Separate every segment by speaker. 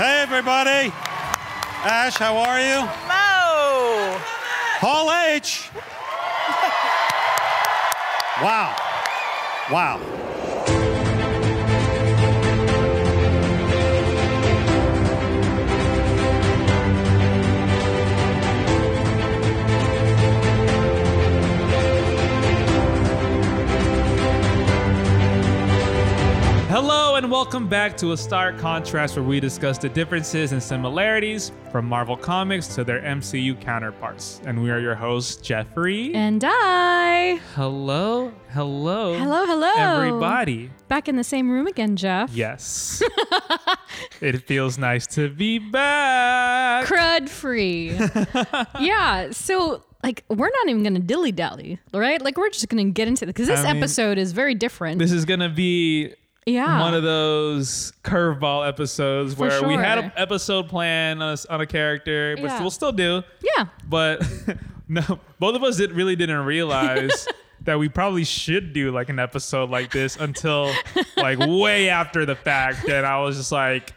Speaker 1: Hey, everybody. Ash, how are you?
Speaker 2: Mo!
Speaker 1: Paul H. Wow. Wow.
Speaker 3: Hello, and welcome back to A Stark Contrast, where we discuss the differences and similarities from Marvel Comics to their MCU counterparts. And we are your hosts, Jeffrey.
Speaker 4: And I.
Speaker 3: hello, hello.
Speaker 4: Hello, hello.
Speaker 3: Everybody.
Speaker 4: Back in the same room again, Jeff.
Speaker 3: Yes. it feels nice to be back.
Speaker 4: Crud free. yeah. So, like, we're not even going to dilly dally, right? Like, we're just going to get into it because this
Speaker 3: I mean-
Speaker 4: episode is very different.
Speaker 3: This is going to be.
Speaker 4: yeah.
Speaker 3: One of those curveball episodes where we
Speaker 4: sure.
Speaker 3: had an episode plan on a, on a character, which
Speaker 4: Yeah.
Speaker 3: we'll still do.
Speaker 4: yeah.
Speaker 3: but no, both of us did, really didn't realize that we probably should do like an episode like this until like way after the fact. That I was just like,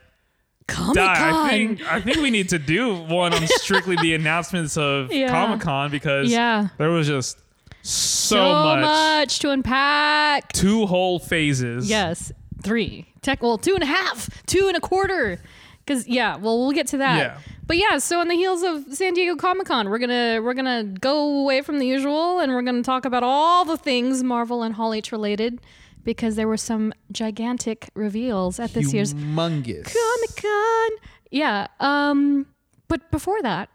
Speaker 4: Comic
Speaker 3: "Duh,
Speaker 4: Con.
Speaker 3: I think I think we need to do one on strictly the announcements of
Speaker 4: Yeah.
Speaker 3: Comic Con because
Speaker 4: Yeah.
Speaker 3: there was just so,
Speaker 4: so
Speaker 3: much.
Speaker 4: much to unpack.
Speaker 3: two whole phases.
Speaker 4: Yes. Three. Tech, well, two and a half, two and a quarter. Because yeah, well, we'll get to that.
Speaker 3: Yeah.
Speaker 4: But yeah, so on the heels of San Diego Comic Con, we're gonna we're gonna go away from the usual, and we're gonna talk about all the things Marvel and Hall H related, because there were some gigantic reveals at this year's
Speaker 5: humongous.
Speaker 4: Comic Con. Yeah. Um. But before that,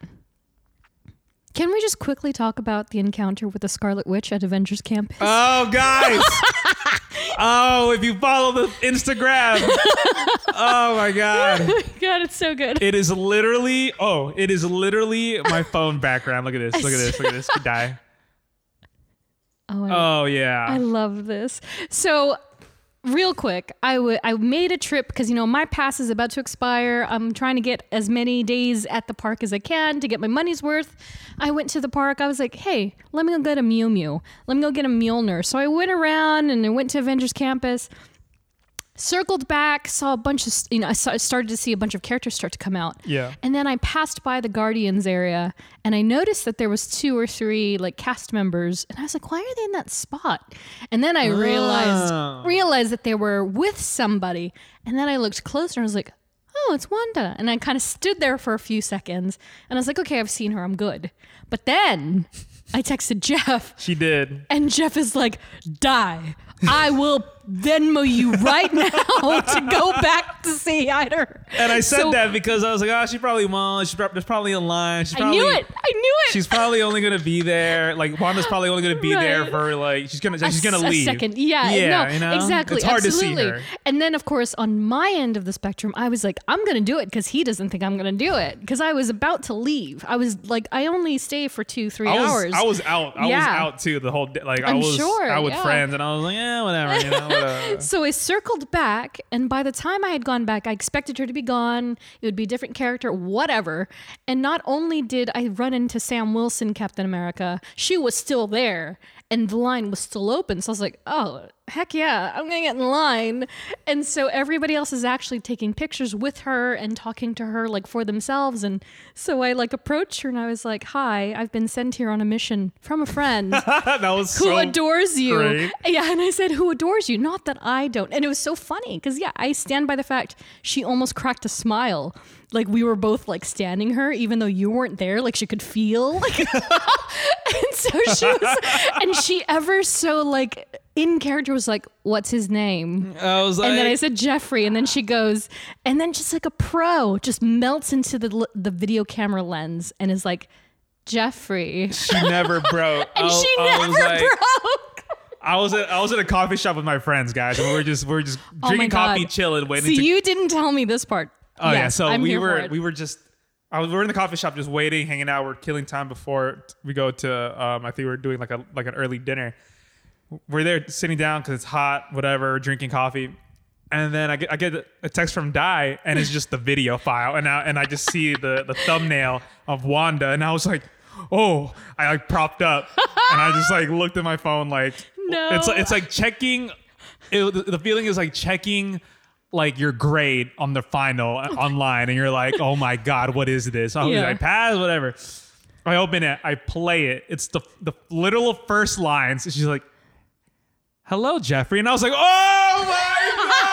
Speaker 4: can we just quickly talk about the encounter with the Scarlet Witch at Avengers Campus?
Speaker 3: Oh, guys. oh, if you follow the Instagram. oh my God.
Speaker 4: God, it's so good.
Speaker 3: It is literally oh, it is literally my phone background. Look at this. Look at this. Look at this. Could die.
Speaker 4: oh, I
Speaker 3: Oh
Speaker 4: I
Speaker 3: yeah.
Speaker 4: love this. So, real quick, I wa- I made a trip because you know my pass is about to expire. I'm trying to get as many days at the park as I can to get my money's worth. I went to the park. I was like, hey, let me go get a Mew Mew. Let me go get a Mjolnir. So I went around and I went to Avengers Campus. Circled back, saw a bunch of s- you know. I, saw, I started to see a bunch of characters start to come out.
Speaker 3: Yeah.
Speaker 4: And then I passed by the Guardians area and I noticed that there was two or three like cast members and I was like, why are they in that spot? And then I realized realized that they were with somebody. And then I looked closer and I was like, oh, it's Wanda. And I kind of stood there for a few seconds and I was like, okay, I've seen her. I'm good. But then I texted Jeff
Speaker 3: She did.
Speaker 4: and Jeff is like, die. I will Venmo you right now to go back to see Eider.
Speaker 3: And I said
Speaker 4: So-
Speaker 3: that because I was like, oh, she probably won't. She's prob- there's probably a line. She's
Speaker 4: I
Speaker 3: probably
Speaker 4: knew it. I knew it.
Speaker 3: She's probably only gonna be there. Like Wanda's probably only gonna be there
Speaker 4: Right.
Speaker 3: for like she's gonna
Speaker 4: a
Speaker 3: she's gonna
Speaker 4: s- a
Speaker 3: leave.
Speaker 4: second. Yeah,
Speaker 3: Yeah.
Speaker 4: no,
Speaker 3: you know?
Speaker 4: exactly.
Speaker 3: It's hard
Speaker 4: absolutely.
Speaker 3: to see her.
Speaker 4: And then, of course, on my end of the spectrum, I was like, I'm going to do it because he doesn't think I'm going to do it because I was about to leave. I was like, I only stay for two, three
Speaker 3: I was,
Speaker 4: hours.
Speaker 3: I was out. I was
Speaker 4: Yeah.
Speaker 3: out too the whole day. Like I
Speaker 4: I'm
Speaker 3: was
Speaker 4: sure,
Speaker 3: out with
Speaker 4: yeah.
Speaker 3: friends, and I was like, yeah, whatever. You know, whatever.
Speaker 4: so I circled back, and by the time I had gone back, I expected her to be gone. It would be a different character, whatever. And not only did I run into Sam Wilson, Captain America, she was still there, and the line was still open. So I was like, oh, heck yeah, I'm gonna get in line. And so everybody else is actually taking pictures with her and talking to her like for themselves. And so I like approached her and I was like, hi, I've been sent here on a mission from a friend
Speaker 3: that was
Speaker 4: who
Speaker 3: so
Speaker 4: adores you.
Speaker 3: great.
Speaker 4: Yeah, and I said, who adores you? Not that I don't. And it was so funny because, yeah, I stand by the fact she almost cracked a smile. Like we were both like standing her, even though you weren't there. Like she could feel. Like, and so she was, and she ever so like in character was like, what's his name?
Speaker 3: I was like,
Speaker 4: and then I said Jeffrey, and then she goes, and then just like a pro, just melts into the l- the video camera lens and is like, Jeffrey.
Speaker 3: she never broke.
Speaker 4: And
Speaker 3: I-
Speaker 4: she
Speaker 3: I
Speaker 4: never
Speaker 3: was like,
Speaker 4: broke.
Speaker 3: I was at I was at a coffee shop with my friends, guys, and we were just we were just
Speaker 4: Oh
Speaker 3: drinking
Speaker 4: my God.
Speaker 3: coffee, chilling, waiting.
Speaker 4: See,
Speaker 3: to,
Speaker 4: you didn't tell me this part.
Speaker 3: oh yeah, so
Speaker 4: I'm
Speaker 3: we
Speaker 4: here for
Speaker 3: were
Speaker 4: it.
Speaker 3: we were just I was, we were in the coffee shop, just waiting, hanging out. We're killing time before we go to. Um, I think we were doing like a like an early dinner. We're there sitting down because it's hot, whatever, drinking coffee, and then I get I get a text from Di, and it's just the video file, and I and I just see the the thumbnail of Wanda, and I was like. Oh, I like propped up and I just like looked at my phone like
Speaker 4: No.
Speaker 3: it's like it's like checking it, the- the feeling is like checking like your grade on the final uh, online, and you're like, "Oh my god, what is this?" Oh, I was
Speaker 4: Yeah.
Speaker 3: like, "Pass, whatever." I open it, I play it. It's the the literal first lines. and she's like, "Hello, Jeffrey," and I was like, "Oh my god!"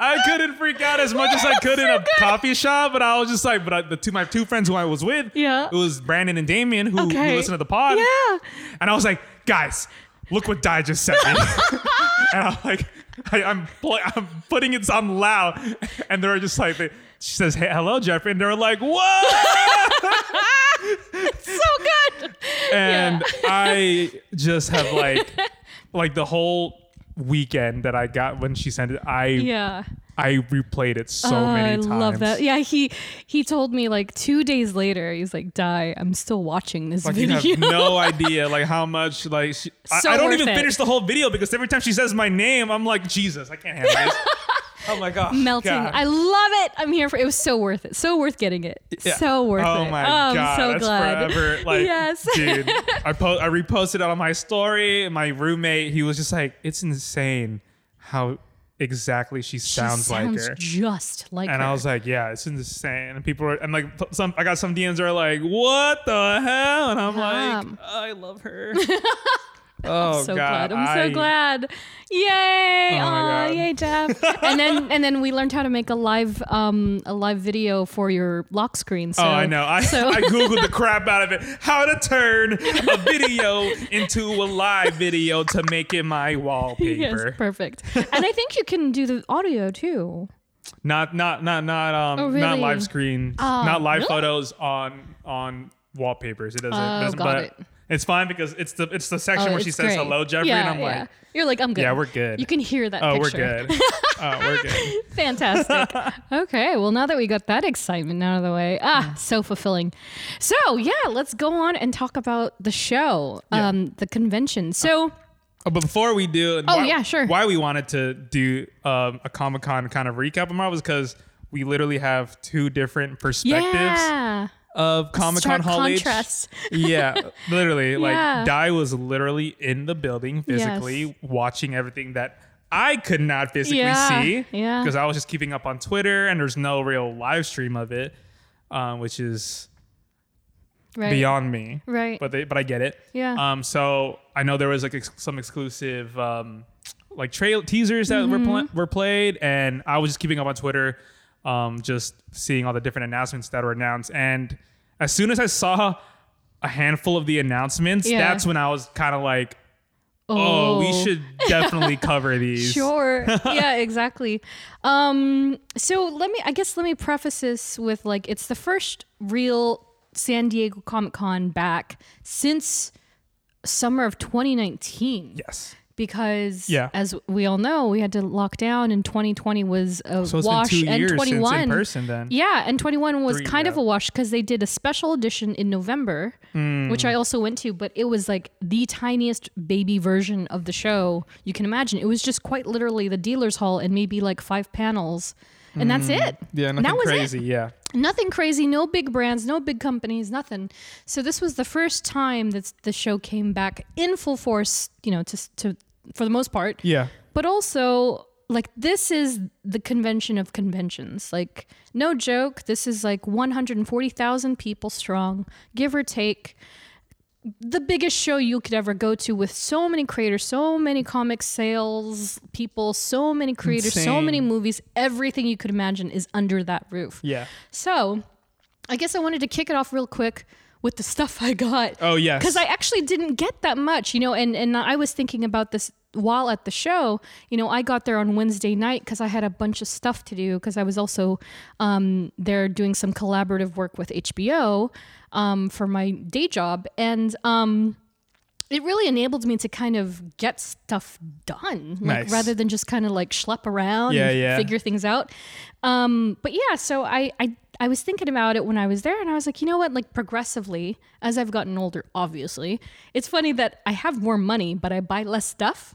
Speaker 3: I couldn't freak out as much as I could in a coffee shop, but I was just like, "But I, the two my two friends who I was with,
Speaker 4: Yeah.
Speaker 3: it was Brandon and Damien who, who
Speaker 4: Okay.
Speaker 3: listened to the pod,
Speaker 4: Yeah.
Speaker 3: and I was like, guys, look what Di just sent me. and I'm like, I, I'm pl- I'm putting it on loud, and they're just like, they, she says, hey, hello, Jeffrey, and they're like, what?
Speaker 4: so good.
Speaker 3: and I just have like, like the whole weekend that I got when she sent it, I
Speaker 4: Yeah.
Speaker 3: I replayed it so
Speaker 4: Oh,
Speaker 3: many
Speaker 4: I
Speaker 3: times.
Speaker 4: love that. Yeah, he he told me like two days later, he's like, "Die, I'm still watching this
Speaker 3: Like you
Speaker 4: video."
Speaker 3: have no idea, like how much, like she, I-
Speaker 4: So
Speaker 3: I, don't
Speaker 4: worth
Speaker 3: even
Speaker 4: it.
Speaker 3: finish the whole video because every time she says my name, I'm like Jesus, I can't handle this. oh my god,
Speaker 4: Melting.
Speaker 3: God.
Speaker 4: I love it. I'm here for it. Was so worth it. So worth getting it.
Speaker 3: Yeah.
Speaker 4: So worth
Speaker 3: oh
Speaker 4: it.
Speaker 3: My
Speaker 4: oh,
Speaker 3: God,
Speaker 4: I'm so
Speaker 3: that's
Speaker 4: glad.
Speaker 3: Forever, like,
Speaker 4: yes.
Speaker 3: dude, I po- I reposted it on my story. and My roommate, he was just like, "It's insane how exactly she
Speaker 4: She
Speaker 3: sounds, like her."
Speaker 4: just like
Speaker 3: and
Speaker 4: her.
Speaker 3: I was like, "Yeah, it's insane." And people were, and like, p- some I got some DMs that are like, "What the hell?" And I'm
Speaker 4: Mom.
Speaker 3: like, "I love her." oh
Speaker 4: so
Speaker 3: God,
Speaker 4: glad. I'm
Speaker 3: I-
Speaker 4: so glad. Yay!
Speaker 3: Oh my
Speaker 4: Aw,
Speaker 3: God.
Speaker 4: yay, Jeff. and then and then we learned how to make a live um a live video for your lock screen. So,
Speaker 3: Oh, I know. I,
Speaker 4: so
Speaker 3: I googled the crap out of it. How to turn a video into a live video to make it my
Speaker 4: yes,
Speaker 3: wallpaper.
Speaker 4: perfect. and I think you can do the audio too.
Speaker 3: not not not not um
Speaker 4: Oh,
Speaker 3: not
Speaker 4: really?
Speaker 3: live screen, not live
Speaker 4: really?
Speaker 3: photos on on wallpapers. It doesn't.
Speaker 4: Oh,
Speaker 3: doesn't
Speaker 4: got
Speaker 3: but
Speaker 4: it.
Speaker 3: It's fine because it's the it's the section
Speaker 4: Oh,
Speaker 3: where she
Speaker 4: it's
Speaker 3: says
Speaker 4: great.
Speaker 3: hello, Jeffrey,
Speaker 4: yeah,
Speaker 3: and I'm
Speaker 4: yeah.
Speaker 3: like,
Speaker 4: you're like, I'm good.
Speaker 3: Yeah, we're good.
Speaker 4: You can hear that.
Speaker 3: oh,
Speaker 4: picture.
Speaker 3: we're good. oh, we're good.
Speaker 4: Fantastic. okay, well, now that we got that excitement out of the way, ah,
Speaker 3: Mm.
Speaker 4: so fulfilling. So, yeah, let's go on and talk about the show,
Speaker 3: Yeah.
Speaker 4: um, the convention. So,
Speaker 3: Oh, but before we do,
Speaker 4: Oh, yeah, sure.
Speaker 3: Why we wanted to do um, a Comic Con kind of recap of Marvel is because we literally have two different perspectives
Speaker 4: yeah.
Speaker 3: of Comic Con
Speaker 4: Stark
Speaker 3: Hall H.
Speaker 4: contrast.
Speaker 3: yeah, literally.
Speaker 4: Yeah.
Speaker 3: Like Dai was literally in the building physically
Speaker 4: Yes.
Speaker 3: watching everything that I could not physically
Speaker 4: Yeah,
Speaker 3: see.
Speaker 4: yeah.
Speaker 3: Because I was just keeping up on Twitter and there's no real live stream of it, um, which is
Speaker 4: Right.
Speaker 3: beyond me.
Speaker 4: Right.
Speaker 3: But they, but I get it.
Speaker 4: Yeah.
Speaker 3: Um. So I know there was like ex- some exclusive um, like trail teasers that were
Speaker 4: Mm-hmm.
Speaker 3: pl- were played, and I was just keeping up on Twitter, um, just seeing all the different announcements that were announced. And as soon as I saw a handful of the announcements,
Speaker 4: Yeah.
Speaker 3: that's when I was kind of like, oh, we should definitely cover these.
Speaker 4: Sure. yeah, exactly. Um, so let me, I guess, let me preface this with like, it's the first real San Diego Comic Con back since summer of 2019.
Speaker 3: Yes.
Speaker 4: because
Speaker 3: Yeah.
Speaker 4: as we all know, we had to lock down and 2020 was a
Speaker 3: So it's
Speaker 4: wash
Speaker 3: been two
Speaker 4: and
Speaker 3: years
Speaker 4: 21
Speaker 3: since in person. Then.
Speaker 4: Yeah, and 21 was
Speaker 3: Three,
Speaker 4: kind
Speaker 3: yeah.
Speaker 4: of a wash because they did a special edition in November, which
Speaker 3: Mm.
Speaker 4: I also went to, but it was like the tiniest baby version of the show you can imagine. It was just quite literally the dealer's hall and maybe like five panels. And that's it.
Speaker 3: Mm. Yeah.
Speaker 4: And that
Speaker 3: Nothing
Speaker 4: was it
Speaker 3: crazy. Yeah.
Speaker 4: nothing crazy, no big brands, no big companies, nothing. So this was the first time that the show came back in full force, you know, to to for the most part.
Speaker 3: Yeah.
Speaker 4: But also like this is the convention of conventions. Like no joke, this is like 140,000 people strong, give or take. The biggest show you could ever go to with so many creators, so many comic sales people, so many creators, so
Speaker 3: Insane.
Speaker 4: many movies, everything you could imagine is under that roof.
Speaker 3: Yeah.
Speaker 4: So, I guess I wanted to kick it off real quick with the stuff I got.
Speaker 3: Oh yes.
Speaker 4: Because I actually didn't get that much, you know, and, and I was thinking about this while at the show. You know, I got there on Wednesday night because I had a bunch of stuff to do because I was also um, there doing some collaborative work with HBO um, for my day job. And, um, it really enabled me to kind of get stuff done like
Speaker 3: Nice.
Speaker 4: rather than just kind of like schlep around
Speaker 3: Yeah,
Speaker 4: and
Speaker 3: yeah.
Speaker 4: figure things out um, but yeah so I, I i was thinking about it when i was there and i was like you know what like progressively as i've gotten older obviously it's funny that i have more money but i buy less stuff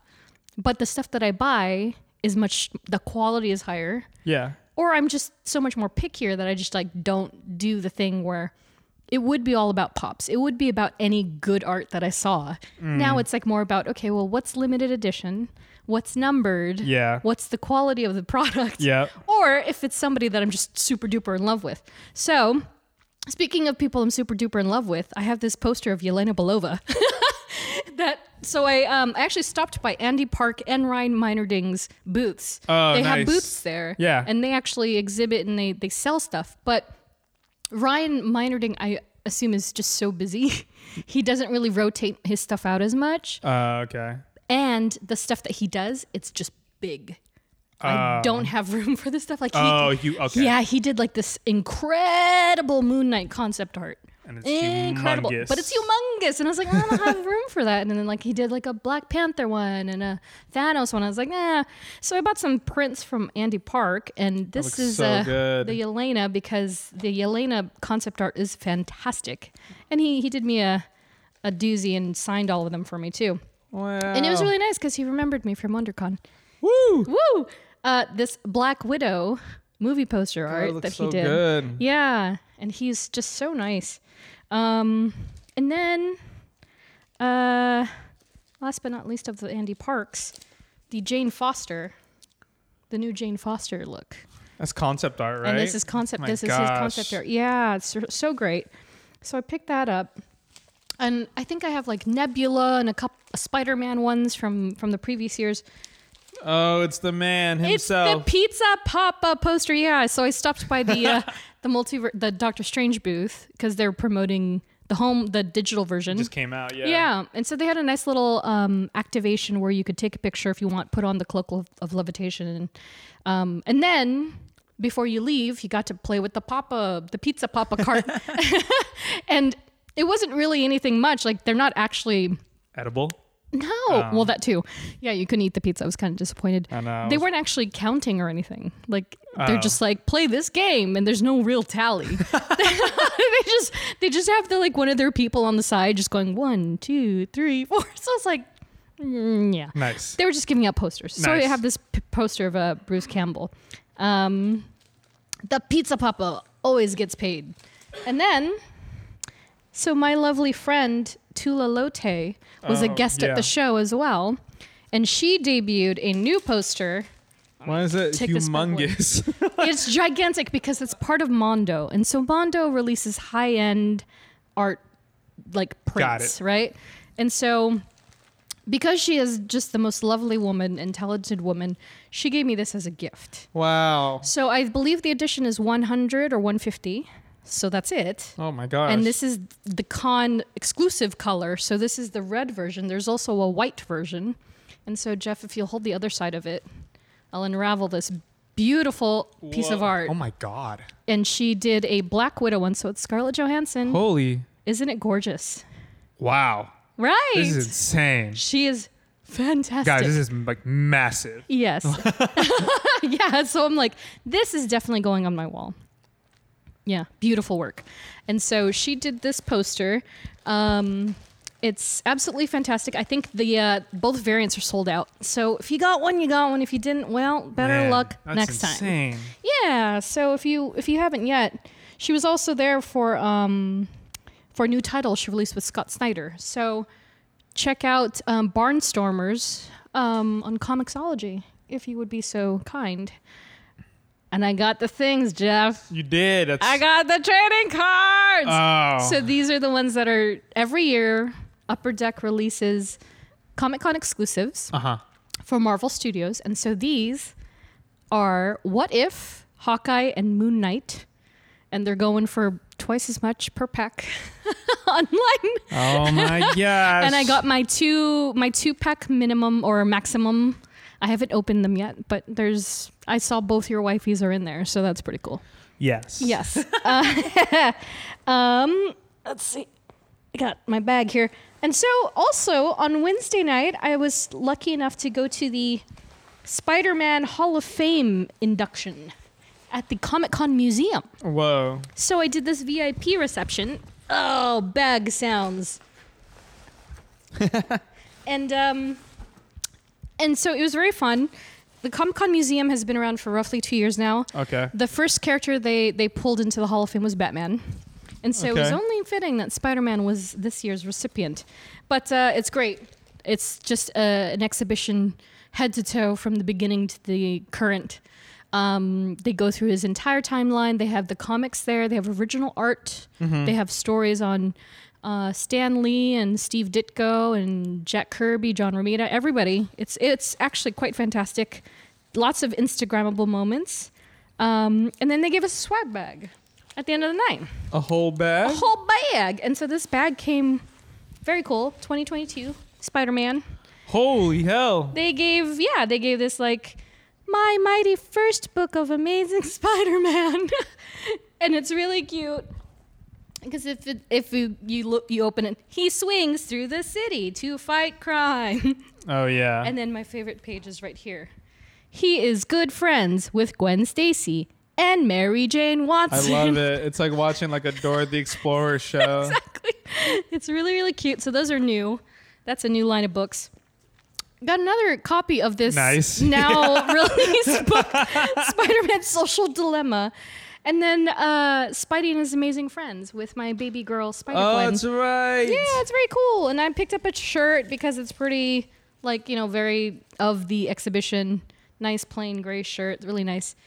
Speaker 4: but the stuff that i buy is much the quality is higher
Speaker 3: yeah.
Speaker 4: or I'm just so much more pickier that I just like don't do the thing where it would be all about pops. It would be about any good art that I saw.
Speaker 6: Mm.
Speaker 4: Now it's like more about okay, well, what's limited edition? What's numbered?
Speaker 6: Yeah.
Speaker 4: What's the quality of the product?
Speaker 6: Yeah.
Speaker 4: Or if it's somebody that I'm just super duper in love with. So, speaking of people I'm super duper in love with, I have this poster of Yelena Belova. that so I um I actually stopped by Andy Park and Ryan Minerding's booths.
Speaker 6: Oh,
Speaker 4: they
Speaker 6: nice.
Speaker 4: have booths there.
Speaker 6: Yeah.
Speaker 4: And they actually exhibit and they they sell stuff, but Ryan Minerding, I assume, is just so busy. he doesn't really rotate his stuff out as much.
Speaker 6: Uh, okay.
Speaker 4: And the stuff that he does, it's just big. I don't have room for this stuff. Like, he,
Speaker 6: Oh, you okay?
Speaker 4: yeah, he did like this incredible Moon Knight concept art.
Speaker 6: And it's
Speaker 4: Incredible,
Speaker 6: humongous.
Speaker 4: but it's humongous, and I was like, I don't have room for that. And then like he did like a Black Panther one and a Thanos one. I was like, nah. So I bought some prints from Andy Park, and this
Speaker 6: looks
Speaker 4: is
Speaker 6: so
Speaker 4: uh,
Speaker 6: good.
Speaker 4: the Yelena because the Yelena concept art is fantastic, and he he did me a a doozy and signed all of them for me too.
Speaker 6: Wow.
Speaker 4: And it was really nice because he remembered me from WonderCon.
Speaker 6: Woo!
Speaker 4: Woo! Uh, this Black Widow movie poster art
Speaker 6: looks
Speaker 4: that he
Speaker 6: so
Speaker 4: did.
Speaker 6: good.
Speaker 4: Yeah, and he's just so nice. Um, and then, uh, last but not least of the Andy Parks, the Jane Foster, the new Jane Foster look.
Speaker 6: That's concept art, right?
Speaker 4: And this is concept.
Speaker 6: My
Speaker 4: this is his
Speaker 6: gosh.
Speaker 4: concept art. Yeah, it's so, so great. So I picked that up, and I think I have like Nebula and a couple Spider-Man ones from from the previous years.
Speaker 6: Oh, it's the man
Speaker 4: It's
Speaker 6: himself.
Speaker 4: the pizza pop up poster. Yeah. So I stopped by the uh, the multiver the Doctor Strange booth because they're promoting the home the digital version.
Speaker 6: Just came out, yeah.
Speaker 4: yeah, and so they had a nice little um, activation where you could take a picture if you want, put on the cloak of, of levitation, and um, and then before you leave, you got to play with the papa, the pizza papa cart, and it wasn't really anything much. Like they're not actually
Speaker 6: Edible.
Speaker 4: no. well, that too. Yeah, you couldn't eat the pizza. I was kind of disappointed.
Speaker 6: Um, I know.
Speaker 4: They weren't actually counting or anything. Like they're
Speaker 6: Oh.
Speaker 4: just like play this game, and there's no real tally. they just they just have the like one of their people on the side just going one, two, three, four. So it's like, mm, yeah.
Speaker 6: Nice.
Speaker 4: They were just giving out posters. So I
Speaker 6: Nice.
Speaker 4: have this p- poster of uh, Bruce Campbell. Um, the pizza papa always gets paid. And then, so my lovely friend Tula Lote was a
Speaker 6: Oh,
Speaker 4: guest
Speaker 6: yeah.
Speaker 4: at the show as well. And she debuted a new poster.
Speaker 6: Why is it
Speaker 4: Take this back one.
Speaker 6: humongous?
Speaker 4: it's gigantic because it's part of Mondo. And so Mondo releases high end art like
Speaker 6: Got
Speaker 4: prints,
Speaker 6: it.
Speaker 4: right? And so because she is just the most lovely woman and talented woman, she gave me this as a gift.
Speaker 6: wow.
Speaker 4: So I believe the edition is 100 or 150. So that's it.
Speaker 6: Oh my gosh.
Speaker 4: And this is the con exclusive color. So this is the red version. There's also a white version. And so, Jeff, if you'll hold the other side of it, I'll unravel this beautiful piece of
Speaker 6: Whoa.
Speaker 4: art.
Speaker 6: Oh my god.
Speaker 4: And she did a Black Widow one. So it's Scarlett Johansson.
Speaker 6: Holy.
Speaker 4: Isn't it gorgeous?
Speaker 6: Wow.
Speaker 4: Right.
Speaker 6: This is insane.
Speaker 4: she is fantastic.
Speaker 6: Guys, this is like massive.
Speaker 4: Yes. yeah. So I'm like, this is definitely going on my wall. Yeah. Beautiful work. And so she did this poster. Um, it's absolutely fantastic. I think the uh, both variants are sold out. So if you got one, you got one. If you didn't, well, better
Speaker 6: Man,
Speaker 4: luck
Speaker 6: that's
Speaker 4: next time.
Speaker 6: insane.
Speaker 4: Yeah. So if you if you haven't yet, she was also there for um for a new title she released with Scott Snyder. So check out um, Barnstormers um, on Comixology if you would be so kind. And I got the things, Jeff.
Speaker 6: You did. That's,
Speaker 4: I got the trading cards.
Speaker 6: Oh.
Speaker 4: So these are the ones that are every year Upper Deck releases Comic Con exclusives
Speaker 6: uh huh.
Speaker 4: for Marvel Studios. And so these are What If, Hawkeye, and Moon Knight. And they're going for twice as much per pack online.
Speaker 6: Oh my gosh.
Speaker 4: And I got my two my two pack minimum or maximum. I haven't opened them yet, but there's I saw both your wifeys are in there, so that's pretty cool.
Speaker 6: yes.
Speaker 4: Yes. Uh, um, let's see. I got my bag here. And so, also on Wednesday night, I was lucky enough to go to the Spider Man Hall of Fame induction at the Comic Con Museum.
Speaker 6: Whoa.
Speaker 4: So, I did this VIP reception. Oh, bag sounds. and, um, and so it was very fun. The Comic Con Museum has been around for roughly two years now.
Speaker 6: Okay.
Speaker 4: The first character they they pulled into the Hall of Fame was Batman, And so it was
Speaker 3: Okay.
Speaker 4: only fitting that Spider Man was this year's recipient. But uh, it's great. It's just uh, an exhibition head to toe from the beginning to the current. Um, they go through his entire timeline. They have the comics there, they have original art, they have stories on. Uh, Stan Lee and Steve Ditko and Jack Kirby, John Romita, everybody. It's it's actually quite fantastic. Lots of Instagrammable moments, um, and then they give us a swag bag at the end of the night
Speaker 3: A whole bag.
Speaker 4: whole bag. And so this bag came very cool, 2022 Spider-Man.
Speaker 3: Holy hell!
Speaker 4: They gave yeah, they gave this like my mighty first book of amazing Spider-Man. and it's really cute. Because if it, if you you look you open it, he swings through the city to fight crime.
Speaker 3: Oh yeah.
Speaker 4: and then my favorite page is right here. He is good friends with Gwen Stacy and Mary Jane
Speaker 3: I
Speaker 4: Watson.
Speaker 3: love it. It's like watching like a Dora the Explorer show.
Speaker 4: exactly. It's really, really cute. So those are new. That's a new line of books. Got another copy of this
Speaker 3: Nice.
Speaker 4: now released book, Spider-Man Social Dilemma. And then uh, Spidey and His Amazing Friends with my baby girl Spider
Speaker 3: Oh,
Speaker 4: Gwen.
Speaker 3: that's right.
Speaker 4: yeah, it's very cool. And I picked up a shirt because it's pretty, like, you know, very of the exhibition. Nice plain gray shirt. Really nice.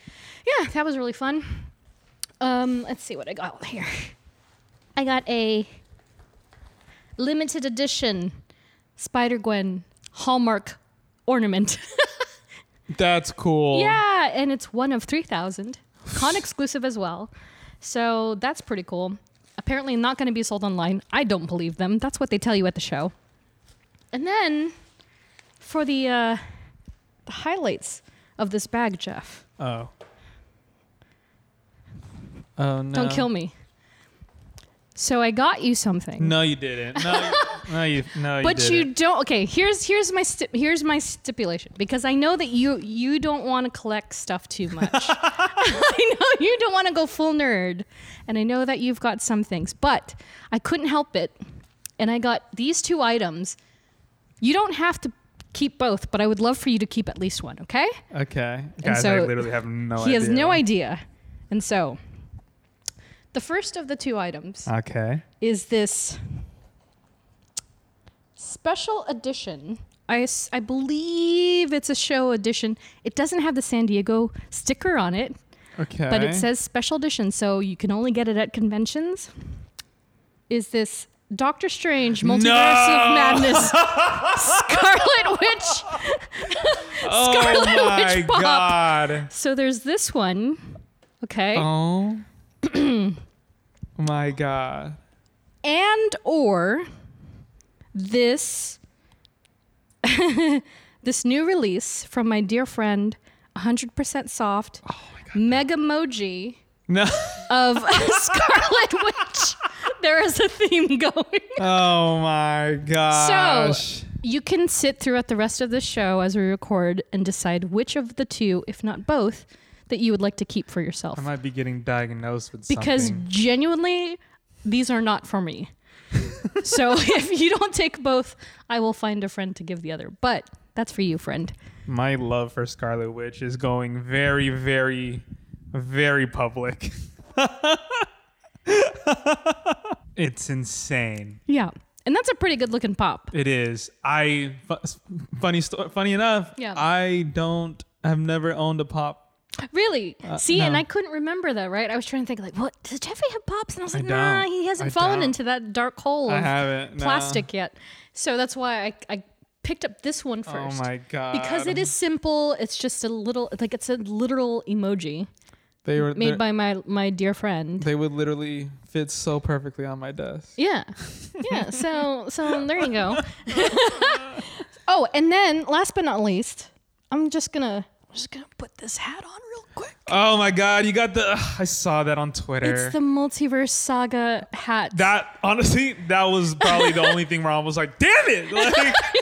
Speaker 4: Yeah, that was really fun. Um, let's see what I got here. I got a limited edition Spider Gwen Hallmark ornament.
Speaker 3: That's cool.
Speaker 4: yeah, and it's one of 3,000. Con exclusive as well. So that's pretty cool. Apparently, not going to be sold online. I don't believe them. That's what they tell you at the show. And then for the, uh, the highlights of this bag, Jeff,
Speaker 3: Oh. Oh no.
Speaker 4: don't kill me. So I got you something.
Speaker 3: No, you didn't. No, you, no, you, no, you
Speaker 4: but you
Speaker 3: didn't.
Speaker 4: don't okay here's here's my sti- here's my stipulation because i know that you you don't want to collect stuff too much i know you don't want to go full nerd and i know that you've got some things but i couldn't help it and i got these two items you don't have to keep both but i would love for you to keep at least one okay
Speaker 3: Okay. Guys, I
Speaker 4: so
Speaker 3: literally have no
Speaker 4: he
Speaker 3: idea.
Speaker 4: has no idea and so the first of the two items
Speaker 3: Okay.
Speaker 4: is this special edition. I, s- I believe it's a show edition. It doesn't have the San Diego sticker on it,
Speaker 3: Okay.
Speaker 4: but it says special edition, so you can only get it at conventions. Is this Doctor Strange Multiverse
Speaker 3: No!
Speaker 4: of Madness Scarlet Witch?
Speaker 3: oh
Speaker 4: Scarlet
Speaker 3: my
Speaker 4: Witch Pop.
Speaker 3: god.
Speaker 4: So there's this one. Okay.
Speaker 3: Oh. my god.
Speaker 4: and or this this new release from my dear friend 100% soft mega megamoji
Speaker 3: No.
Speaker 4: of scarlet witch there is a theme going
Speaker 3: Oh my gosh.
Speaker 4: you can sit throughout the rest of the show as we record and decide which of the two if not both that you would like to keep for yourself
Speaker 3: I might be getting diagnosed with
Speaker 4: because
Speaker 3: something.
Speaker 4: genuinely these are not for me so if you don't take both i will find a friend to give the other but that's for you friend
Speaker 3: my love for Scarlet Witch is going very, very, very public. it's insane.
Speaker 4: yeah and that's a pretty good looking pop
Speaker 3: It is. I fu- funny sto- funny enough.
Speaker 4: Yeah.
Speaker 3: I don't. I've never owned a pop.
Speaker 4: really see and
Speaker 3: Uh, no.
Speaker 4: i couldn't remember that right i was trying to think like what does jeffrey have pops and i was
Speaker 3: I
Speaker 4: like nah
Speaker 3: don't.
Speaker 4: he hasn't
Speaker 3: I
Speaker 4: fallen
Speaker 3: don't.
Speaker 4: into that dark hole
Speaker 3: I
Speaker 4: of
Speaker 3: haven't, no.
Speaker 4: plastic yet so that's why i, I picked up this one first
Speaker 3: Oh my god.
Speaker 4: because it is simple it's just a little like it's a literal emoji
Speaker 3: they were
Speaker 4: made
Speaker 3: they-
Speaker 4: by my my dear friend
Speaker 3: They would literally fit so perfectly on my desk.
Speaker 4: Yeah. Yeah. So so there you go. oh, and then last but not least, I'm just gonna I'm just gonna put this hat on real quick.
Speaker 3: Oh my god, you got the. ugh, I saw that on Twitter.
Speaker 4: It's the multiverse saga hat.
Speaker 3: that honestly, that was probably the only thing where I was like, "Damn it!" Like,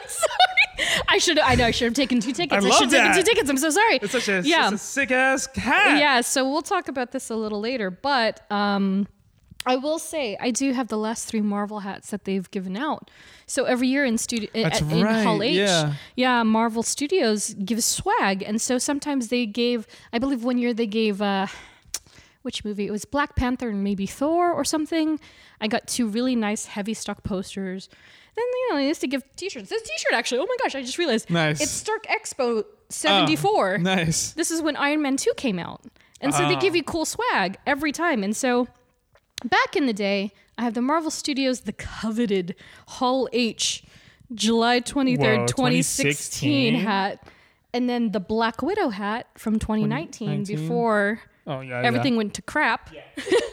Speaker 4: sorry. I should I know I should have taken two tickets.
Speaker 3: I
Speaker 4: I, should
Speaker 3: love
Speaker 4: have taken
Speaker 3: that.
Speaker 4: two tickets. I'm so sorry.
Speaker 3: it's such a,
Speaker 4: yeah.
Speaker 3: sick ass cat.
Speaker 4: yeah, so we'll talk about this a little later, but um I will say I do have the last three Marvel hats that they've given out. So every year in studio in
Speaker 3: That's
Speaker 4: Hall
Speaker 3: right,
Speaker 4: H,
Speaker 3: yeah.
Speaker 4: yeah, Marvel Studios gives swag, and so sometimes they gave. I believe one year they gave. Uh, which movie? It was Black Panther and maybe Thor or something. I got two really nice heavy stock posters. Then you know, I used to give T-shirts. This T-shirt actually. Oh my gosh, I just realized.
Speaker 6: Nice.
Speaker 4: It's Stark Expo '74.
Speaker 3: Oh,
Speaker 6: Nice.
Speaker 4: This is when Iron Man 2 came out. And so they
Speaker 6: Ah.
Speaker 4: give you cool swag every time. And so back in the day, I have the Marvel Studios, the coveted Hall H, July 23rd,
Speaker 6: Whoa, 2016?
Speaker 4: 2016 hat. And then the Black Widow hat from 2019
Speaker 6: 2019?
Speaker 4: before
Speaker 6: Oh yeah.
Speaker 4: everything went to crap.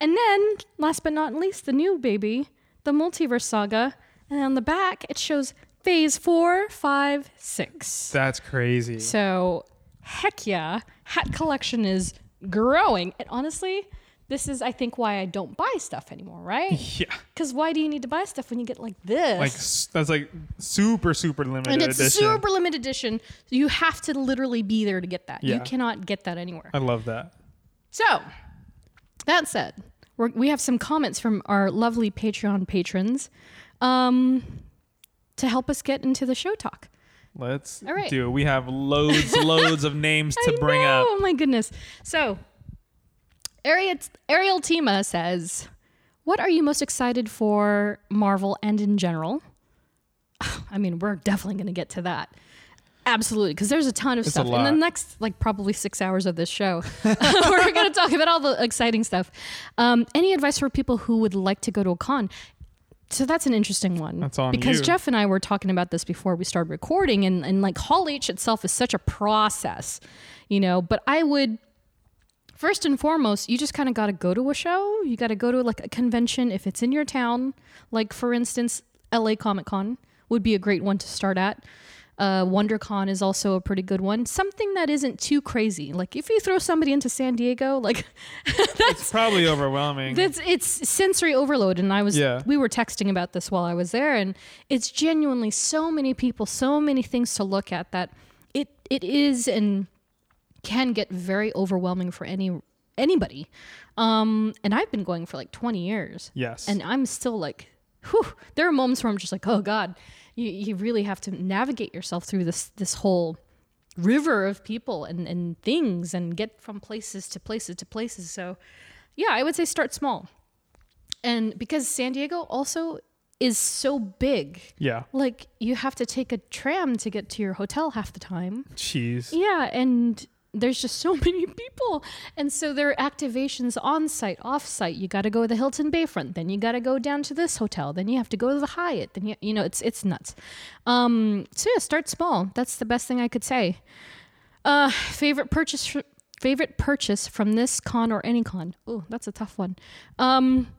Speaker 4: and then, last but not least, the new baby, the Multiverse Saga. And on the back, it shows phase four, five, six.
Speaker 6: That's crazy.
Speaker 4: So, heck yeah, hat collection is growing. And honestly, this is, I think, why I don't buy stuff anymore, right?
Speaker 6: Yeah.
Speaker 4: Because why do you need to buy stuff when you get like this?
Speaker 6: Like s- that's like super super limited
Speaker 4: and it's
Speaker 6: edition.
Speaker 4: super limited edition. So you have to literally be there to get that. You
Speaker 6: Yeah.
Speaker 4: cannot get that anywhere.
Speaker 6: I love that.
Speaker 4: So, that said, we're, we have some comments from our lovely Patreon patrons um, to help us get into the show talk.
Speaker 6: Let's
Speaker 4: All right.
Speaker 6: do. it. We have loads loads of names to bring
Speaker 4: know,
Speaker 6: up.
Speaker 4: Oh my goodness. So, Ariel, Ariel Tima says, "What are you most excited for Marvel and in general?" I mean, we're definitely going to get to that. Absolutely, because there's a ton of
Speaker 6: It's a
Speaker 4: stuff in the
Speaker 6: lot.
Speaker 4: next, like probably six hours of this show. we're going to talk about all the exciting stuff. Um, any advice for people who would like to go to a con? So that's an interesting one.
Speaker 6: That's on
Speaker 4: because
Speaker 6: you.
Speaker 4: Jeff and I were talking about this before we started recording, and and like Hall H itself is such a process, you know. But I would first and foremost, you just kind of got to go to a show. You got to go to like a convention if it's in your town. Like for instance, LA Comic Con would be a great one to start at. Uh, WonderCon is also a pretty good one. Something that isn't too crazy. Like if you throw somebody into San Diego, like
Speaker 6: It's probably overwhelming.
Speaker 4: that's it's sensory overload, and I was
Speaker 6: Yeah.
Speaker 4: we were texting about this while I was there, and it's genuinely so many people, so many things to look at that it it is and can get very overwhelming for any anybody. Um, and I've been going for like twenty years,
Speaker 6: yes.
Speaker 4: and I'm still like, whew. There are moments where I'm just like, oh God, you, you really have to navigate yourself through this this whole river of people and, and things and get from places to places to places. So yeah, I would say start small. And because San Diego also is so big.
Speaker 6: yeah.
Speaker 4: Like you have to take a tram to get to your hotel half the time.
Speaker 6: Cheese.
Speaker 4: Yeah, and there's just so many people. And so there are activations on site, off site. You got to go to the Hilton Bayfront, then you got to go down to this hotel, then you have to go to the Hyatt, then you you know, it's it's nuts. Um so yeah, start small. That's the best thing I could say. Uh favorite purchase fr- favorite purchase from this con or any con. Oh, that's a tough one. Um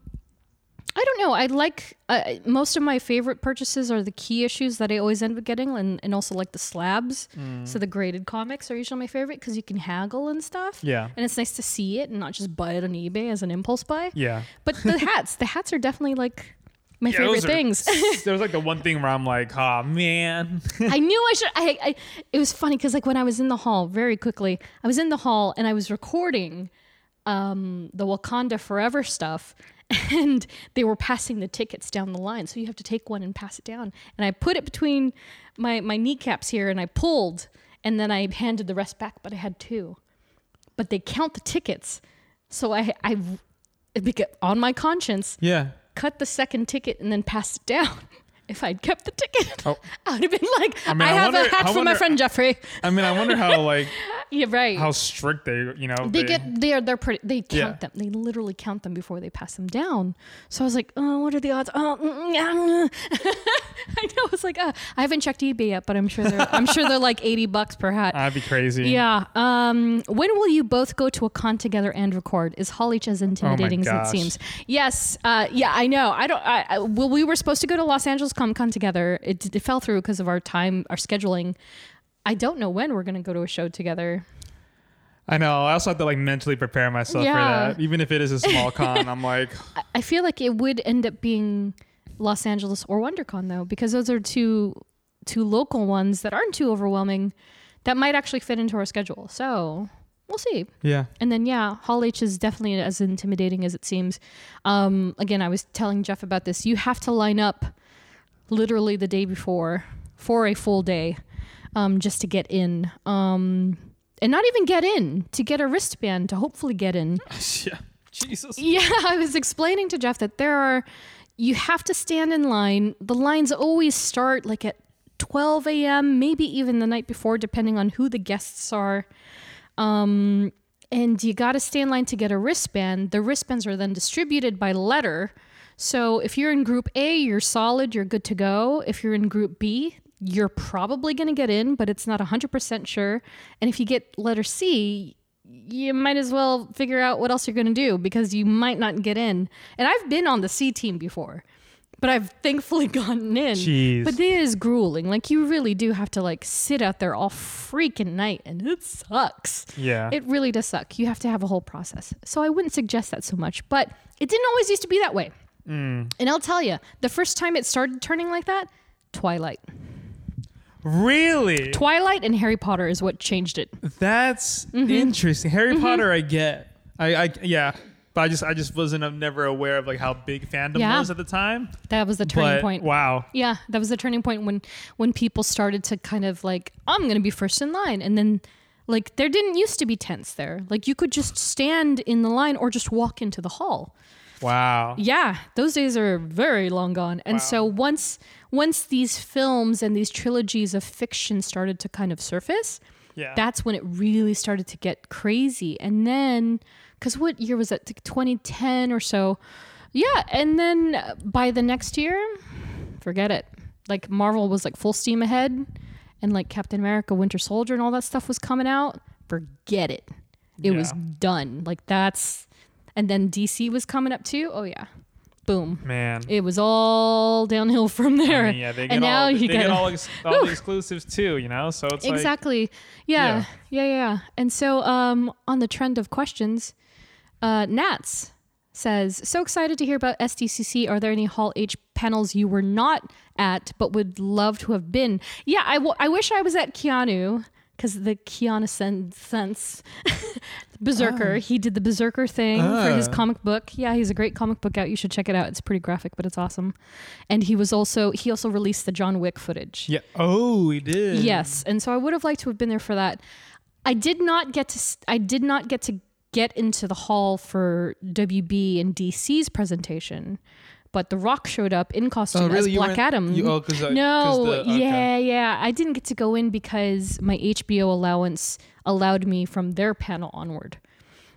Speaker 4: I don't know. I like uh, most of my favorite purchases are the key issues that I always end up getting, and, and also like the slabs.
Speaker 6: Mm.
Speaker 4: So the graded comics are usually my favorite because you can haggle and stuff.
Speaker 6: Yeah.
Speaker 4: and it's nice to see it and not just buy it on eBay as an impulse buy.
Speaker 6: Yeah.
Speaker 4: But the hats, the hats are definitely like my
Speaker 6: Yeah,
Speaker 4: favorite
Speaker 6: those are-
Speaker 4: things.
Speaker 6: there was like the one thing where I'm like, oh man.
Speaker 4: I knew I should. I, I it was funny because like when I was in the hall, very quickly, I was in the hall and I was recording um, the Wakanda Forever stuff, and they were passing the tickets down the line. So you have to take one and pass it down. And I put it between my my kneecaps here, and I pulled, and then I handed the rest back. But I had two. But they count the tickets, so I I it beca- on my conscience
Speaker 6: yeah.
Speaker 4: cut the second ticket and then passed it down. If I'd kept the ticket,
Speaker 6: Oh.
Speaker 4: I would have been like, I,
Speaker 6: mean, I
Speaker 4: have
Speaker 6: wonder-
Speaker 4: a hat
Speaker 6: I
Speaker 4: for my
Speaker 6: wonder-
Speaker 4: friend Jeffrey.
Speaker 6: I mean, I wonder how like
Speaker 4: Yeah, right.
Speaker 6: how strict they you know
Speaker 4: they get they are they're pretty they count
Speaker 6: Yeah.
Speaker 4: them they literally count them before they pass them down so i was like oh what are the odds oh mm, mm, ah, mm." i know it's like uh, i haven't checked ebay yet but i'm sure they're i'm sure they're like 80 bucks per hat
Speaker 6: I'd be crazy.
Speaker 4: yeah um when will you both go to a con together and record is hall each as intimidating as
Speaker 6: gosh.
Speaker 4: it seems yes uh yeah i know i don't i, I well we were supposed to go to los angeles comic con together it, it fell through because of our time our scheduling i don't know when we're going to go to a show together
Speaker 6: I know. I also have to like mentally prepare myself
Speaker 4: Yeah.
Speaker 6: for that. Even if it is a small con, I'm like,
Speaker 4: I feel like it would end up being Los Angeles or WonderCon though, because those are two two local ones that aren't too overwhelming that might actually fit into our schedule. So we'll see.
Speaker 6: yeah.
Speaker 4: And then yeah, Hall H is definitely as intimidating as it seems. Um, again, I was telling Jeff about this. You have to line up literally the day before for a full day um, just to get in. Um, and not even get in to get a wristband to hopefully get in.
Speaker 6: yeah. Jesus.
Speaker 4: Yeah, I was explaining to Jeff that there are, you have to stand in line. The lines always start like at 12 a.m., maybe even the night before, depending on who the guests are. Um, and you got to stay in line to get a wristband. The wristbands are then distributed by letter. So if you're in group A, you're solid, you're good to go. If you're in group B, you're probably going to get in, but it's not 100% sure. And if you get letter C, you might as well figure out what else you're going to do because you might not get in. And I've been on the C team before, but I've thankfully gotten in.
Speaker 6: Jeez.
Speaker 4: But it is grueling. Like you really do have to like sit out there all freaking night and it sucks.
Speaker 6: Yeah.
Speaker 4: It really does suck. You have to have a whole process. So I wouldn't suggest that so much, but it didn't always used to be that way.
Speaker 6: Mm.
Speaker 4: And I'll tell you, the first time it started turning like that, Twilight.
Speaker 6: really?
Speaker 4: Twilight and Harry Potter is what changed it.
Speaker 6: That's
Speaker 4: Mm-hmm.
Speaker 6: interesting. Harry Potter, I get. I, I yeah, but I just I just wasn't I'm never aware of like how big fandom
Speaker 4: Yeah.
Speaker 6: was at the time.
Speaker 4: That was the turning
Speaker 6: But
Speaker 4: point.
Speaker 6: wow,
Speaker 4: Yeah, that was the turning point when when people started to kind of like, I'm gonna be first in line, and then like there didn't used to be tents there. Like you could just stand in the line or just walk into the hall.
Speaker 6: wow,
Speaker 4: Yeah, those days are very long gone. And so once once these films and these trilogies of fiction started to kind of surface,
Speaker 6: yeah.
Speaker 4: that's when it really started to get crazy. And then, because what year was that? Like 2010 or so. Yeah. And then uh, by the next year, forget it. Like Marvel was like full steam ahead, and like Captain America, Winter Soldier, and all that stuff was coming out. Forget it. It was
Speaker 6: Yeah.
Speaker 4: done. Like that's. And then DC was coming up too. Oh, yeah. Boom.
Speaker 6: man.
Speaker 4: It was all downhill from there.
Speaker 6: I mean, yeah, they get
Speaker 4: and now
Speaker 6: all,
Speaker 4: you
Speaker 6: they get
Speaker 4: gotta-
Speaker 6: all, ex- all the exclusives too, you know. So it's like
Speaker 4: exactly yeah. yeah yeah yeah and so um on the trend of questions uh nats says so excited to hear about sdcc are there any hall h panels you were not at but would love to have been yeah i, w- I wish i was at keanu because the keanu sen- sense berserker he did the berserker thing for his
Speaker 6: Oh. Ah.
Speaker 4: comic book yeah he's a great comic book out you should check it out it's pretty graphic but it's awesome and he was also he also released the john wick footage
Speaker 6: yeah. Oh, we did.
Speaker 4: Yes, and so I would have liked to have been there for that. I did not get to. s- I did not get to get into the hall for WB and DC's presentation, but The Rock showed up in
Speaker 3: Oh,
Speaker 6: Oh,
Speaker 4: costume as Black Adam.
Speaker 6: uh,
Speaker 4: no, yeah, yeah. I didn't get to go in because my HBO allowance allowed me from their panel onward.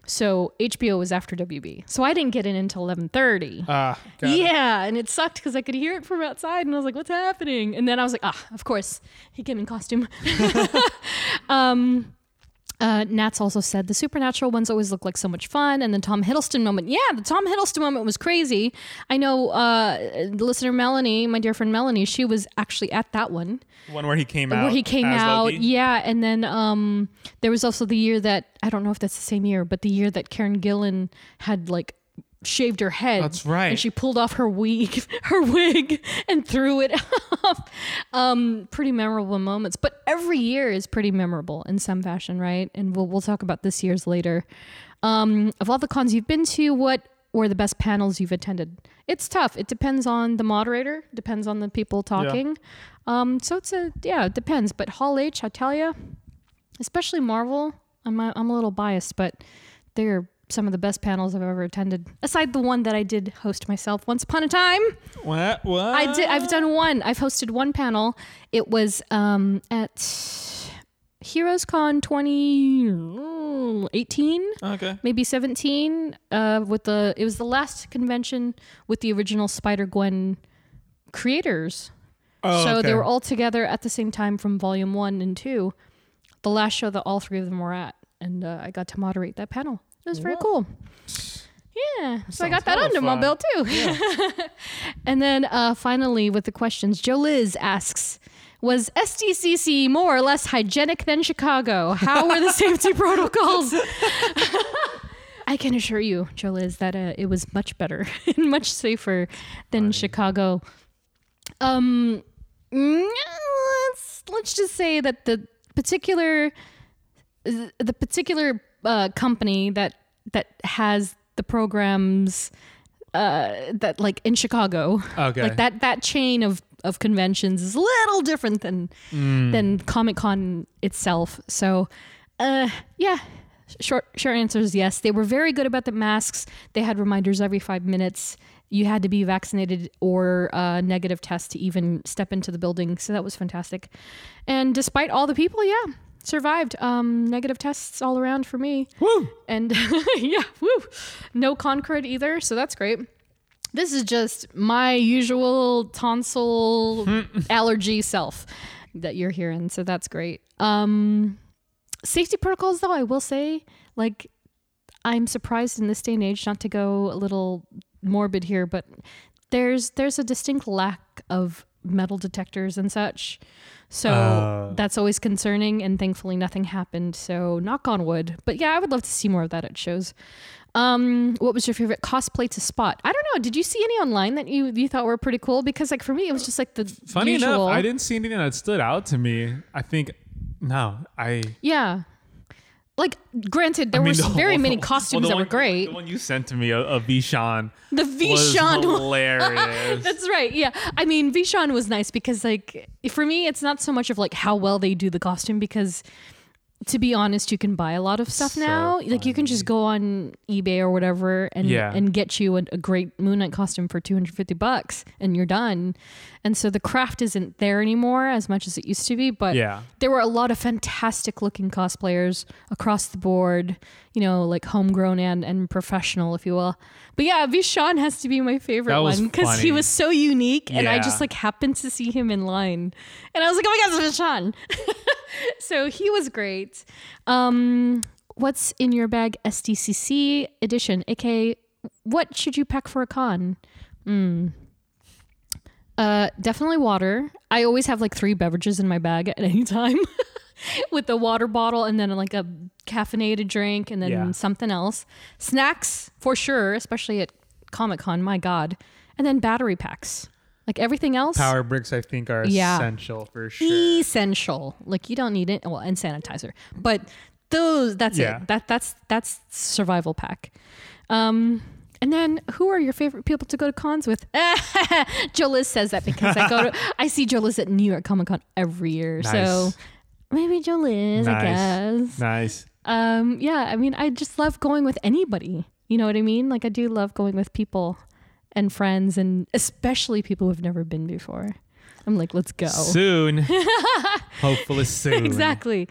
Speaker 4: So HBO was after WB, so I didn't get in until eleven thirty.
Speaker 6: Ah, got it.
Speaker 4: Yeah, and it sucked because I could hear it from outside, and I was like, "What's happening?" And then I was like, "Ah, of course, he came in costume." um, uh, Nats also said the supernatural ones always look like so much fun, and the Tom Hiddleston moment. Yeah, the Tom Hiddleston moment was crazy. I know uh, the listener Melanie, my dear friend Melanie, she was actually at that one
Speaker 6: One where he came out.
Speaker 4: where he came
Speaker 6: as
Speaker 4: out.
Speaker 6: Loki.
Speaker 4: Yeah, and then um, there was also the year that I don't know if that's the same year, but the year that Karen Gillan had like shaved her head.
Speaker 6: That's right.
Speaker 4: And she pulled off her wig, her wig, and threw it off. Um, pretty memorable moments, but every year is pretty memorable in some fashion, right? And we'll we'll talk about this year's later. Um, of all the cons you've been to, what were the best panels you've attended? It's tough. It depends on the moderator, depends on the people talking. Um, so it's a yeah, it depends. But Hall H, I tell you, especially Marvel. I'm I'm a little biased, but they're some of the best panels I've ever attended. Aside the one that I did host myself once upon a time.
Speaker 6: What? What?
Speaker 4: I
Speaker 3: Ah.
Speaker 4: did. I've done one. I've hosted one panel. It was um, at Heroes Con 2018,
Speaker 6: Okay.
Speaker 4: maybe 17. Uh, with the it was the last convention with the original Spider Gwen creators.
Speaker 6: Oh,
Speaker 4: so
Speaker 6: okay.
Speaker 4: they were all together at the same time from Volume One and Two. The last show that all three of them were at, and uh, I got to moderate that panel. It was very
Speaker 6: Wow.
Speaker 4: cool. Yeah, so I
Speaker 6: sounds
Speaker 4: got that
Speaker 6: hella
Speaker 4: under my
Speaker 6: fun.
Speaker 4: belt too. And then uh, finally, with the questions, Joe Liz asks Was SDCC more or less hygienic than Chicago? How were the safety protocols? I can assure you, Joe Liz, that uh, it was much better and much safer than Chicago. Um, mm, let's, let's just say that the particular the particular uh, company that that has the programs uh, that like in Chicago,
Speaker 6: Okay.
Speaker 4: like that that chain of of conventions is a little different than than Comic Con itself. So Uh, yeah. Short short answer is yes. They were very good about the masks. They had reminders every five minutes. You had to be vaccinated or a negative test to even step into the building. So that was fantastic. And despite all the people, yeah, survived. Um, negative tests all around for me.
Speaker 6: Woo!
Speaker 4: And yeah, woo. No Concord either. So that's great. This is just my usual tonsil allergy self that you're hearing. So that's great. Um, safety protocols, though, I will say, like, I'm surprised in this day and age not to go a little morbid here, but there's there's a distinct lack of metal detectors and such. So
Speaker 6: Uh.
Speaker 4: that's always concerning and thankfully nothing happened. So knock on wood. But yeah, I would love to see more of that at shows. Um, what was your favorite cosplay to spot? I don't know. Did you see any online that you, you thought were pretty cool? Because like for me, it was just like the
Speaker 6: Funny
Speaker 4: usual.
Speaker 6: enough, I didn't see anything that stood out to me. I think no, I.
Speaker 4: Yeah. Like, granted, there
Speaker 6: I mean,
Speaker 4: were
Speaker 6: the
Speaker 4: very
Speaker 6: one-
Speaker 4: many
Speaker 6: well, the
Speaker 4: costumes that
Speaker 6: one-
Speaker 4: were great.
Speaker 6: The one you sent to me of, of Vishan.
Speaker 4: The
Speaker 6: was
Speaker 4: Vishan one.
Speaker 6: hilarious.
Speaker 4: That's right. Yeah. I mean, Vishan was nice because, like, for me, it's not so much of like how well they do the costume because, to be honest, you can buy a lot of stuff
Speaker 6: So
Speaker 4: now. Like, you can just go on eBay or whatever and
Speaker 6: Yeah.
Speaker 4: and get you a, a great Moon Knight costume for two hundred fifty bucks, and you're done. And so the craft isn't there anymore as much as it used to be. But
Speaker 6: Yeah.
Speaker 4: there were a lot of fantastic looking cosplayers across the board, you know, like homegrown and, and professional, if you will. But yeah, Vishan has to be my favorite
Speaker 6: That was
Speaker 4: one because he
Speaker 6: funny.
Speaker 4: was so unique and I
Speaker 6: Yeah.
Speaker 4: just like happened to see him in line. And I was like, oh my God, it's Vishan. so he was great. Um, what's in your bag SDCC edition, aka what should you pack for a con? Hmm. Uh, definitely water. I always have like three beverages in my bag at any time, with a water bottle and then like a caffeinated drink and then
Speaker 6: Yeah.
Speaker 4: something else. Snacks for sure, especially at Comic Con. My God, and then battery packs. Like everything else,
Speaker 6: Power bricks, I think, are
Speaker 4: Yeah.
Speaker 6: essential for sure.
Speaker 4: essential. Like you don't need it. Well, and sanitizer, but those. That's
Speaker 6: Yeah.
Speaker 4: it. That that's that's survival pack. Um, and then who are your favorite people to go to cons with? Joe Liz says that because I go to I see Joe Liz at New York Comic Con every year. So
Speaker 6: Nice.
Speaker 4: maybe Joe Liz, I guess.
Speaker 6: Nice.
Speaker 4: Um, yeah, I mean, I just love going with anybody. You know what I mean? Like I do love going with people and friends, and especially people who've never been before. I'm like, let's go.
Speaker 6: Soon. Hopefully soon.
Speaker 4: exactly.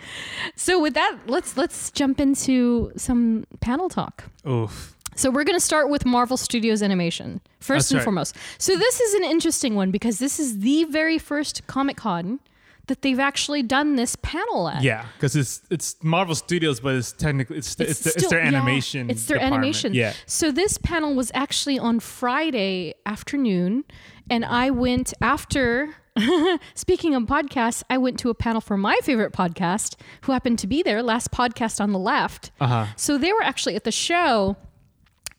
Speaker 4: So with that, let's let's jump into some panel talk.
Speaker 6: Oof.
Speaker 4: So we're going to start with Marvel Studios Animation first
Speaker 6: That's
Speaker 4: and
Speaker 6: right.
Speaker 4: foremost. So this is an interesting one because this is the very first Comic Con that they've actually done this panel at.
Speaker 6: Yeah, because it's it's Marvel Studios, but it's technically it's it's, the, it's
Speaker 4: still-
Speaker 6: their
Speaker 4: yeah,
Speaker 6: animation.
Speaker 4: it's their
Speaker 6: department.
Speaker 4: animation.
Speaker 6: Yeah.
Speaker 4: So this panel was actually on Friday afternoon, and I went after. Speaking of podcasts, I went to a panel for my favorite podcast, who happened to be there. Last podcast on the left.
Speaker 6: Uh-huh.
Speaker 4: So they were actually at the show,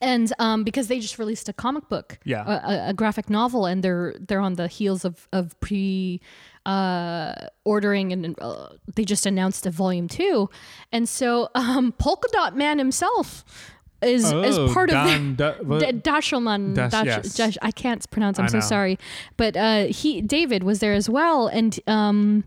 Speaker 4: and um, because they just released a comic book,
Speaker 6: Yeah.
Speaker 4: a, a- a graphic novel, and they're they're on the heels of of pre uh, ordering, and uh, they just announced a volume two, and so um, Polka Dot Man himself is is
Speaker 6: Oh,
Speaker 4: part of the.
Speaker 6: Don- Da- what-
Speaker 4: D- Dashelman,
Speaker 6: Dash-
Speaker 4: Dash-
Speaker 6: yes.
Speaker 4: Dash- I can't pronounce. I'm
Speaker 6: I
Speaker 4: so
Speaker 6: know.
Speaker 4: sorry, but uh, he David was there as well, and um,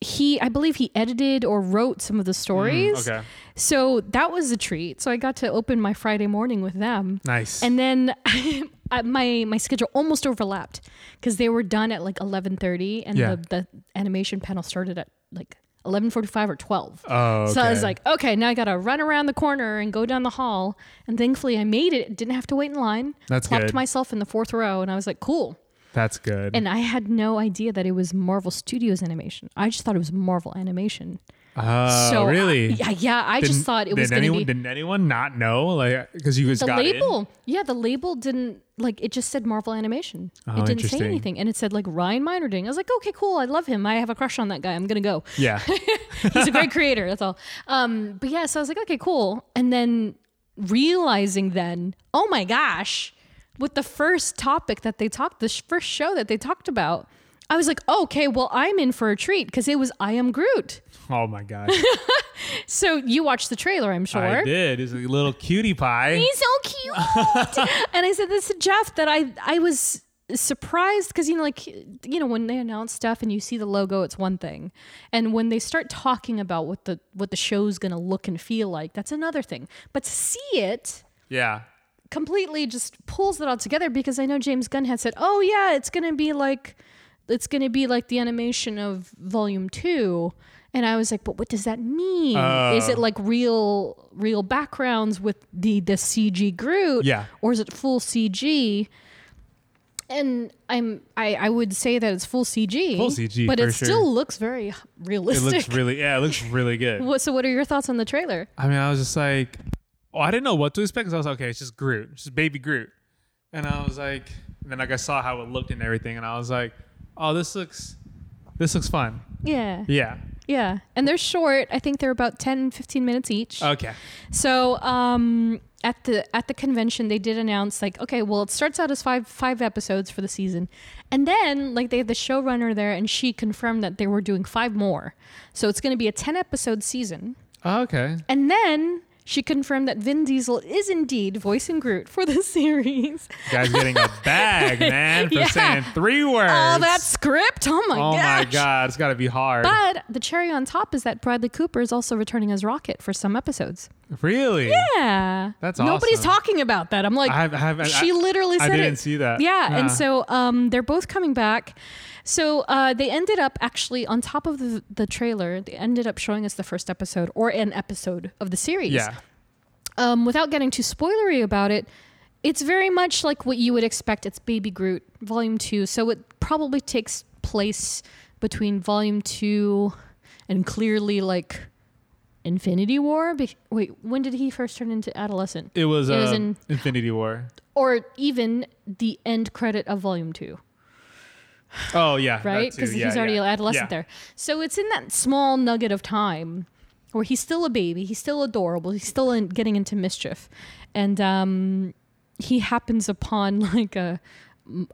Speaker 4: he I believe he edited or wrote some of the stories.
Speaker 6: Mm, okay.
Speaker 4: So that was a treat. So I got to open my Friday morning with them.
Speaker 6: Nice.
Speaker 4: And then I, my my schedule almost overlapped because they were done at like eleven thirty, and
Speaker 6: Yeah.
Speaker 4: the, the animation panel started at like eleven forty five or twelve.
Speaker 6: oh,
Speaker 4: So I was
Speaker 6: okay.
Speaker 4: like, okay, now I gotta run around the corner and go down the hall. And thankfully, I made it. Didn't have to wait in line.
Speaker 6: That's
Speaker 4: Plopped
Speaker 6: good.
Speaker 4: myself in the fourth row, and I was like, cool.
Speaker 6: that's good.
Speaker 4: And I had no idea that it was Marvel Studios animation. I just thought it was Marvel animation.
Speaker 6: oh,
Speaker 4: so I-
Speaker 6: really?
Speaker 4: yeah, yeah. I just thought it was
Speaker 6: did
Speaker 4: gonna
Speaker 6: anyone
Speaker 4: be
Speaker 6: did anyone not know like because you was
Speaker 4: the
Speaker 6: got in?
Speaker 4: label yeah the label didn't like it just said marvel animation
Speaker 6: Oh,
Speaker 4: it didn't say
Speaker 6: interesting.
Speaker 4: anything and it said like ryan meinerding i was like okay cool i love him i have a crush on that guy i'm gonna go
Speaker 6: Yeah.
Speaker 4: he's a great creator that's all um but yeah so i was like okay cool and then realizing then oh my gosh with the first topic that they talked the sh- first show that they talked about i was like okay well i'm in for a treat because it was i am groot
Speaker 6: oh my god.
Speaker 4: so you watched the trailer i'm sure
Speaker 6: I did. It's a little cutie pie.
Speaker 4: He's so cute. and I said this to Jeff that I I was surprised because you know like you know when they announce stuff and you see the logo it's one thing and when they start talking about what the what the show's gonna look and feel like that's another thing but to see it
Speaker 6: Yeah.
Speaker 4: completely just pulls it all together because I know James Gunn had said, "Oh yeah, it's gonna be like, it's gonna be like the animation of Volume 2. and I was like, "But what does that mean? is
Speaker 6: Oh.
Speaker 4: it like real, real backgrounds with the the CG Groot?
Speaker 6: Yeah.
Speaker 4: or is it full CG?" And I'm I, I would say that it's full CG,
Speaker 6: Full CG,
Speaker 4: but
Speaker 6: for
Speaker 4: it
Speaker 6: sure.
Speaker 4: still looks very
Speaker 6: It
Speaker 4: realistic.
Speaker 6: looks really yeah, it looks really good.
Speaker 4: What- so what are your thoughts on the trailer?
Speaker 6: I mean, I was just like, oh, I didn't know what to expect because I was like, okay, it's just Groot, it's just baby Groot, and I was like, and then like I saw how it looked and everything, and I was like, oh, this looks, this looks fun.
Speaker 4: Yeah,
Speaker 6: Yeah.
Speaker 4: yeah, and they're short. I think they're about 10, 15 minutes each.
Speaker 6: Okay.
Speaker 4: So um, at the at the convention, they did announce like, okay, well, it starts out as five five episodes for the season, and then like they had the showrunner there, and she confirmed that they were doing five more. So it's going to be a ten episode season,
Speaker 6: Oh, okay.
Speaker 4: and then. She confirmed that Vin Diesel is indeed voicing Groot for the series.
Speaker 6: Guys getting a bag, man, for
Speaker 4: Yeah.
Speaker 6: saying three words.
Speaker 4: All Oh, that script! Oh my
Speaker 6: Oh
Speaker 4: gosh!
Speaker 6: my god, it's got to be hard.
Speaker 4: But the cherry on top is that Bradley Cooper is also returning as Rocket for some episodes.
Speaker 6: really?
Speaker 4: Yeah,
Speaker 6: That's
Speaker 4: nobody's
Speaker 6: awesome.
Speaker 4: talking about that. I'm like,
Speaker 6: I have, I have,
Speaker 4: she literally
Speaker 6: I
Speaker 4: said
Speaker 6: didn't
Speaker 4: it.
Speaker 6: see that. Uh,
Speaker 4: Yeah,
Speaker 6: Yeah.
Speaker 4: and so um, they're both coming back. So uh, they ended up actually on top of the, the trailer, they ended up showing us the first episode or an episode of the series.
Speaker 6: Yeah.
Speaker 4: Um, without getting too spoilery about it, it's very much like what you would expect. It's Baby Groot, Volume Two, so it probably takes place between Volume Two and clearly like Infinity War. Be- wait, when did he first turn into adolescent?
Speaker 6: It was,
Speaker 4: It was
Speaker 6: um,
Speaker 4: in-
Speaker 6: Infinity War.
Speaker 4: or even the end credit of Volume Two.
Speaker 6: Oh yeah, that
Speaker 4: right?
Speaker 6: too.
Speaker 4: Because
Speaker 6: Yeah,
Speaker 4: he's already
Speaker 6: yeah.
Speaker 4: an adolescent
Speaker 6: Yeah.
Speaker 4: there. So it's in that small nugget of time where he's still a baby, he's still adorable, he's still in, getting into mischief, and um, he happens upon like a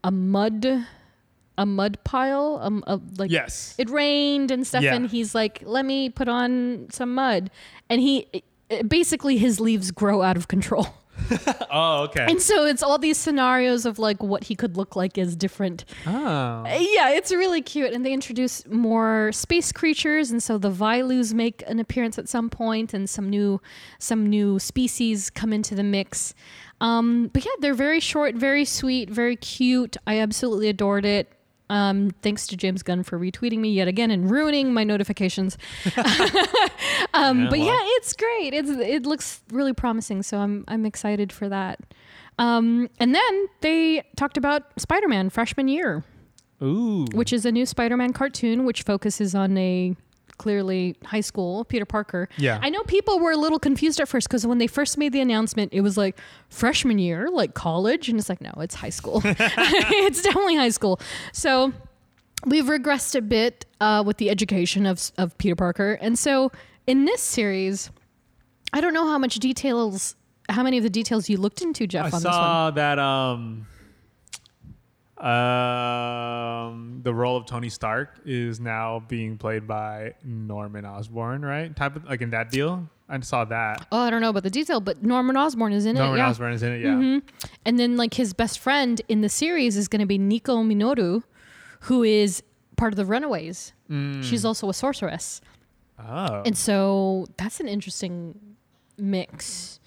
Speaker 4: a mud a mud pile, um, a, like
Speaker 6: Yes.
Speaker 4: it rained and stuff,
Speaker 6: Yeah.
Speaker 4: and he's like, "Let me put on some mud," and he. it- Basically, his leaves grow out of control.
Speaker 6: Oh okay.
Speaker 4: And so it's all these scenarios of like what he could look like as different Uh,
Speaker 6: oh.
Speaker 4: yeah, it's really cute, and they introduce more space creatures, and so the Vilus make an appearance at some point, and some new, some new species come into the mix. Um, but yeah, they're very short, very sweet, very cute. I absolutely adored it. Um, thanks to James Gunn for retweeting me yet again and ruining my notifications. um,
Speaker 6: well.
Speaker 4: but yeah, it's great. It's it looks really promising, so I'm I'm excited for that. Um, and then they talked about Spider-Man freshman year
Speaker 6: Ooh.
Speaker 4: which is a new Spider-Man cartoon which focuses on a clearly high school Peter Parker.
Speaker 6: Yeah.
Speaker 4: I know people were a little confused at first because when they first made the announcement, it was like freshman year, like college, and it's like no, it's high school. it's definitely high school. So we've regressed a bit uh, with the education of of Peter Parker, and so in this series, I don't know how much details. How many of the details you looked into, Jeff,
Speaker 6: I
Speaker 4: on this one?
Speaker 6: saw that um um the role of Tony Stark is now being played by Norman Osborn, right? Type of like in that deal. I saw that.
Speaker 4: Oh, I don't know about the detail, but Norman Osborn is in
Speaker 6: Norman
Speaker 4: it. Uh, Yeah. Mm-hmm.
Speaker 6: Osborn is in it, yeah.
Speaker 4: And then like his best friend in the series is going to be Nico Minoru, who is part of the Runaways.
Speaker 6: Mm.
Speaker 4: She's also a sorceress.
Speaker 6: Oh.
Speaker 4: And so that's an interesting mix.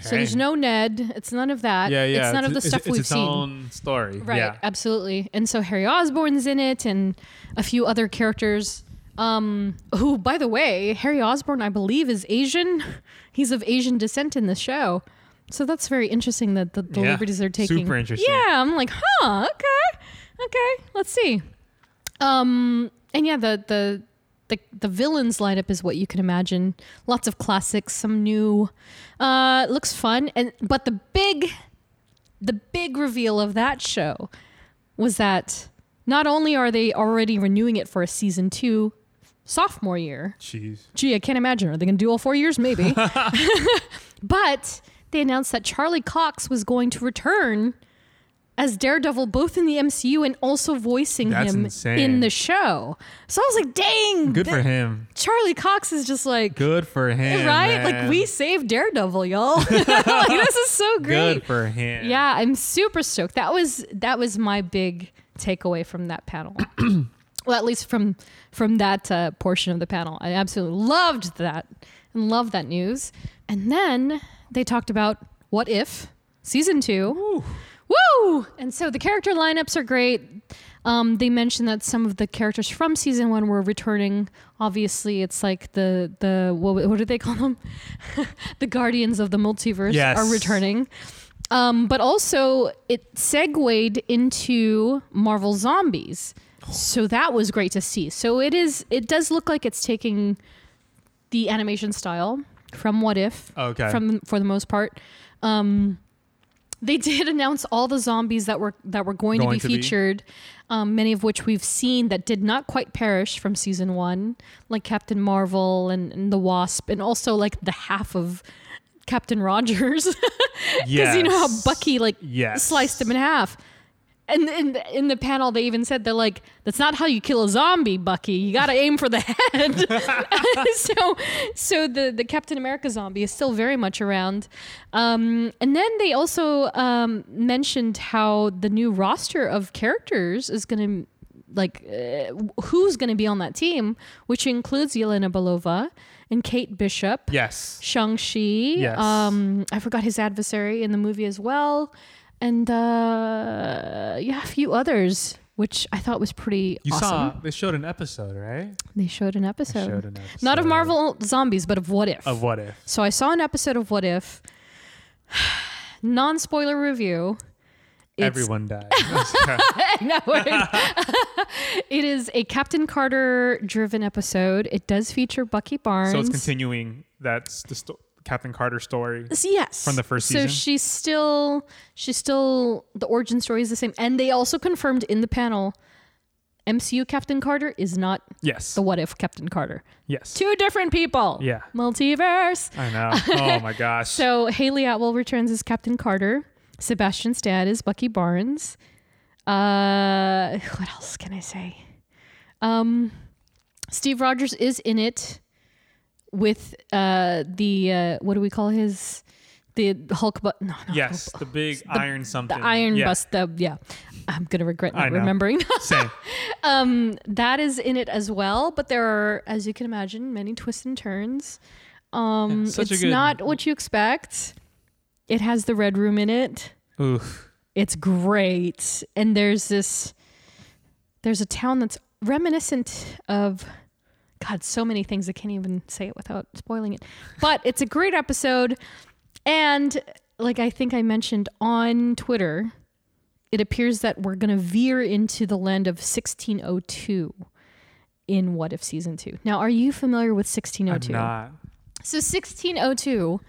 Speaker 4: So
Speaker 6: Hey.
Speaker 4: there's no Ned. It's none of that.
Speaker 6: yeah, yeah.
Speaker 4: It's none of the stuff
Speaker 6: it's,
Speaker 4: we've
Speaker 6: its
Speaker 4: seen.
Speaker 6: own story.
Speaker 4: Right,
Speaker 6: Yeah.
Speaker 4: absolutely. And so Harry Osborn's in it and a few other characters. Um, who, by the way, Harry Osborn, I believe, is Asian. He's of Asian descent in the show. So that's very interesting that the, the
Speaker 6: Yeah,
Speaker 4: liberties they're taking.
Speaker 6: super interesting.
Speaker 4: Yeah, I'm like, huh, okay. Okay, let's see. Um, and yeah, the the the, the villains lineup is what you can imagine. Lots of classics, some new. Uh, looks fun, and but the big, the big reveal of that show was that not only are they already renewing it for a season two, sophomore year.
Speaker 6: Jeez.
Speaker 4: Gee, I can't imagine. Are they going to do all four years? Maybe. but they announced that Charlie Cox was going to return as Daredevil, both in the MCU and also voicing
Speaker 6: That's
Speaker 4: him
Speaker 6: insane.
Speaker 4: in the show. So I was like, dang,
Speaker 6: Good
Speaker 4: th-
Speaker 6: for him.
Speaker 4: Charlie Cox is just like,
Speaker 6: Good for him.
Speaker 4: right? Like
Speaker 6: man.
Speaker 4: we saved Daredevil, y'all. like this is so great.
Speaker 6: Good for him.
Speaker 4: yeah, I'm super stoked. That was that was my big takeaway from that panel. well, at least from from that uh, portion of the panel, I absolutely loved that and loved that news. And then they talked about what if season two. Woo! And so the character lineups are great. Um, they mentioned that some of the characters from season one were returning. Obviously, it's like the the what, what do they call them? the Guardians of the Multiverse
Speaker 6: Yes.
Speaker 4: are returning. Um, but also, it segued into Marvel Zombies, so that was great to see. So it is. It does look like it's taking the animation style from What If,
Speaker 6: Okay.
Speaker 4: from for the most part. Um, they did announce all the zombies that were that were going,
Speaker 6: Going
Speaker 4: to
Speaker 6: to
Speaker 4: be
Speaker 6: be.
Speaker 4: featured, Um, many of which we've seen that did not quite perish from season one, like Captain Marvel and, and the Wasp, and also like the half of Captain Rogers, because
Speaker 6: Yes.
Speaker 4: you know how Bucky like
Speaker 6: Yes.
Speaker 4: sliced him in half. And in the, in the panel, they even said they're like, "That's not how you kill a zombie, Bucky. You got to aim for the head." so, so the the Captain America zombie is still very much around. Um, and then they also um, mentioned how the new roster of characters is going to like uh, who's going to be on that team, which includes Yelena Belova and Kate Bishop.
Speaker 6: Yes.
Speaker 4: Shang-Chi.
Speaker 6: Yes.
Speaker 4: Um, I forgot his adversary in the movie as well. And uh, yeah, a few others, which I thought was pretty
Speaker 6: You
Speaker 4: awesome.
Speaker 6: saw they showed an episode, right?
Speaker 4: They showed an episode.
Speaker 6: showed an
Speaker 4: Not of
Speaker 6: episode.
Speaker 4: Marvel Zombies, but of What If.
Speaker 6: Of what if?
Speaker 4: so I saw an episode of What If. Non spoiler review. It's-
Speaker 6: Everyone died.
Speaker 4: No, it- it is a Captain Carter driven episode. It does feature Bucky Barnes.
Speaker 6: so it's continuing that's the sto- Captain Carter story.
Speaker 4: So, yes
Speaker 6: From the first
Speaker 4: so
Speaker 6: season?
Speaker 4: she's still she's still the origin story is the same and they also confirmed in the panel mcu captain carter is not
Speaker 6: Yes.
Speaker 4: the what if captain carter
Speaker 6: yes.
Speaker 4: two different people
Speaker 6: Yeah.
Speaker 4: multiverse
Speaker 6: I know. Oh my gosh.
Speaker 4: so haley atwell returns as captain carter sebastian's dad is bucky barnes uh what else can i say um steve rogers is in it with uh the uh what do we call his the hulk but no, no
Speaker 6: yes, the big iron
Speaker 4: the
Speaker 6: something.
Speaker 4: iron
Speaker 6: yeah.
Speaker 4: bust the yeah i'm gonna regret
Speaker 6: I
Speaker 4: not
Speaker 6: know.
Speaker 4: remembering
Speaker 6: Same.
Speaker 4: that is in it as well but there are as you can imagine many twists and turns um
Speaker 6: Such a
Speaker 4: it's
Speaker 6: good-
Speaker 4: not what you expect it has the red room in it
Speaker 6: Oof.
Speaker 4: it's great and there's this there's a town that's reminiscent of god so many things i can't even say it without spoiling it but it's a great episode and like i think i mentioned on twitter it appears that we're going to veer into the land of 1602 in what if season 2 now are you familiar with 1602
Speaker 6: Not.
Speaker 4: so 1602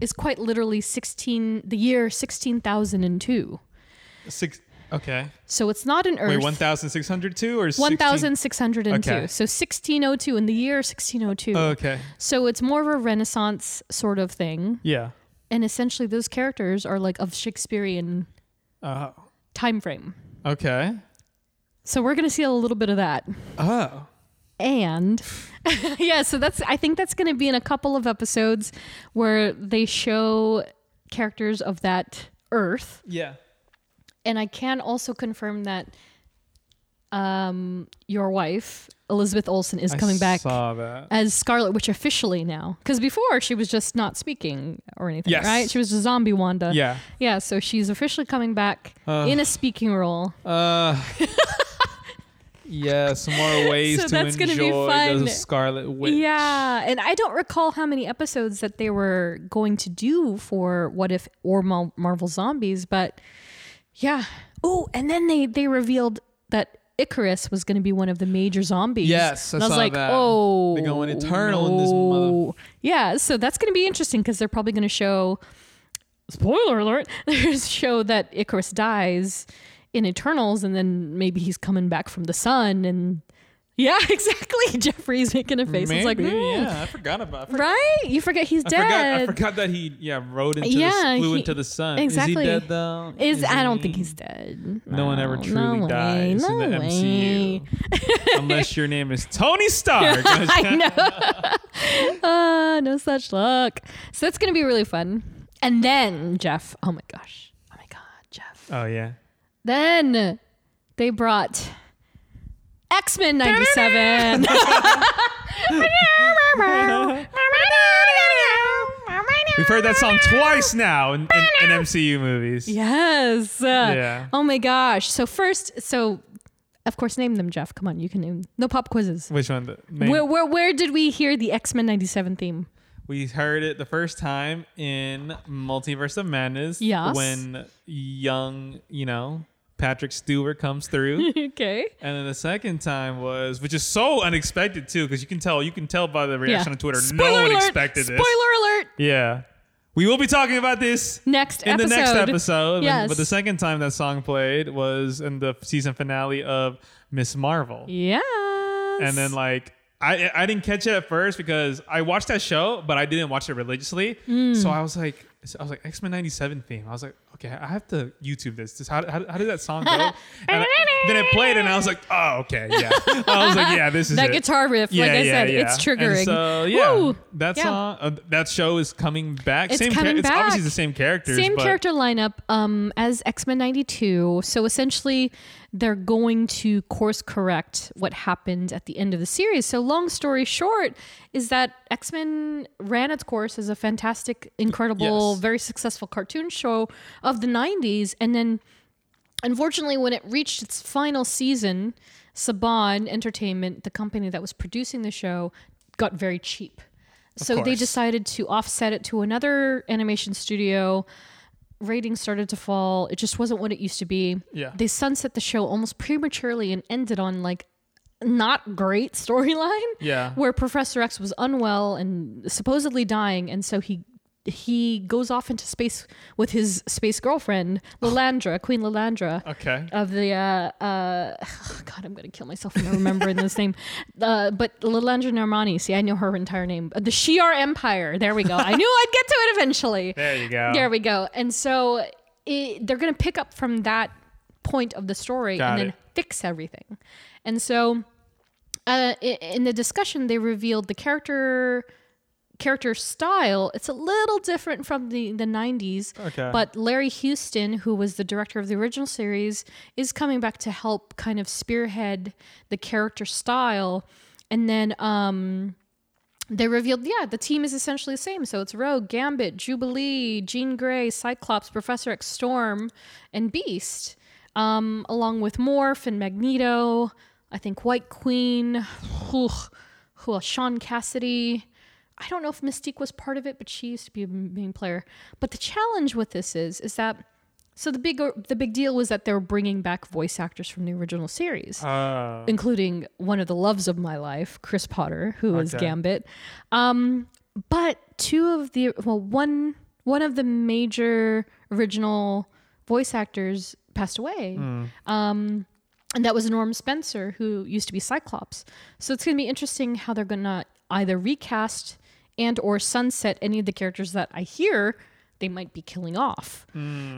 Speaker 4: is quite literally 16 the year 16002
Speaker 6: Six. Okay.
Speaker 4: so it's not an Earth.
Speaker 6: Wait, 1,602 or 16?
Speaker 4: 1602.
Speaker 6: Okay. Uh,
Speaker 4: So 1602 in the year 1602.
Speaker 6: Okay.
Speaker 4: So it's more of a Renaissance sort of thing.
Speaker 6: Yeah.
Speaker 4: And essentially, those characters are like of Shakespearean
Speaker 6: Oh.
Speaker 4: time frame.
Speaker 6: Okay.
Speaker 4: So we're going to see a little bit of that.
Speaker 6: Oh.
Speaker 4: And yeah, so that's, I think that's going to be in a couple of episodes where they show characters of that Earth.
Speaker 6: Yeah.
Speaker 4: and I can also confirm that um, your wife Elizabeth Olsen is coming back
Speaker 6: Saw that.
Speaker 4: as Scarlet Witch officially now, because before she was just not speaking or anything,
Speaker 6: Yes.
Speaker 4: right? She was a zombie Wanda.
Speaker 6: Yeah.
Speaker 4: yeah. So she's officially coming back in a speaking role.
Speaker 6: Uh. yeah. Some more ways
Speaker 4: So
Speaker 6: to
Speaker 4: that's gonna be
Speaker 6: enjoy
Speaker 4: fun.
Speaker 6: the Scarlet Witch.
Speaker 4: Yeah, and I don't recall how many episodes that they were going to do for What If or Mar- Marvel Zombies, but yeah. Oh, and then they they revealed that Icarus was going to be one of the major zombies.
Speaker 6: Yes, I
Speaker 4: and I was
Speaker 6: saw
Speaker 4: like,
Speaker 6: that.
Speaker 4: oh,
Speaker 6: They're going eternal in this mother-
Speaker 4: no. Yeah, so that's going to be interesting because they're probably going to show. Spoiler alert! There's show that Icarus dies in Eternals, and then maybe he's coming back from the sun, and Yeah, exactly. Jeffrey's making a face.
Speaker 3: Maybe,
Speaker 4: it's like, "Hmm."
Speaker 3: yeah. I forgot about. I forgot,
Speaker 4: right? You forget he's
Speaker 3: I forgot-
Speaker 4: dead.
Speaker 3: I forgot that he yeah rode into
Speaker 4: Yeah,
Speaker 3: the, flew
Speaker 4: he-
Speaker 3: into the sun. Is
Speaker 4: exactly.
Speaker 3: he dead though?
Speaker 4: Is I don't
Speaker 3: he-
Speaker 4: think he's dead.
Speaker 3: No one ever truly
Speaker 4: no way,
Speaker 3: dies
Speaker 4: no
Speaker 3: in the
Speaker 4: way.
Speaker 3: MCU unless your name is Tony Stark.
Speaker 4: I know. uh, no such luck. So that's gonna be really fun. And then Jeff. Oh my gosh. Oh my god, Jeff.
Speaker 6: Oh yeah.
Speaker 4: Then they brought X Men '97.
Speaker 6: We've heard that song twice now in, in, in MCU movies.
Speaker 4: Yes.
Speaker 6: Yeah.
Speaker 4: Oh my gosh. So first, so of course, name them, Jeff. Come on, you can name. No pop quizzes.
Speaker 6: Which one? The main-
Speaker 4: Where, where where did we hear the X Men '97 theme?
Speaker 3: We heard it the first time in Multiverse of Madness.
Speaker 4: Yes.
Speaker 3: When young, you know, Patrick Stewart comes through.
Speaker 4: okay.
Speaker 3: and then the second time was, which is so unexpected too, because you can tell, you can tell by the
Speaker 4: Yeah.
Speaker 3: reaction on Twitter,
Speaker 4: Spoiler
Speaker 3: no one
Speaker 4: alert!
Speaker 3: expected
Speaker 4: Spoiler
Speaker 3: this.
Speaker 4: alert!
Speaker 3: Yeah. We will be talking about this
Speaker 4: Next
Speaker 3: in
Speaker 4: episode.
Speaker 3: the next episode. and-
Speaker 4: Yes.
Speaker 3: But the second time that song played was in the season finale of Miss Marvel.
Speaker 4: Yes.
Speaker 3: and then like I I didn't catch it at first because I watched that show, but I didn't watch it religiously.
Speaker 4: Hmm.
Speaker 3: So I was like, I was like X Men '97 theme. I was like, okay, I have to YouTube this. this how, how, how did that song go? And I- then it played, and I was like, oh, okay, yeah. I was like, yeah, this is
Speaker 4: that
Speaker 3: it.
Speaker 4: guitar riff,
Speaker 3: Yeah,
Speaker 4: like I
Speaker 3: yeah,
Speaker 4: said,
Speaker 3: yeah.
Speaker 4: it's
Speaker 3: And
Speaker 4: triggering.
Speaker 3: so yeah,
Speaker 4: Woo!
Speaker 3: that
Speaker 4: Yeah.
Speaker 3: song, uh, that show is coming back.
Speaker 4: It's
Speaker 3: same
Speaker 4: coming
Speaker 3: It's obviously
Speaker 4: back.
Speaker 3: the same characters.
Speaker 4: Same
Speaker 3: but
Speaker 4: character lineup um, as X Men '92. So essentially, they're going to course correct what happened at the end of the series. So long story short, is that X Men ran its course as a fantastic, incredible,
Speaker 3: Yes.
Speaker 4: very successful cartoon show of the '90s, and then unfortunately, when it reached its final season, Saban Entertainment, the company that was producing the show, got very cheap. So they
Speaker 3: course.
Speaker 4: decided to offset it to another animation studio. Ratings started to fall. It just wasn't what it used to be.
Speaker 3: Yeah.
Speaker 4: They sunset the show almost prematurely and ended on like not great storyline.
Speaker 3: Yeah.
Speaker 4: Where Professor X was unwell and supposedly dying, and so he he goes off into space with his space girlfriend, Lilandra, Queen Lilandra
Speaker 3: Okay.
Speaker 4: of the uh, uh, God, I'm gonna kill myself for not remembering this name. Uh, but Lilandra Normani, see, I know her entire name. Uh, The Shi'ar Empire. There we go. I knew I'd get to it eventually.
Speaker 6: There you go.
Speaker 4: There we go. And so it, they're gonna pick up from that point of the story
Speaker 3: Got
Speaker 4: and then
Speaker 3: it.
Speaker 4: fix everything. And so uh, i- in the discussion, they revealed the character character style. It's a little different from the, the 90s.
Speaker 3: Okay.
Speaker 4: But Larry Houston, who was the director of the original series, is coming back to help kind of spearhead the character style. And then um, they revealed, yeah, the team is essentially the same. So it's Rogue, Gambit, Jubilee, Jean Grey, Cyclops, Professor X, Storm, and Beast, um, along with Morph and Magneto. I think White Queen, whew, who else? Sean Cassidy. I don't know if Mystique was part of it, but she used to be a m- main player. But the challenge with this is, is that so the big the big deal was that they were bringing back voice actors from the original series
Speaker 6: Uh,
Speaker 4: including one of the loves of my life, Chris Potter, who is
Speaker 6: Okay.
Speaker 4: Gambit. Um, but two of the well, one one of the major original voice actors passed away. Um, and that was Norm Spencer, who used to be Cyclops. So it's going to be interesting how they're going to either recast and or sunset any of the characters that I hear they might be killing off.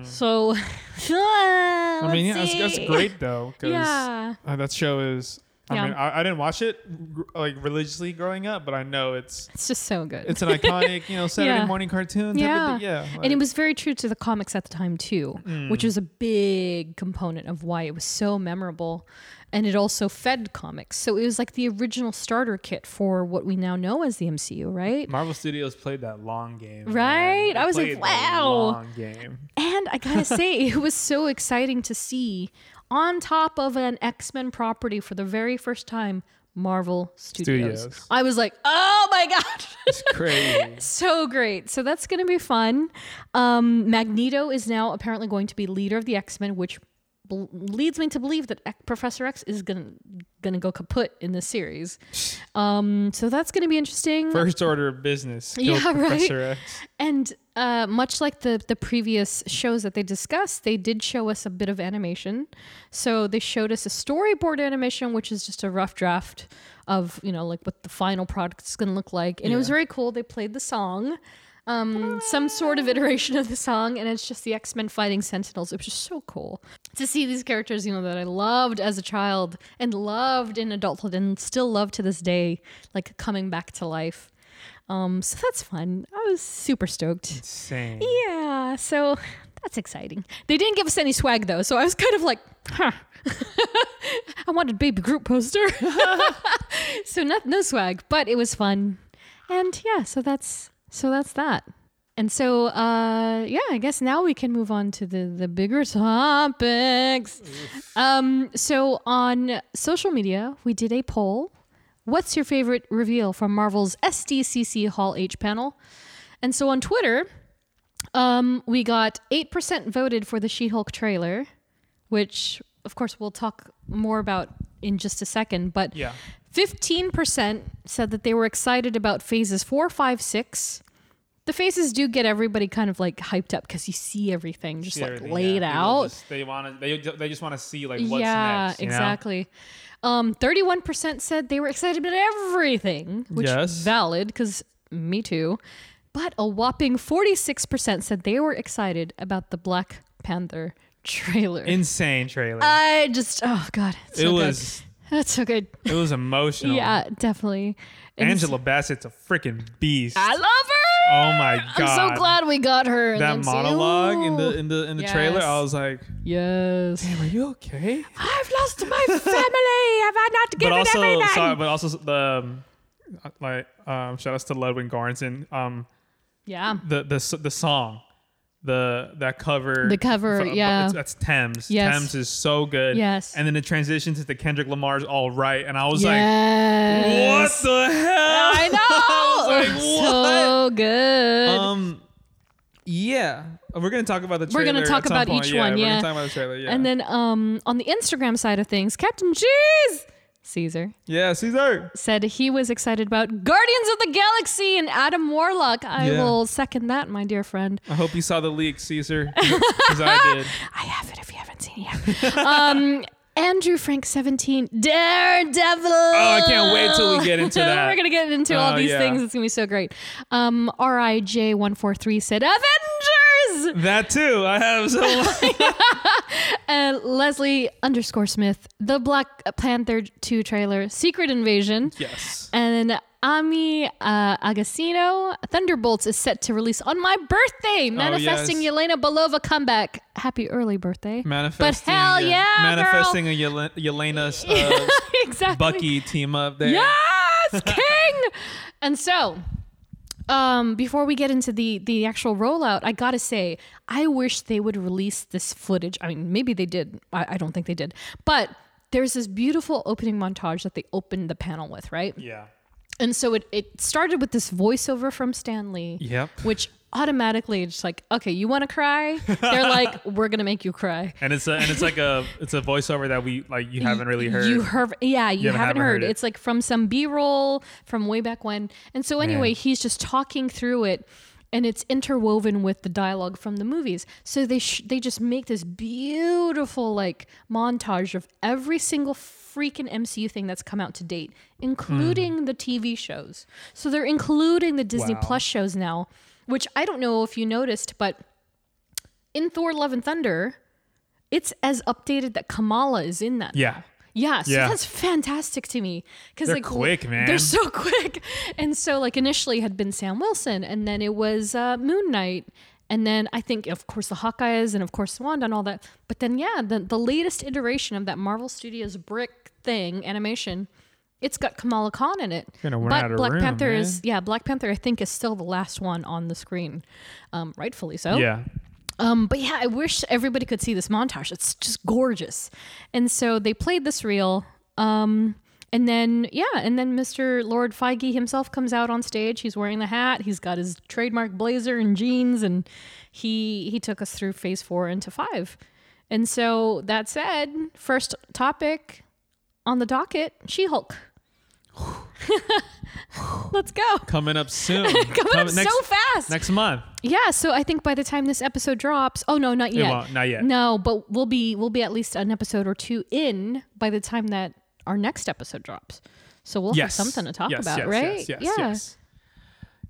Speaker 4: So, I
Speaker 3: Hmm. I mean, yeah, that's, that's great though. 'cause
Speaker 4: Yeah.
Speaker 3: uh, that show is. I
Speaker 4: Yeah.
Speaker 3: mean, I, I didn't watch it gr- like religiously growing up, but I know it's
Speaker 4: It's just so good.
Speaker 3: it's an iconic, you know, Saturday
Speaker 4: Yeah.
Speaker 3: morning cartoon. Type
Speaker 4: yeah,
Speaker 3: of thing. yeah.
Speaker 4: and it
Speaker 3: like- Hmm.
Speaker 4: was very true to the comics at the time too, which was a big component of why it was so memorable, and it also fed comics. So it was like the original starter kit for what we now know as the MCU, right?
Speaker 3: Marvel Studios played that long game. man.
Speaker 4: Right?
Speaker 3: They
Speaker 4: I was like,
Speaker 3: played the
Speaker 4: wow.
Speaker 3: Long game.
Speaker 4: And I gotta say, it was so exciting to see on top of an X Men property for the very first time. Marvel Studios.
Speaker 3: Studios.
Speaker 4: I was like, oh my God.
Speaker 3: It's crazy.
Speaker 4: so great. So that's going to be fun. Um, Magneto is now apparently going to be leader of the X Men, which bel- leads me to believe that Ec- Professor X is gonna gonna go kaput in this series. Um, so that's gonna be interesting.
Speaker 3: First order of business. kill
Speaker 4: Yeah, right.
Speaker 3: Professor X.
Speaker 4: And uh, much like the the previous shows that they discussed, they did show us a bit of animation. So they showed us a storyboard animation, which is just a rough draft of you know like what the final product is going to look like. And it was very cool. They played the song, um, some sort of iteration of the song, and it's just the X Men fighting Sentinels. It was just so cool to see these characters, you know, that I loved as a child and loved in adulthood and still love to this day, like coming back to life. Um, so that's fun. I was super stoked.
Speaker 3: Same.
Speaker 4: Yeah, so that's exciting. They didn't give us any swag though, so I was kind of like, huh. I wanted baby group poster. so not no swag, but it was fun. And yeah, so that's so that's that. And so uh yeah, I guess now we can move on to the the bigger topics. Um so on social media, we did a poll. What's your favorite reveal from Marvel's SDCC Hall H panel? And so on Twitter, um, we got 8% voted for the She Hulk trailer, which, of course, we'll talk more about in just a second. But
Speaker 3: Yeah.
Speaker 4: 15% said that they were excited about phases four, five, six. The phases do get everybody kind of like hyped up because you see everything just
Speaker 3: See
Speaker 4: like
Speaker 3: everything,
Speaker 4: laid
Speaker 3: yeah. People
Speaker 4: out.
Speaker 3: just- they want to. They, they just want to see like what's
Speaker 4: yeah,
Speaker 3: next. you know?
Speaker 4: exactly. Um, 31% said they were excited about everything, which
Speaker 3: Yes.
Speaker 4: valid because me too. But a whopping 46% said they were excited about the Black Panther trailer.
Speaker 3: Insane trailer.
Speaker 4: I just, oh God. It's
Speaker 3: it
Speaker 4: so
Speaker 3: was.
Speaker 4: Good. That's so good.
Speaker 3: It was emotional.
Speaker 4: Yeah, definitely. And
Speaker 3: Angela Bassett's a freaking beast.
Speaker 4: I love her.
Speaker 3: oh my god.
Speaker 4: I'm so glad we got her. in
Speaker 3: that
Speaker 4: the MCU.
Speaker 3: monologue in the in the in the trailer. I
Speaker 4: Yes.
Speaker 3: was like,
Speaker 4: Yes.
Speaker 3: "Damn, are you okay?"
Speaker 4: I've lost my family. Have I not given
Speaker 3: but also,
Speaker 4: everything?
Speaker 3: sorry, but also the um, like um, shout outs to Ludwig Göransson. Um,
Speaker 4: yeah.
Speaker 3: the the s- the song, the that cover,
Speaker 4: The cover,
Speaker 3: fro- but
Speaker 4: yeah.
Speaker 3: it's- that's Thames.
Speaker 4: Yes.
Speaker 3: Thames is so good.
Speaker 4: Yes.
Speaker 3: and then it transitions into Kendrick Lamar's "All Right," and I was like, "What
Speaker 4: Yes.
Speaker 3: the hell?"
Speaker 4: I know.
Speaker 3: I was like,
Speaker 4: So good.
Speaker 3: Um, yeah, we're gonna talk about the.
Speaker 4: We're
Speaker 3: Trailer
Speaker 4: gonna talk
Speaker 3: at some
Speaker 4: about
Speaker 3: point.
Speaker 4: each
Speaker 3: yeah,
Speaker 4: one,
Speaker 3: We're
Speaker 4: yeah.
Speaker 3: gonna talk about the trailer. Yeah,
Speaker 4: And then um, on the Instagram side of things, Captain Cheese Caesar
Speaker 3: yeah, Caesar.
Speaker 4: said he was excited about Guardians of the Galaxy and Adam Warlock. I
Speaker 3: Yeah.
Speaker 4: will second that, my dear friend.
Speaker 3: I hope you saw the leak, Caesar, because I did.
Speaker 4: I have it if you haven't seen it yet. um, Andrew Frank 17, Daredevil. Oh,
Speaker 3: I can't wait till we get into that.
Speaker 4: We're going to get into all
Speaker 3: Oh,
Speaker 4: these
Speaker 3: yeah.
Speaker 4: things. It's going to be so great. Um, RIJ143 said Avengers.
Speaker 3: That too. I have so.
Speaker 4: Uh, Leslie underscore Smith, the Black Panther 2 trailer, Secret Invasion.
Speaker 3: yes.
Speaker 4: And Ami uh, Agassino, Thunderbolts is set to release on my birthday, manifesting
Speaker 3: Oh, yes.
Speaker 4: Yelena Belova comeback. Happy early birthday.
Speaker 3: Manifesting. uh,
Speaker 4: But hell yeah, girl.
Speaker 3: Manifesting a Yel- Yelena's uh,
Speaker 4: exactly.
Speaker 3: Bucky team up there.
Speaker 4: Yes, King. and so, um, before we get into the the actual rollout, I gotta say, I wish they would release this footage. I mean, maybe they did. I, I don't think they did, but. There's this beautiful opening montage that they opened the panel with, right?
Speaker 3: Yeah.
Speaker 4: And so it, it started with this voiceover from Stanley.
Speaker 3: Yep.
Speaker 4: Which automatically it's like, okay, you want to cry? They're like, we're going to make you cry.
Speaker 3: And it's a, and it's like a it's a voiceover that we like you haven't really heard.
Speaker 4: You heard, yeah, you, haven't, heard.
Speaker 3: it.
Speaker 4: It's like from some B roll from way back when. And so, anyway, he's just talking through it, and it's interwoven with the dialogue from the movies. So they sh- they just make this beautiful like montage of every single freaking MCU thing that's come out to date, including the TV shows. So they're including the Disney
Speaker 3: Wow.
Speaker 4: Plus shows now, which I don't know if you noticed, but in Thor: Love and Thunder. It's as updated that Kamala is in that.
Speaker 3: yeah.
Speaker 4: Yeah, so
Speaker 3: Yeah.
Speaker 4: that's fantastic to me because
Speaker 3: They're
Speaker 4: like
Speaker 3: quick,
Speaker 4: They're
Speaker 3: man.
Speaker 4: so quick, and so like initially had been Sam Wilson, and then it was uh, Moon Knight, and then I think of course the Hawkeyes, and of course Wanda and all that. But then yeah, the the latest iteration of that Marvel Studios brick thing animation, it's got Kamala Khan in it.
Speaker 3: Gonna run
Speaker 4: but
Speaker 3: out of
Speaker 4: Black
Speaker 3: room,
Speaker 4: Panther
Speaker 3: man.
Speaker 4: is yeah, Black Panther I think is still the last one on the screen, um, rightfully so.
Speaker 3: Yeah.
Speaker 4: Um, but yeah, I wish everybody could see this montage. It's just gorgeous. And so they played this reel. Um, and then, yeah, and then Mr. Lord Feige himself comes out on stage. He's wearing the hat. He's got his trademark blazer and jeans, and he he took us through phase four into five. And so that said, first topic on the docket, She-Hulk. Let's go.
Speaker 3: Coming up soon.
Speaker 4: Coming up
Speaker 3: next,
Speaker 4: so fast.
Speaker 3: Next month.
Speaker 4: Yeah, so I think by the time this episode drops, oh no, not yet.
Speaker 3: won't, not yet.
Speaker 4: No, but we'll be we'll be at least an episode or two in by the time that our next episode drops. So we'll
Speaker 3: Yes.
Speaker 4: have something to talk
Speaker 3: Yes,
Speaker 4: about,
Speaker 3: yes,
Speaker 4: right?
Speaker 3: Yes, yes,
Speaker 4: yeah.
Speaker 3: yes.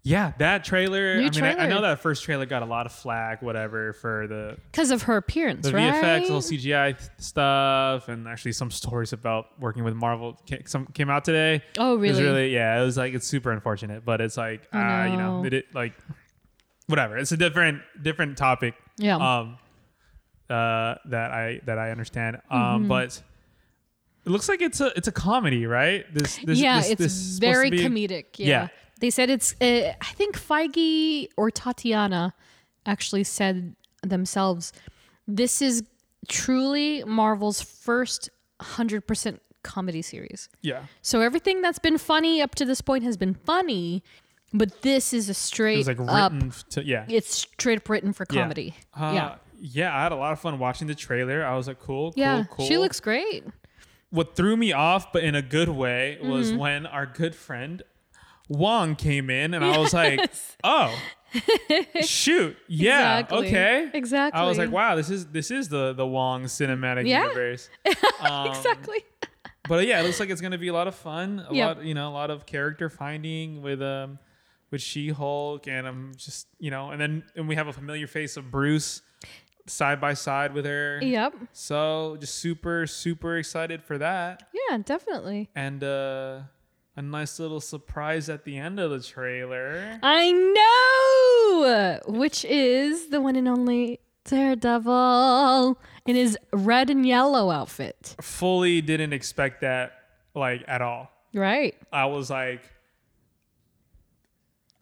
Speaker 3: Yeah, that trailer.
Speaker 4: New
Speaker 3: I mean, I, I
Speaker 4: trailer.
Speaker 3: know that first trailer got a lot of flack, whatever, for the
Speaker 4: Because of her appearance,
Speaker 3: the
Speaker 4: right?
Speaker 3: VFX, all CGI th- stuff, and actually some stories about working with Marvel ca- some came out today.
Speaker 4: Oh,
Speaker 3: It was
Speaker 4: really?
Speaker 3: really, yeah. It was like it's super unfortunate, but it's like ah, you know,
Speaker 4: no.
Speaker 3: it, it- like whatever. It's a different different topic.
Speaker 4: Yeah.
Speaker 3: Um. Uh. That I that I understand.
Speaker 4: Mm-hmm.
Speaker 3: Um. But it looks like it's a it's a comedy, right? This. this
Speaker 4: yeah,
Speaker 3: this-
Speaker 4: it's
Speaker 3: this is supposed to
Speaker 4: very
Speaker 3: be-
Speaker 4: comedic. Yeah.
Speaker 3: Yeah.
Speaker 4: They said it's, uh, I think Feige or Tatiana actually said themselves, this is truly Marvel's first 100% comedy series.
Speaker 3: Yeah.
Speaker 4: So everything that's been funny up to this point has been funny, but this is a
Speaker 3: It
Speaker 4: straight
Speaker 3: was like
Speaker 4: up,
Speaker 3: written f- to yeah.
Speaker 4: it's straight up written for comedy.
Speaker 3: Uh,
Speaker 4: yeah.
Speaker 3: yeah, I had a lot of fun watching the trailer. I was like, cool, cool,
Speaker 4: Yeah,
Speaker 3: cool. Um,
Speaker 4: she looks great.
Speaker 3: what threw me off, but in a good way,
Speaker 4: Mm-hmm.
Speaker 3: was when our good friend Wong came in, and I was like, "Oh, shoot, yeah,
Speaker 4: Exactly.
Speaker 3: okay, I was
Speaker 4: Exactly.
Speaker 3: like, "Wow, this is this is the the Wong cinematic
Speaker 4: Yeah.
Speaker 3: universe."
Speaker 4: exactly.
Speaker 3: But yeah, it looks like it's gonna be a lot of fun, a
Speaker 4: Yeah.
Speaker 3: lot, you know, a lot of character finding with um with She Hulk, and I'm just you know, and then and we have a familiar face of Bruce side by side with her.
Speaker 4: Yep.
Speaker 3: So just super super excited for that
Speaker 4: Yeah, definitely.
Speaker 3: and uh, a nice little surprise at the end of the trailer.
Speaker 4: I know, which is the one and only Daredevil in his red and yellow outfit.
Speaker 3: Fully didn't expect that like at all.
Speaker 4: Right.
Speaker 3: I was like,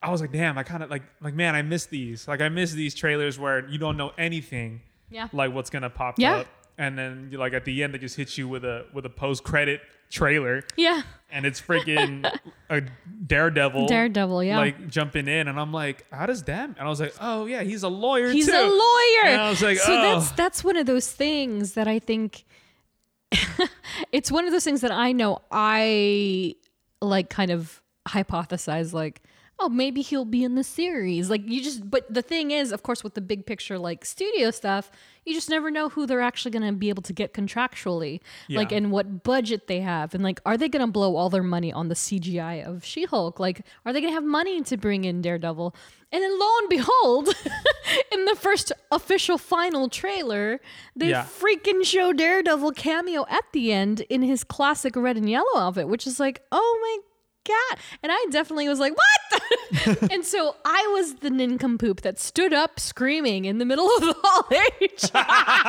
Speaker 3: I was like, damn, I kind of like like man, I miss these. Like I miss these trailers where you don't know anything,
Speaker 4: Yeah.
Speaker 3: like what's gonna pop
Speaker 4: Yeah.
Speaker 3: up, and then like at the end they just hit you with a with a post credit trailer,
Speaker 4: Yeah.
Speaker 3: and it's freaking a daredevil.
Speaker 4: Daredevil, yeah.
Speaker 3: Like jumping in, and I'm like, how does that? And I was like, oh yeah, he's a lawyer.
Speaker 4: He's
Speaker 3: too.
Speaker 4: a lawyer.
Speaker 3: And I was like,
Speaker 4: so
Speaker 3: oh.
Speaker 4: that's that's one of those things that I think it's one of those things that I know I like kind of hypothesize like oh maybe he'll be in the series like you just but the thing is of course with the big picture like studio stuff you just never know who they're actually going to be able to get contractually like
Speaker 3: Yeah.
Speaker 4: and what budget they have and like are they going to blow all their money on the CGI of She-Hulk like are they going to have money to bring in Daredevil and then lo and behold in the first official final trailer they
Speaker 3: Yeah.
Speaker 4: freaking show Daredevil cameo at the end in his classic red and yellow outfit, which is like, oh my god! And I definitely was like, what? and so I was the nincompoop that stood up screaming in the middle of the hall. H.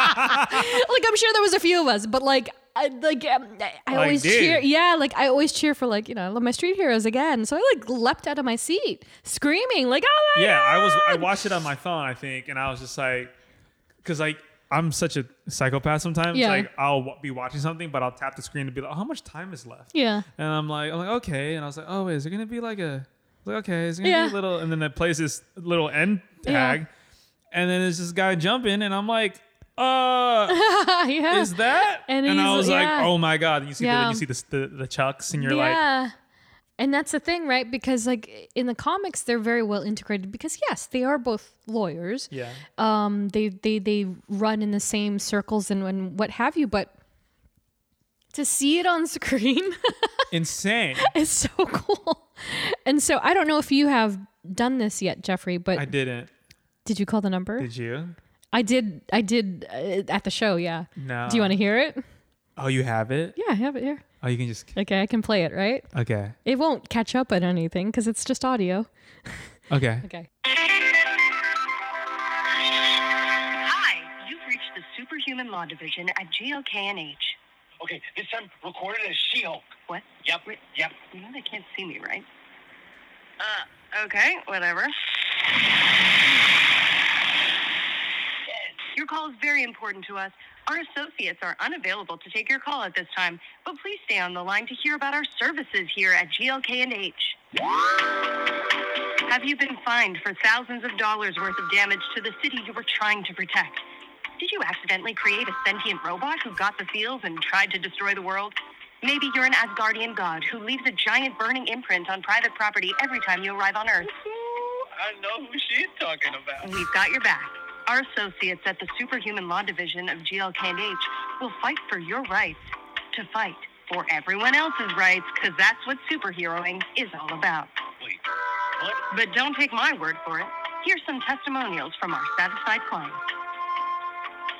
Speaker 4: like I'm sure there was a few of us, but like. I, like um, I, I
Speaker 3: Like,
Speaker 4: always
Speaker 3: dude.
Speaker 4: cheer, yeah. Like I always cheer for like you know I love my street heroes again. So I like leapt out of my seat screaming like oh my
Speaker 3: yeah, I was. I
Speaker 4: God!"
Speaker 3: watched it on my phone, I think, and I was just like, because like I'm such a psychopath sometimes.
Speaker 4: Yeah.
Speaker 3: Like I'll w- be watching something, but I'll tap the screen to be like, "Oh, how much time is left?
Speaker 4: yeah
Speaker 3: And I'm like, I'm like, okay. And I was like, oh, wait, is there gonna be like a, I was like, okay, is there gonna
Speaker 4: Yeah.
Speaker 3: be a little? And then it plays this little end
Speaker 4: Yeah.
Speaker 3: tag, and then there's this guy jumping, and I'm like, uh.
Speaker 4: yeah
Speaker 3: Is that?
Speaker 4: And
Speaker 3: I
Speaker 4: he's-
Speaker 3: was
Speaker 4: yeah.
Speaker 3: like, oh my god! And you see
Speaker 4: Yeah.
Speaker 3: the you see the the, the chucks, and you're like,
Speaker 4: yeah. and that's the thing, right? Because like in the comics, they're very well integrated. Because yes, they are both lawyers.
Speaker 3: yeah, Mm.
Speaker 4: Um, they they they run in the same circles and, and what have you. But to see it on screen
Speaker 3: insane.
Speaker 4: is so cool. And so I don't know if you have done this yet, Jeffrey. But
Speaker 3: I didn't.
Speaker 4: did you call the number?
Speaker 3: Did you?
Speaker 4: I did. I did uh, at the show. Yeah.
Speaker 3: No.
Speaker 4: Do you want to hear it?
Speaker 3: Oh, you have it.
Speaker 4: Yeah, I have it here.
Speaker 3: Oh, you can just.
Speaker 4: Okay, I can play it. Right?
Speaker 3: Okay.
Speaker 4: It won't catch up on anything because it's just audio.
Speaker 3: Okay.
Speaker 4: Okay.
Speaker 7: Hi, you've reached the Superhuman Law Division at GOKNH.
Speaker 8: Okay, this time recorded as She-Hulk.
Speaker 7: What?
Speaker 8: Yep, yep.
Speaker 7: You know they can't see me, right? Uh, okay, whatever. Your call is very important to us. Our associates are unavailable to take your call at this time, but please stay on the line to hear about our services here at GLK&H. Have you been fined for thousands of dollars worth of damage to the city you were trying to protect? Did you accidentally create a sentient robot who got the feels and tried to destroy the world? Maybe you're an Asgardian god who leaves a giant burning imprint on private property every time you arrive on Earth.
Speaker 8: I know who she's talking about.
Speaker 7: We've got your back. Our associates at the Superhuman Law Division of GLKH will fight for your rights to fight for everyone else's rights, because that's what superheroing is all about.
Speaker 8: Wait, what?
Speaker 7: But don't take my word for it. Here's some testimonials from our satisfied clients.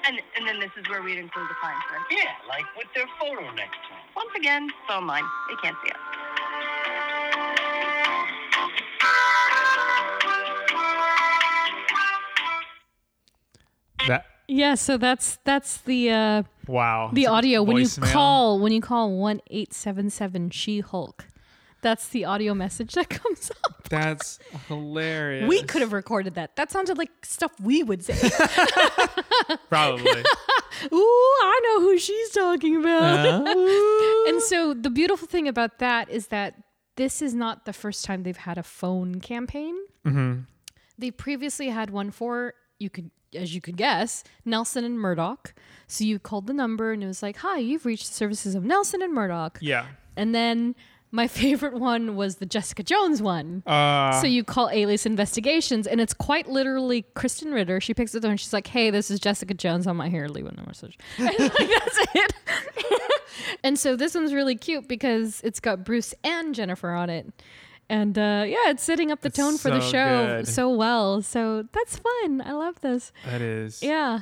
Speaker 7: And, and then this is where we'd include the clients, right?
Speaker 8: Yeah, like with their photo next to them.
Speaker 7: Once again, it's online. They can't see us.
Speaker 3: That
Speaker 4: Yeah, so that's that's the uh,
Speaker 3: wow.
Speaker 4: the
Speaker 3: It's a
Speaker 4: audio when you
Speaker 3: voicemail.
Speaker 4: call when you call one eight seven seven She Hulk. That's the audio message that comes up.
Speaker 3: That's hilarious.
Speaker 4: We could have recorded that. That sounded like stuff we would say.
Speaker 3: probably.
Speaker 4: Ooh, I know who she's talking
Speaker 3: Uh-huh.
Speaker 4: about. And so the beautiful thing about that is that this is not the first time they've had a phone campaign.
Speaker 3: Mm-hmm.
Speaker 4: They previously had one for you could, as you could guess, Nelson and Murdoch. So you called the number and it was like, "Hi, you've reached the services of Nelson and Murdoch."
Speaker 3: yeah.
Speaker 4: And then my favorite one was the Jessica Jones one.
Speaker 3: Uh,
Speaker 4: So you call Alias Investigations, and it's quite literally Kristen Ritter. She picks up the phone. and She's like, "Hey, this is Jessica Jones. I'm out here. Leave a message." And like, that's it. and so this one's really cute because it's got Bruce and Jennifer on it, and uh, yeah, it's setting up the tone for the
Speaker 3: so
Speaker 4: show
Speaker 3: good.
Speaker 4: so well. So that's fun. I love this.
Speaker 3: that is.
Speaker 4: Yeah.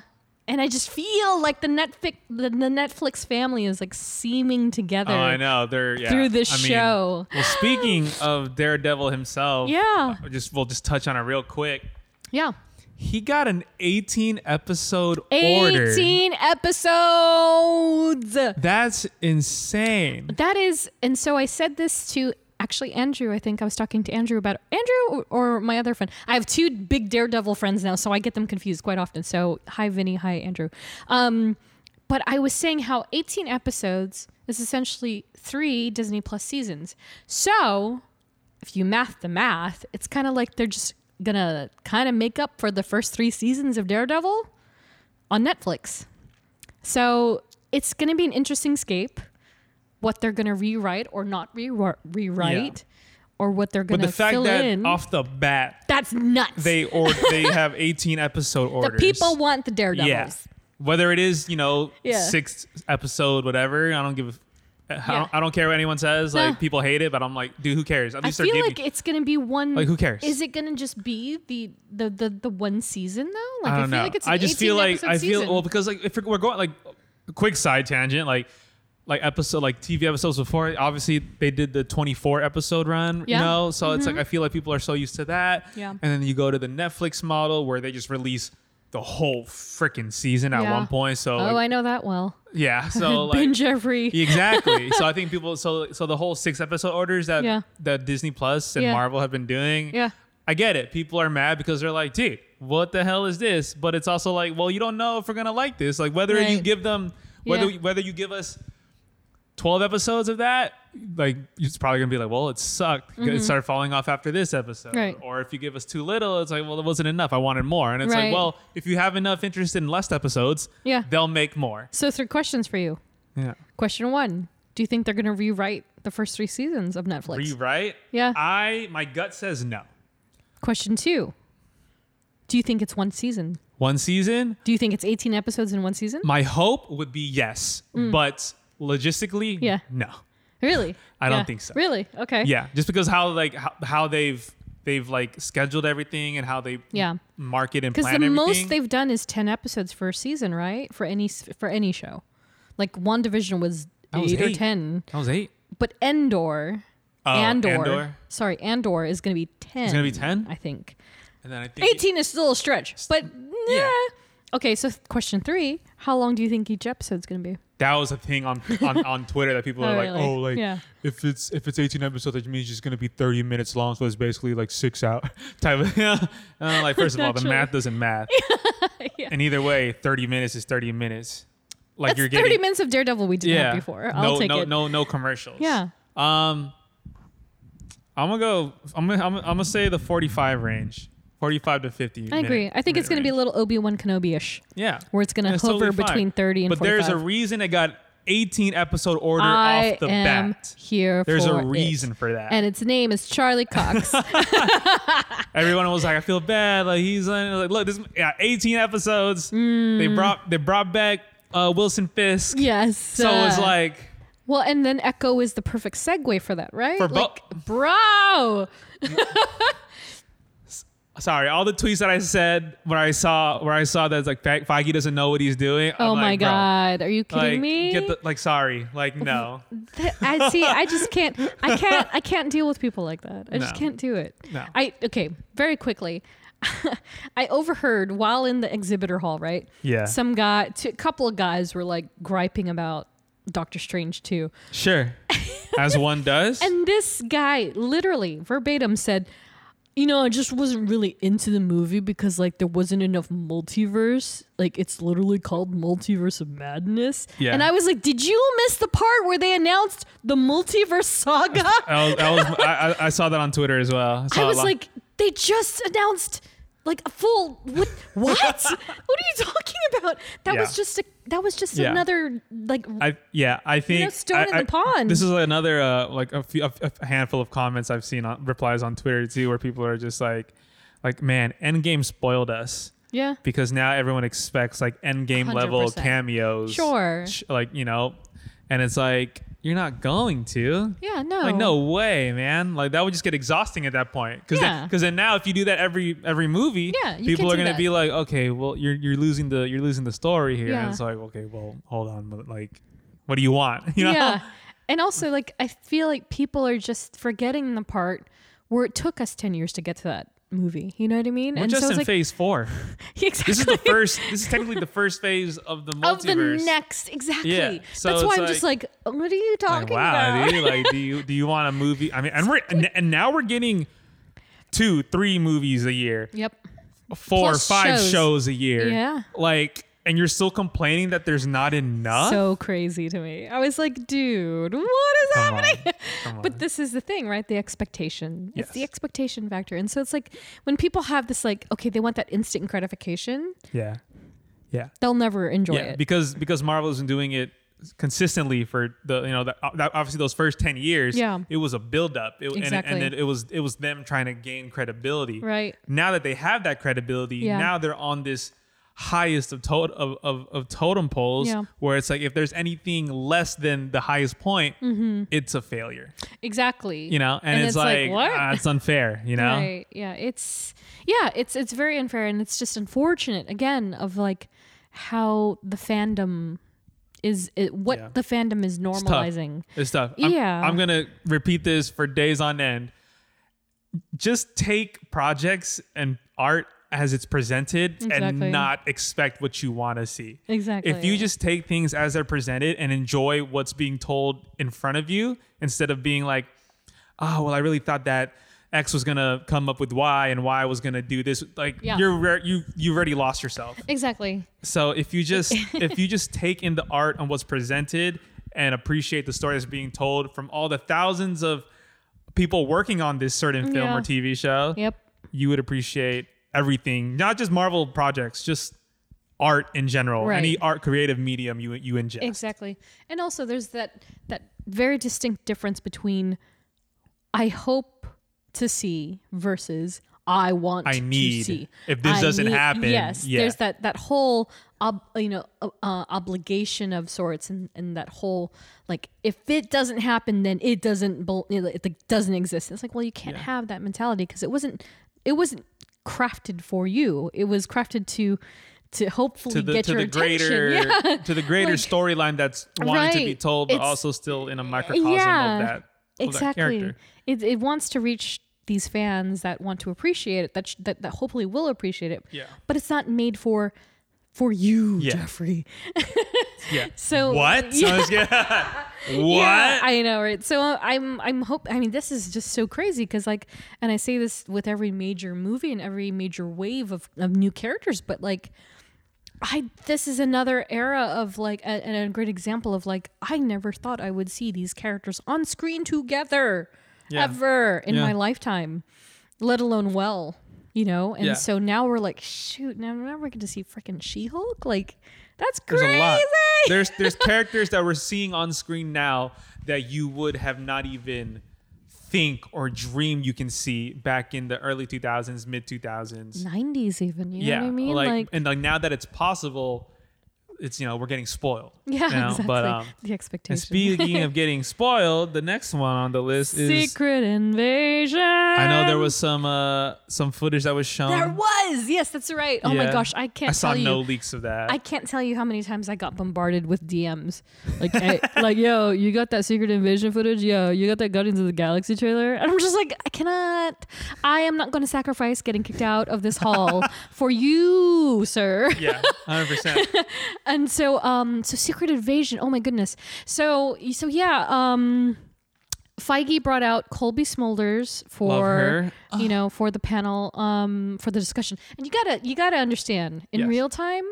Speaker 4: And I just feel like the Netflix the, the Netflix family is like seaming together.
Speaker 3: Oh, I know. They're yeah.
Speaker 4: Through this
Speaker 3: I mean,
Speaker 4: show.
Speaker 3: well, speaking of Daredevil himself,
Speaker 4: Yeah.
Speaker 3: uh, Just we'll just touch on it real quick.
Speaker 4: Yeah.
Speaker 3: He got an 18 episode order.
Speaker 4: 18 episodes.
Speaker 3: That's insane.
Speaker 4: That is, and so I said this to actually Andrew. I think I was talking to Andrew about Andrew or, or my other friend. I have two big Daredevil friends now, so I get them confused quite often. So hi, Vinny. Hi, Andrew. Um, but I was saying how 18 episodes is essentially three Disney Plus seasons. So if you math the math, it's kind of like they're just gonna kind of make up for the first three seasons of Daredevil on Netflix. So it's gonna be an interesting scape. What they're gonna rewrite or not rewri- rewrite, or what they're
Speaker 3: But
Speaker 4: gonna
Speaker 3: the fact
Speaker 4: fill
Speaker 3: that
Speaker 4: in.
Speaker 3: off the bat
Speaker 4: that's nuts.
Speaker 3: they or they have 18 episode
Speaker 4: the
Speaker 3: orders.
Speaker 4: people want the Daredevils.
Speaker 3: yeah. Whether it is you know
Speaker 4: Yeah.
Speaker 3: sixth episode, whatever, I don't give. a f- I,
Speaker 4: Yeah.
Speaker 3: don't, I don't care what anyone says.
Speaker 4: No.
Speaker 3: Like people hate it, but I'm like, dude, who cares? At
Speaker 4: I
Speaker 3: least they're
Speaker 4: feel
Speaker 3: giving.
Speaker 4: like it's gonna be one.
Speaker 3: Like, who cares?
Speaker 4: Is it gonna just be the the the, the one season though? Like
Speaker 3: I don't
Speaker 4: feel
Speaker 3: know.
Speaker 4: like it's. An
Speaker 3: I just feel
Speaker 4: 18
Speaker 3: like
Speaker 4: episode
Speaker 3: I feel
Speaker 4: season.
Speaker 3: well because like if we're going like quick side tangent like like episode like TV episodes before obviously they did the 24 episode run
Speaker 4: Yeah. Mm-hmm.
Speaker 3: you know so it's like I feel like people are so used to that
Speaker 4: Yeah.
Speaker 3: and then you go to the Netflix model where they just release the whole freaking season at
Speaker 4: Yeah.
Speaker 3: one point so
Speaker 4: Oh,
Speaker 3: like,
Speaker 4: I know that well.
Speaker 3: yeah so like
Speaker 4: Binge every.
Speaker 3: exactly so I think people so so the whole six episode orders that
Speaker 4: Yeah.
Speaker 3: that Disney Plus and
Speaker 4: Yeah.
Speaker 3: Marvel have been doing
Speaker 4: Yeah.
Speaker 3: I get it. People are mad because they're like, dude, what the hell is this? But it's also like, well, you don't know if we're gonna like this. Like whether you
Speaker 4: Right.
Speaker 3: give them whether
Speaker 4: Yeah.
Speaker 3: whether you give us twelve episodes of that, like it's probably gonna be like, well, it sucked. It started falling off after this episode.
Speaker 4: Mm-hmm. Right.
Speaker 3: Or if you give us too little, it's like, well, it wasn't enough. I wanted more. And it's
Speaker 4: Right.
Speaker 3: like, well, if you have enough interest in less episodes,
Speaker 4: Yeah.
Speaker 3: they'll make more.
Speaker 4: So three questions for you.
Speaker 3: Yeah.
Speaker 4: Question one: Do you think they're gonna rewrite the first three seasons of Netflix?
Speaker 3: Rewrite?
Speaker 4: Yeah.
Speaker 3: I my gut says no.
Speaker 4: Question two. Do you think it's one season?
Speaker 3: One season,
Speaker 4: Do you think it's 18 episodes in one season?
Speaker 3: My hope would be yes, but logistically,
Speaker 4: Mm. Yeah.
Speaker 3: no.
Speaker 4: Really?
Speaker 3: I don't
Speaker 4: Yeah.
Speaker 3: think so.
Speaker 4: Really? Okay.
Speaker 3: Yeah, just because how like how, how they've they've like scheduled everything and how they
Speaker 4: Yeah.
Speaker 3: market and
Speaker 4: Because
Speaker 3: plan
Speaker 4: the most
Speaker 3: everything.
Speaker 4: they've done is 10 episodes for a season, right? For any s- for any show. Like one division was
Speaker 3: That was
Speaker 4: eight, or
Speaker 3: eight.
Speaker 4: 10.
Speaker 3: that was eight.
Speaker 4: But Endor,
Speaker 3: Oh,
Speaker 4: Andor,
Speaker 3: Andor.
Speaker 4: sorry, Andor is going to be 10.
Speaker 3: gonna be 10?
Speaker 4: I think.
Speaker 3: And then I think
Speaker 4: 18 is still a stretch, but yeah. Okay, so question three How long do you think each episode's going to be?
Speaker 3: that was a thing on on, on Twitter that people
Speaker 4: Oh,
Speaker 3: are like,
Speaker 4: really?
Speaker 3: oh, like
Speaker 4: Yeah.
Speaker 3: if it's if it's eighteen episodes, that means it's gonna be thirty minutes long, so it's basically like six out type of. and I'm like first of all, the
Speaker 4: Naturally.
Speaker 3: math doesn't math. And either way, thirty minutes is thirty minutes. Like
Speaker 4: That's
Speaker 3: you're getting
Speaker 4: 30 minutes of Daredevil we did have before. I'll
Speaker 3: no,
Speaker 4: take
Speaker 3: no,
Speaker 4: it.
Speaker 3: no, no commercials.
Speaker 4: Yeah.
Speaker 3: Um, I'm gonna go. I'm gonna. I'm, I'm gonna say the 45 range. 45 to 50.
Speaker 4: I agree. I think it's going to be a little Obi Wan Kenobi ish.
Speaker 3: Yeah.
Speaker 4: where it's gonna
Speaker 3: And
Speaker 4: hover
Speaker 3: fine.
Speaker 4: between 30 and
Speaker 3: But there's a
Speaker 4: 45.
Speaker 3: reason it got 18 episode order
Speaker 4: I
Speaker 3: off the
Speaker 4: am
Speaker 3: bat.
Speaker 4: here
Speaker 3: There's a
Speaker 4: for it.
Speaker 3: reason for that.
Speaker 4: And its name is Charlie Cox.
Speaker 3: Everyone was like, I feel bad. Like he's on like look, this yeah, 18 episodes.
Speaker 4: Mm.
Speaker 3: They brought they brought back uh, Wilson Fisk.
Speaker 4: yes.
Speaker 3: So it was
Speaker 4: uh,
Speaker 3: like
Speaker 4: Well, and then Echo is the perfect segue for that, right?
Speaker 3: For
Speaker 4: like,
Speaker 3: bo-
Speaker 4: bro.
Speaker 3: sorry, all the tweets that I said where I saw where I saw that like Fe- Feige doesn't know what he's doing.
Speaker 4: Oh
Speaker 3: I'm
Speaker 4: my
Speaker 3: like, bro,
Speaker 4: God. Are you kidding
Speaker 3: Like,
Speaker 4: me?
Speaker 3: get the like. Sorry, like no,
Speaker 4: Th- I see. I just can't. I can't. I can't deal with people like that. I just
Speaker 3: No.
Speaker 4: can't do it.
Speaker 3: No.
Speaker 4: I okay. Very quickly, I overheard while in the exhibitor hall. Right.
Speaker 3: Yeah.
Speaker 4: Some guy, t- a couple of guys were like griping about Doctor Strange too,
Speaker 3: sure, as one does.
Speaker 4: and this guy literally verbatim said. You know, I just wasn't really into the movie because like there wasn't enough multiverse. Like it's literally called Multiverse of Madness.
Speaker 3: Yeah.
Speaker 4: And I was like, did you miss the part where they announced the multiverse saga?
Speaker 3: I, was, I, was, I, I- I saw that on Twitter as well. saw
Speaker 4: I
Speaker 3: a
Speaker 4: was
Speaker 3: lot-
Speaker 4: like, they just announced like a full what? what? what are you talking about? That
Speaker 3: Yeah.
Speaker 4: was just a that was just
Speaker 3: Yeah.
Speaker 4: another like
Speaker 3: I, yeah, I think
Speaker 4: stone
Speaker 3: I-
Speaker 4: in the
Speaker 3: I-
Speaker 4: pond.
Speaker 3: This is another uh, like a, few, a, a handful of comments I've seen on replies on Twitter too, where people are just like, like man, Endgame spoiled us
Speaker 4: yeah.
Speaker 3: because now everyone expects like Endgame level
Speaker 4: 100%.
Speaker 3: cameos,
Speaker 4: Sure.
Speaker 3: sh- like you know, and it's like you're not going to.
Speaker 4: Yeah, no.
Speaker 3: Like no way, man! Like that would just get exhausting at that point. Because
Speaker 4: Yeah.
Speaker 3: then, cause then now, if you do that every every movie,
Speaker 4: Yeah, you
Speaker 3: people
Speaker 4: can't
Speaker 3: are
Speaker 4: do
Speaker 3: gonna
Speaker 4: that.
Speaker 3: be like, okay, well, you're you're losing the you're losing the story here.
Speaker 4: Yeah.
Speaker 3: And it's like, okay, well, hold on, but like, what do you want? You know?
Speaker 4: Yeah. And also like I feel like people are just forgetting the part where it took us 10 years to get to that movie. You know what I mean?
Speaker 3: We're
Speaker 4: and
Speaker 3: just
Speaker 4: so
Speaker 3: in
Speaker 4: it's like
Speaker 3: phase four.
Speaker 4: exactly
Speaker 3: This is the first. this is technically the first phase of the multiverse.
Speaker 4: of the next exactly.
Speaker 3: Yeah. So
Speaker 4: That's why
Speaker 3: it's
Speaker 4: I'm just like what are you
Speaker 3: Like,
Speaker 4: talking
Speaker 3: wow,
Speaker 4: about?
Speaker 3: dude! Like, do you do you want a movie? I mean, and we're and, and now we're getting two, three movies a year.
Speaker 4: Yep.
Speaker 3: four
Speaker 4: Plus
Speaker 3: five
Speaker 4: shows.
Speaker 3: shows. a year.
Speaker 4: Yeah.
Speaker 3: Like, and you're still complaining that there's not enough?
Speaker 4: so crazy to me. I was like, dude, what is
Speaker 3: Come on.
Speaker 4: happening?
Speaker 3: Come
Speaker 4: But this is the thing, right? The expectation. It's the
Speaker 3: Yes.
Speaker 4: expectation factor. And so it's like when people have this like, okay, they want that instant gratification,
Speaker 3: yeah. Yeah.
Speaker 4: they'll never enjoy
Speaker 3: Yeah.
Speaker 4: it.
Speaker 3: Because because Marvel's been doing it consistently for the you know the, uh, that obviously those first 10 years
Speaker 4: Yeah.
Speaker 3: it was a buildup it, and-
Speaker 4: Exactly.
Speaker 3: and, it, it was it was them trying to gain credibility
Speaker 4: Right.
Speaker 3: now that they have that credibility
Speaker 4: Yeah.
Speaker 3: now they're on this highest of, tot of, of of totem poles
Speaker 4: Yeah.
Speaker 3: where it's like if there's anything less than the highest point
Speaker 4: Mm-hmm.
Speaker 3: it's a failure
Speaker 4: exactly.
Speaker 3: you know and, it's, like, ah, it's unfair you know
Speaker 4: Right. Yeah. It's yeah, it's it's very unfair and it's just unfortunate again of like how the fandom is it, what
Speaker 3: Yeah.
Speaker 4: the fandom is
Speaker 3: tough.
Speaker 4: normalizing.
Speaker 3: It's tough. I'm-
Speaker 4: Yeah.
Speaker 3: I'm gonna repeat this for days on end. Just take projects and art as it's presented
Speaker 4: Exactly.
Speaker 3: and not expect what you want to see.
Speaker 4: Exactly.
Speaker 3: If you just take things as they're presented and enjoy what's being told in front of you instead of being like, oh, well, I really thought that X was gonna come up with Y and Y was gonna do this. Like
Speaker 4: Yeah.
Speaker 3: you're re- you you already lost yourself.
Speaker 4: Exactly.
Speaker 3: So if you just if you just take in the art and what's presented and appreciate the story that's being told from all the thousands of people working on this certain film
Speaker 4: Yeah.
Speaker 3: or TV show,
Speaker 4: Yep.
Speaker 3: you would appreciate everything, not just Marvel projects, just art in general,
Speaker 4: Right.
Speaker 3: any art creative medium you you ingest.
Speaker 4: Exactly. And also there's that that very distinct difference between I hope to see versus I want
Speaker 3: I
Speaker 4: to
Speaker 3: need.
Speaker 4: see.
Speaker 3: If this
Speaker 4: I
Speaker 3: doesn't happen,
Speaker 4: yes,
Speaker 3: yeah.
Speaker 4: there's that that whole ob, you know uh, uh, obligation of sorts, and, and that whole like if it doesn't happen, then it doesn't bel- you know, it like, doesn't exist. It's like well, you can't have that mentality because it wasn't it wasn't crafted for you. It was crafted to to hopefully
Speaker 3: To the,
Speaker 4: get
Speaker 3: to
Speaker 4: your
Speaker 3: the
Speaker 4: attention.
Speaker 3: greater
Speaker 4: Yeah.
Speaker 3: to the greater
Speaker 4: Like-
Speaker 3: storyline that's wanting to be
Speaker 4: Right.
Speaker 3: told, but
Speaker 4: It's-
Speaker 3: also still in a microcosm
Speaker 4: Yeah.
Speaker 3: of that of that
Speaker 4: exactly
Speaker 3: character.
Speaker 4: it, it wants to reach these fans that want to appreciate it that sh- that, that hopefully will appreciate it
Speaker 3: Yeah.
Speaker 4: but it's not made for for you
Speaker 3: Yeah.
Speaker 4: jeffrey
Speaker 3: Yeah.
Speaker 4: so
Speaker 3: What?
Speaker 4: yeah,
Speaker 3: I was gonna- what?
Speaker 4: yeah, i know right so uh, i'm i'm hope i mean this is just so crazy because like and i say this with every major movie and every major wave of, of new characters but like I this is another era of like a, and a great example of like I never thought I would see these characters on screen together ever in
Speaker 3: Yeah.
Speaker 4: my lifetime, let alone well. you know. And
Speaker 3: Yeah.
Speaker 4: so now we're like, shoot, now now we're going to see freaking She-Hulk. Like, that's
Speaker 3: There's
Speaker 4: crazy.
Speaker 3: a lot. There's there's characters that we're seeing on screen now that you would have not even think or dream you can see back in the early 2000s, mid 2000s.
Speaker 4: 90s even, you
Speaker 3: yeah,
Speaker 4: know what I mean?
Speaker 3: like, and like now that it's possible, it's you know we're getting spoiled.
Speaker 4: yeah,
Speaker 3: you know?
Speaker 4: exactly.
Speaker 3: But um,
Speaker 4: the
Speaker 3: and
Speaker 4: expectation.
Speaker 3: speaking of getting spoiled, the next one on the list is
Speaker 4: Secret Invasion.
Speaker 3: I know there was some uh some footage that was shown.
Speaker 4: There was. Yes, that's right. Oh my
Speaker 3: Yeah.
Speaker 4: gosh, I can't
Speaker 3: I saw
Speaker 4: tell
Speaker 3: no
Speaker 4: you.
Speaker 3: leaks of that.
Speaker 4: I can't tell you how many times I got bombarded with DMs. Like, I, like, yo, you got that Secret Invasion footage? Yo, you got that Guardians of the Galaxy trailer? And I'm just like, I cannot. I am not going to sacrifice getting kicked out of this hall for you, sir.
Speaker 3: yeah, 100. percent
Speaker 4: And so, um, so Secret Invasion. Oh my goodness. So, so yeah. Um, Feige brought out Colby Smulders for
Speaker 3: her.
Speaker 4: you know for the panel um for the discussion. And you gotta you gotta understand in
Speaker 3: Yes.
Speaker 4: real time.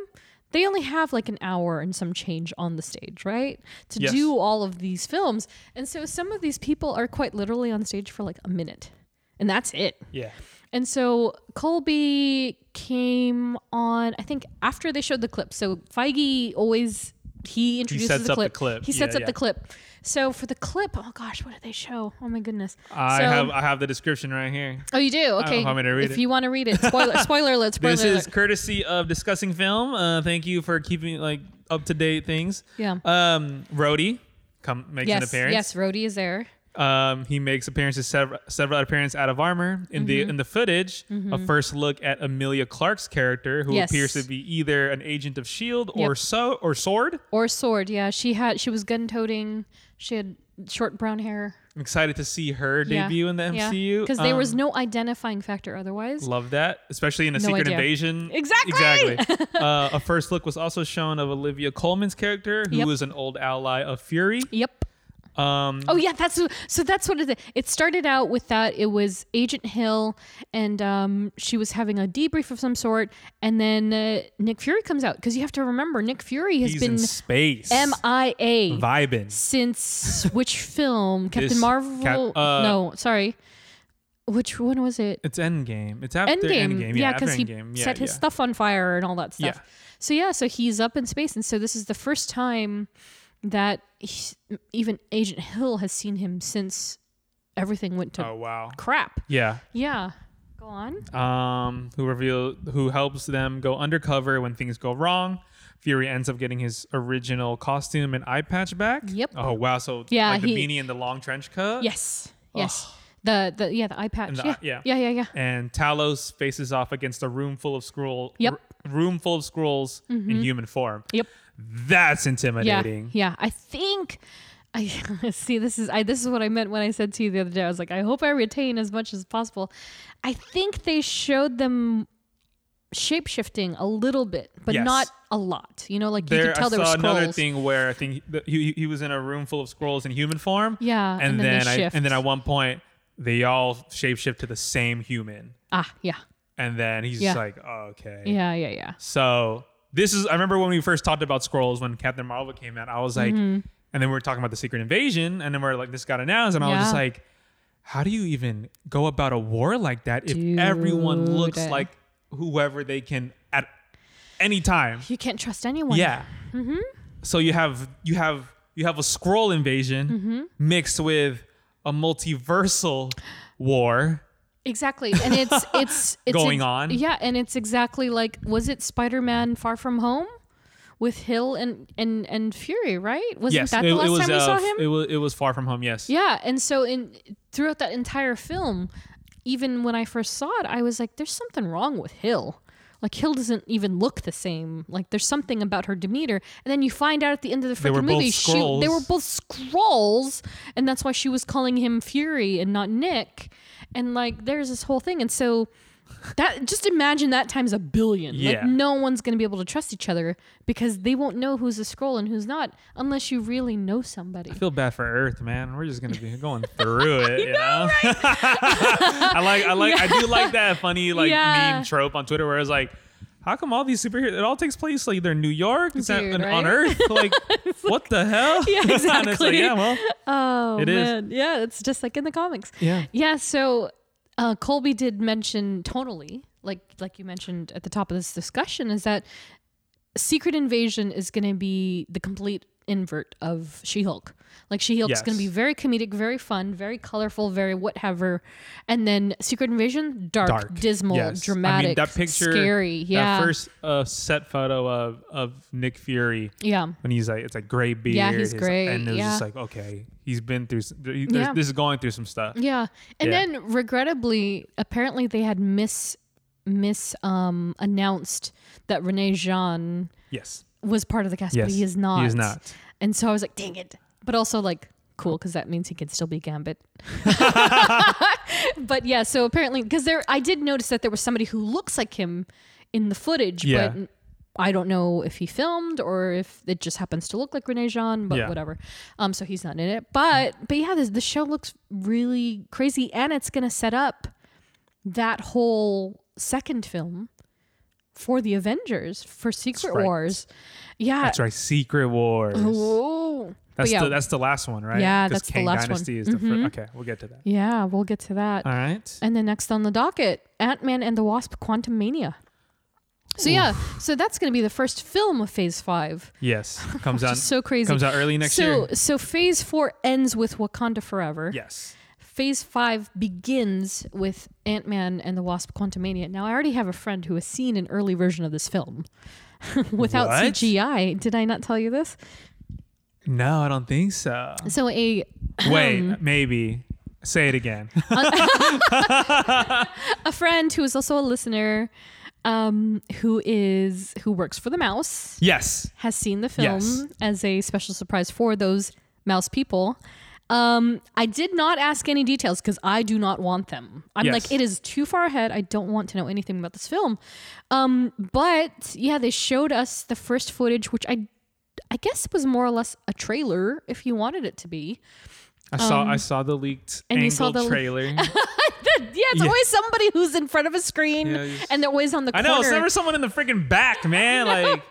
Speaker 4: They only have like an hour and some change on the stage, right? To
Speaker 3: Yes.
Speaker 4: do all of these films. And so some of these people are quite literally on stage for like a minute. And that's it.
Speaker 3: Yeah,
Speaker 4: And so Colby came on, I think, after they showed the clip. So Feige always he introduces
Speaker 3: sets
Speaker 4: the,
Speaker 3: up the
Speaker 4: clip.
Speaker 3: clip.
Speaker 4: He sets
Speaker 3: Yeah,
Speaker 4: up
Speaker 3: yeah.
Speaker 4: the clip. So for the clip, oh gosh, what did they show? Oh my goodness.
Speaker 3: I
Speaker 4: so,
Speaker 3: have I have the description right here.
Speaker 4: Oh, you do? Okay.
Speaker 3: want me to read
Speaker 4: if
Speaker 3: it.
Speaker 4: you want to read it, spoiler, spoiler alert, spoiler
Speaker 3: This
Speaker 4: alert.
Speaker 3: is courtesy of discussing film. Uh, thank you for keeping like up to date things.
Speaker 4: Yeah.
Speaker 3: Um, Rhodey come makes an
Speaker 4: yes,
Speaker 3: appearance.
Speaker 4: yes, Rhodey is there.
Speaker 3: Um, he makes appearances several several appearances out of armor in
Speaker 4: Mm-hmm.
Speaker 3: the in the footage. A first look at Amelia Clark's character, who
Speaker 4: Yes.
Speaker 3: appears to be either an agent of Shield E or
Speaker 4: Yep.
Speaker 3: so or Sword.
Speaker 4: Or sword, yeah. She had she was gun toting. She had short brown hair.
Speaker 3: I'm excited to see her
Speaker 4: Yeah,
Speaker 3: debut in the
Speaker 4: yeah.
Speaker 3: MCU
Speaker 4: Because there was
Speaker 3: Um,
Speaker 4: no identifying factor otherwise.
Speaker 3: Love that, especially in a
Speaker 4: No
Speaker 3: Secret
Speaker 4: idea.
Speaker 3: Invasion.
Speaker 4: Exactly!
Speaker 3: Exactly. uh, a first look was also shown of Olivia Coleman's character, who
Speaker 4: Yep.
Speaker 3: was an old ally of Fury.
Speaker 4: Yep.
Speaker 3: Um,
Speaker 4: Oh yeah, that's so. That's what it is. It started out with that. It was Agent Hill, and um, she was having a debrief of some sort, and then uh, Nick Fury comes out because you have to remember Nick Fury has
Speaker 3: he's in
Speaker 4: been
Speaker 3: space.
Speaker 4: MIA
Speaker 3: vibing.
Speaker 4: since which film? Captain
Speaker 3: This-
Speaker 4: Marvel?
Speaker 3: Cap- uh,
Speaker 4: no, sorry. Which one was it?
Speaker 3: It's Endgame. It's after
Speaker 4: Endgame.
Speaker 3: Endgame.
Speaker 4: yeah,
Speaker 3: after
Speaker 4: because he
Speaker 3: Endgame.
Speaker 4: set his
Speaker 3: yeah.
Speaker 4: stuff on fire and all that stuff.
Speaker 3: Yeah.
Speaker 4: So yeah, so he's up in space, and so this is the first time that he- even Agent Hill has seen him since everything went to
Speaker 3: Oh wow.
Speaker 4: crap.
Speaker 3: Yeah.
Speaker 4: Yeah. Go on.
Speaker 3: Um, who reveal who helps them go undercover when things go wrong. Fury ends up getting his original costume and eye patch back.
Speaker 4: Yep.
Speaker 3: Oh wow. So
Speaker 4: Yeah,
Speaker 3: like the
Speaker 4: he-
Speaker 3: beanie and the long trench coat.
Speaker 4: Yes. Yes. The the yeah the eye patch.
Speaker 3: the
Speaker 4: yeah.
Speaker 3: eye- yeah.
Speaker 4: Yeah. Yeah. Yeah.
Speaker 3: and Talos faces off against a room full of scroll
Speaker 4: Yep. Mm-hmm.
Speaker 3: r- room full of scrolls in human form.
Speaker 4: Yep.
Speaker 3: That's intimidating.
Speaker 4: Yeah, yeah. I think I see. This is I, this is what I meant when I said to you the other day. I was like, I hope I retain as much as possible. I think they showed them shape shifting a little bit, but
Speaker 3: Yes.
Speaker 4: not a lot. You know, like you
Speaker 3: There,
Speaker 4: could tell
Speaker 3: I
Speaker 4: there
Speaker 3: saw
Speaker 4: were scrolls.
Speaker 3: another thing where I think he, he, he was in a room full of scrolls in human form.
Speaker 4: Yeah,
Speaker 3: and,
Speaker 4: and then
Speaker 3: then,
Speaker 4: they
Speaker 3: I,
Speaker 4: shift.
Speaker 3: and then at one point they all shapeshift to the same human,
Speaker 4: Ah, yeah,
Speaker 3: and then he's
Speaker 4: Yeah.
Speaker 3: just like, oh, okay,
Speaker 4: yeah, yeah, yeah.
Speaker 3: So this is I remember when we first talked about scrolls when Captain Marvel came out, I was like
Speaker 4: Mm-hmm.
Speaker 3: and then we were talking about the secret invasion, and then we are like, this got announced, and I was just
Speaker 4: Yeah.
Speaker 3: like, how do you even go about a war like that if everyone looks
Speaker 4: Dude.
Speaker 3: like whoever they can at any time?
Speaker 4: You can't trust anyone.
Speaker 3: Yeah.
Speaker 4: Mm-hmm.
Speaker 3: So you have you have you have a scroll invasion
Speaker 4: Mm-hmm.
Speaker 3: mixed with a multiversal war.
Speaker 4: exactly. And it's it's it's
Speaker 3: Going
Speaker 4: ex-
Speaker 3: on.
Speaker 4: Yeah, and it's exactly like was it Spider Man Far From Home with Hill and and and Fury, right? Wasn't
Speaker 3: yes,
Speaker 4: that the
Speaker 3: it,
Speaker 4: last
Speaker 3: it was
Speaker 4: time we
Speaker 3: uh,
Speaker 4: saw
Speaker 3: f-
Speaker 4: him?
Speaker 3: It was it was far from home. Yes.
Speaker 4: Yeah, and so in throughout that entire film, even when I first saw it, I was like, "There's something wrong with Hill. Like Hill doesn't even look the same. Like there's something about her demeanor." And then you find out at the end of the
Speaker 3: They were
Speaker 4: freaking
Speaker 3: both
Speaker 4: movie, she, they were
Speaker 3: Skrulls.
Speaker 4: both scrolls, and that's why she was calling him Fury and not Nick. And like, there's this whole thing, and so. That just imagine that times a billion. Like
Speaker 3: Yeah.
Speaker 4: no one's gonna be able to trust each other because they won't know who's a scroll and who's not unless you really know somebody.
Speaker 3: feel bad for Earth, man. We're just gonna be going through it. you, know, I like, I like, I do like that funny like
Speaker 4: Yeah.
Speaker 3: meme trope on Twitter where it's like, how come all these superheroes? It all takes place like they're in New York, it's at-
Speaker 4: Dude,
Speaker 3: and on
Speaker 4: right?
Speaker 3: Earth. Like, what the hell?
Speaker 4: Yeah,
Speaker 3: And it's like,
Speaker 4: exactly.
Speaker 3: yeah, well,
Speaker 4: Oh
Speaker 3: It is.
Speaker 4: man, yeah, it's just like in the comics.
Speaker 3: Yeah.
Speaker 4: yeah. So uh, Colby did mention tonally, like like you mentioned at the top of this discussion is that Secret Invasion is going to be the complete invert of She-Hulk. Like She-Hulk's
Speaker 3: Yes.
Speaker 4: going to be very comedic, very fun, very colorful, very whatever, and then Secret Invasion dark,
Speaker 3: Dark.
Speaker 4: dismal,
Speaker 3: Yes. I mean,
Speaker 4: dramatic,
Speaker 3: that picture-
Speaker 4: scary. Yeah,
Speaker 3: That first uh, set photo of of Nick Fury
Speaker 4: yeah.
Speaker 3: when he's like it's like gray beard.
Speaker 4: Yeah, he's
Speaker 3: his-
Speaker 4: gray,
Speaker 3: And it was
Speaker 4: yeah.
Speaker 3: just like okay, he's been through. s- there- he-
Speaker 4: Yeah.
Speaker 3: there's This is going through some stuff.
Speaker 4: Yeah. And
Speaker 3: Yeah.
Speaker 4: then regrettably, apparently they had miss miss um announced that Renee Jean
Speaker 3: Yes.
Speaker 4: was part of the cast,
Speaker 3: Yes.
Speaker 4: but he is not.
Speaker 3: He is not.
Speaker 4: And so I was like, dang it. But also like cool because that means he can still be Gambit. but yeah, so apparently because there I did notice that there was somebody who looks like him in the footage,
Speaker 3: Yeah.
Speaker 4: but I don't know if he filmed or if it just happens to look like Renee Jean, but
Speaker 3: Yeah.
Speaker 4: whatever. Um, so he's not in it. But but yeah, this, the show looks really crazy, and it's gonna set up that whole second film for the Avengers for Secret
Speaker 3: right.
Speaker 4: Wars. Yeah.
Speaker 3: That's right. Secret Wars.
Speaker 4: Whoa. But
Speaker 3: That's
Speaker 4: yeah,
Speaker 3: the that's the last one, right?
Speaker 4: Yeah,
Speaker 3: 'Cause
Speaker 4: that's the
Speaker 3: Kang
Speaker 4: last one. Mm-hmm.
Speaker 3: Dynasty Is the fir- okay, we'll get to that.
Speaker 4: yeah, we'll get to that.
Speaker 3: All right.
Speaker 4: And then next on the docket, Ant Man and the Wasp: Quantum Mania. So yeah, so that's gonna be the first film of Phase Five.
Speaker 3: Yes. Comes out.
Speaker 4: so crazy.
Speaker 3: Comes out early next
Speaker 4: so,
Speaker 3: year.
Speaker 4: So phase four ends with Wakanda Forever.
Speaker 3: Yes.
Speaker 4: Phase five begins with Ant Man and the Wasp Quantumania. Now, I already have a friend who has seen an early version of this film without
Speaker 3: What?
Speaker 4: CGI. Did I not tell you this?
Speaker 3: No, I don't think so.
Speaker 4: So, a
Speaker 3: Wait, maybe. Say it again.
Speaker 4: a friend who is also a listener um, who is who works for the mouse
Speaker 3: yes.
Speaker 4: has seen the film
Speaker 3: Yes.
Speaker 4: as a special surprise for those mouse people. Um, I did not ask any details because I do not want them. I'm
Speaker 3: Yes.
Speaker 4: like, it is too far ahead. I don't want to know anything about this film. Um, but yeah, they showed us the first footage, which I, I guess was more or less a trailer if you wanted it to be.
Speaker 3: I saw I saw the leaked
Speaker 4: Um, and you saw
Speaker 3: angled
Speaker 4: the-
Speaker 3: trailer.
Speaker 4: Yeah, it's always somebody who's in front of a screen
Speaker 3: Yeah, you-
Speaker 4: and they're always on the
Speaker 3: I
Speaker 4: corner.
Speaker 3: know, it's never someone in the freaking back, man. Like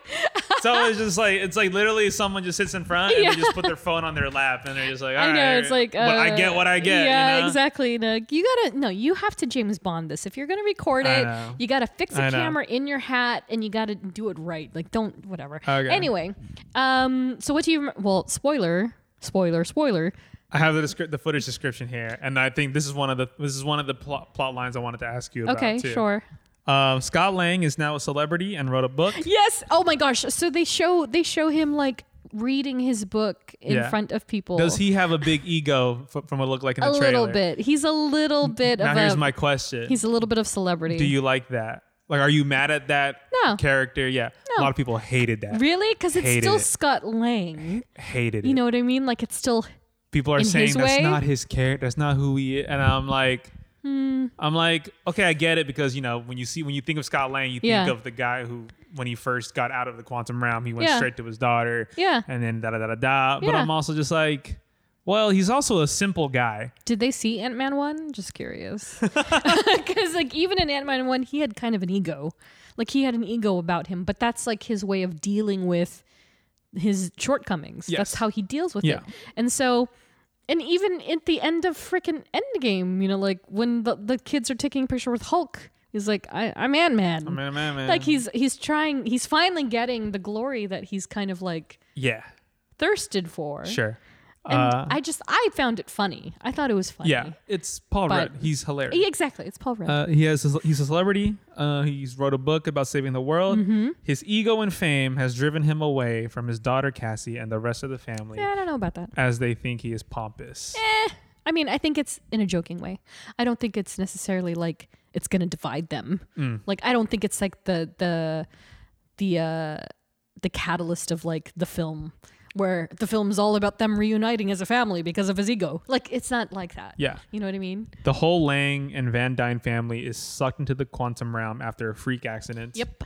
Speaker 3: it's always just like it's like literally someone just sits in front and
Speaker 4: Yeah.
Speaker 3: they just put their phone on their lap and they're just like,
Speaker 4: I
Speaker 3: "All
Speaker 4: know
Speaker 3: right,
Speaker 4: it's like uh,
Speaker 3: what- I get what I get. you
Speaker 4: Yeah,
Speaker 3: know?
Speaker 4: exactly. Like, you gotta no, you have to James Bond this. If you're gonna record
Speaker 3: I
Speaker 4: it,
Speaker 3: know.
Speaker 4: you gotta fix the
Speaker 3: I know.
Speaker 4: camera in your hat, and you gotta do it right. Like don't whatever.
Speaker 3: Okay.
Speaker 4: Anyway, um, so what do you? Rem- well, spoiler, spoiler, spoiler.
Speaker 3: I have the descri- the footage description here, and I think this is one of the this is one of the plot, plot lines I wanted to ask you about.
Speaker 4: Okay,
Speaker 3: too.
Speaker 4: sure.
Speaker 3: Um, Scott Lang is now a celebrity and wrote a book.
Speaker 4: Yes. Oh my gosh. So they show they show him like reading his book in
Speaker 3: Yeah.
Speaker 4: front of people.
Speaker 3: Does he have a big ego f- from what looked like in
Speaker 4: A
Speaker 3: the trailer?
Speaker 4: little bit. He's a little bit
Speaker 3: Now
Speaker 4: of
Speaker 3: here's
Speaker 4: a.
Speaker 3: my question:
Speaker 4: he's a little bit of celebrity.
Speaker 3: Do you like that? Like, are you mad at that
Speaker 4: No.
Speaker 3: character? Yeah, a
Speaker 4: No.
Speaker 3: lot of people hated that.
Speaker 4: really? Because it's
Speaker 3: Hated
Speaker 4: still
Speaker 3: it.
Speaker 4: Scott Lang.
Speaker 3: Hated it.
Speaker 4: You know what I mean? Like it's still
Speaker 3: people are
Speaker 4: in
Speaker 3: saying
Speaker 4: his
Speaker 3: that's
Speaker 4: way?
Speaker 3: not his character. That's not who he is. And I'm like,
Speaker 4: Hmm.
Speaker 3: I'm like, okay, I get it because you know when you see when you think of Scott Lang, you
Speaker 4: Yeah.
Speaker 3: think of the guy who when he first got out of the quantum realm, he went
Speaker 4: Yeah.
Speaker 3: straight to his daughter.
Speaker 4: Yeah.
Speaker 3: and then da da da da da. But
Speaker 4: Yeah.
Speaker 3: I'm also just like, well, he's also a simple guy.
Speaker 4: Did they see Ant Man one? Just curious, because like even in Ant Man one, he had kind of an ego, like he had an ego about him. But that's like his way of dealing with his shortcomings.
Speaker 3: Yes.
Speaker 4: That's how he deals with
Speaker 3: Yeah.
Speaker 4: it. And so, and even at the end of freaking Endgame, you know, like when the the kids are taking a picture with Hulk, he's like, I, I'm Ant Man.
Speaker 3: Man, man, man.
Speaker 4: Like he's he's trying, he's finally getting the glory that he's kind of like
Speaker 3: yeah,
Speaker 4: thirsted for.
Speaker 3: sure.
Speaker 4: And
Speaker 3: Uh,
Speaker 4: I just I found it funny. I thought it was funny.
Speaker 3: Yeah, it's Paul
Speaker 4: But-
Speaker 3: Rudd. He's hilarious.
Speaker 4: Yeah, exactly. It's Paul Rudd.
Speaker 3: Uh, he has a, he's a celebrity. Uh, he's wrote a book about saving the world.
Speaker 4: Mm-hmm.
Speaker 3: His ego and fame has driven him away from his daughter Cassie and the rest of the family,
Speaker 4: yeah, I don't know about that.
Speaker 3: as they think he is pompous.
Speaker 4: I mean, I think it's in a joking way. I don't think it's necessarily like it's going to divide them.
Speaker 3: Mm.
Speaker 4: Like I don't think it's like the the the uh the catalyst of like the film where the film's all about them reuniting as a family because of his ego. Like it's not like that.
Speaker 3: Yeah.
Speaker 4: You know what I mean?
Speaker 3: The whole Lang and Van Dyne family is sucked into the quantum realm after a freak accident.
Speaker 4: Yep.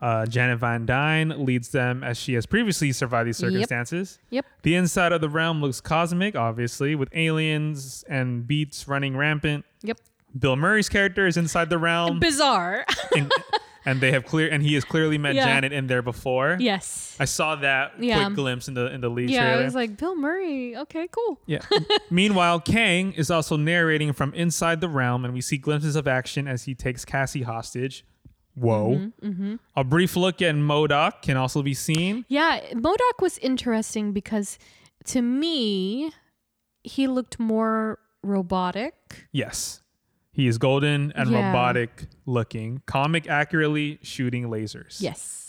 Speaker 3: Uh, Janet Van Dyne leads them as she has previously survived these
Speaker 4: Yep.
Speaker 3: circumstances.
Speaker 4: Yep.
Speaker 3: The inside of the realm looks cosmic, obviously, with aliens and beats running rampant.
Speaker 4: Yep.
Speaker 3: Mm. Bill Murray's character is inside the realm.
Speaker 4: Bizarre.
Speaker 3: and, and they have clear and he has clearly met
Speaker 4: Yeah.
Speaker 3: Janet in there before.
Speaker 4: Yes.
Speaker 3: I saw that
Speaker 4: Yeah.
Speaker 3: quick glimpse in the in the lead
Speaker 4: Yeah,
Speaker 3: trailer.
Speaker 4: I was like, Bill Murray. Okay, cool.
Speaker 3: yeah. Meanwhile, Kang is also narrating from inside the realm, and we see glimpses of action as he takes Cassie hostage. Whoa.
Speaker 4: Mm-hmm,
Speaker 3: A brief look at Modoc can also be seen.
Speaker 4: Yeah, Modoc was interesting because to me, he looked more robotic.
Speaker 3: Yes. He is golden and
Speaker 4: Yeah.
Speaker 3: robotic looking, comic accurately shooting lasers.
Speaker 4: Yes.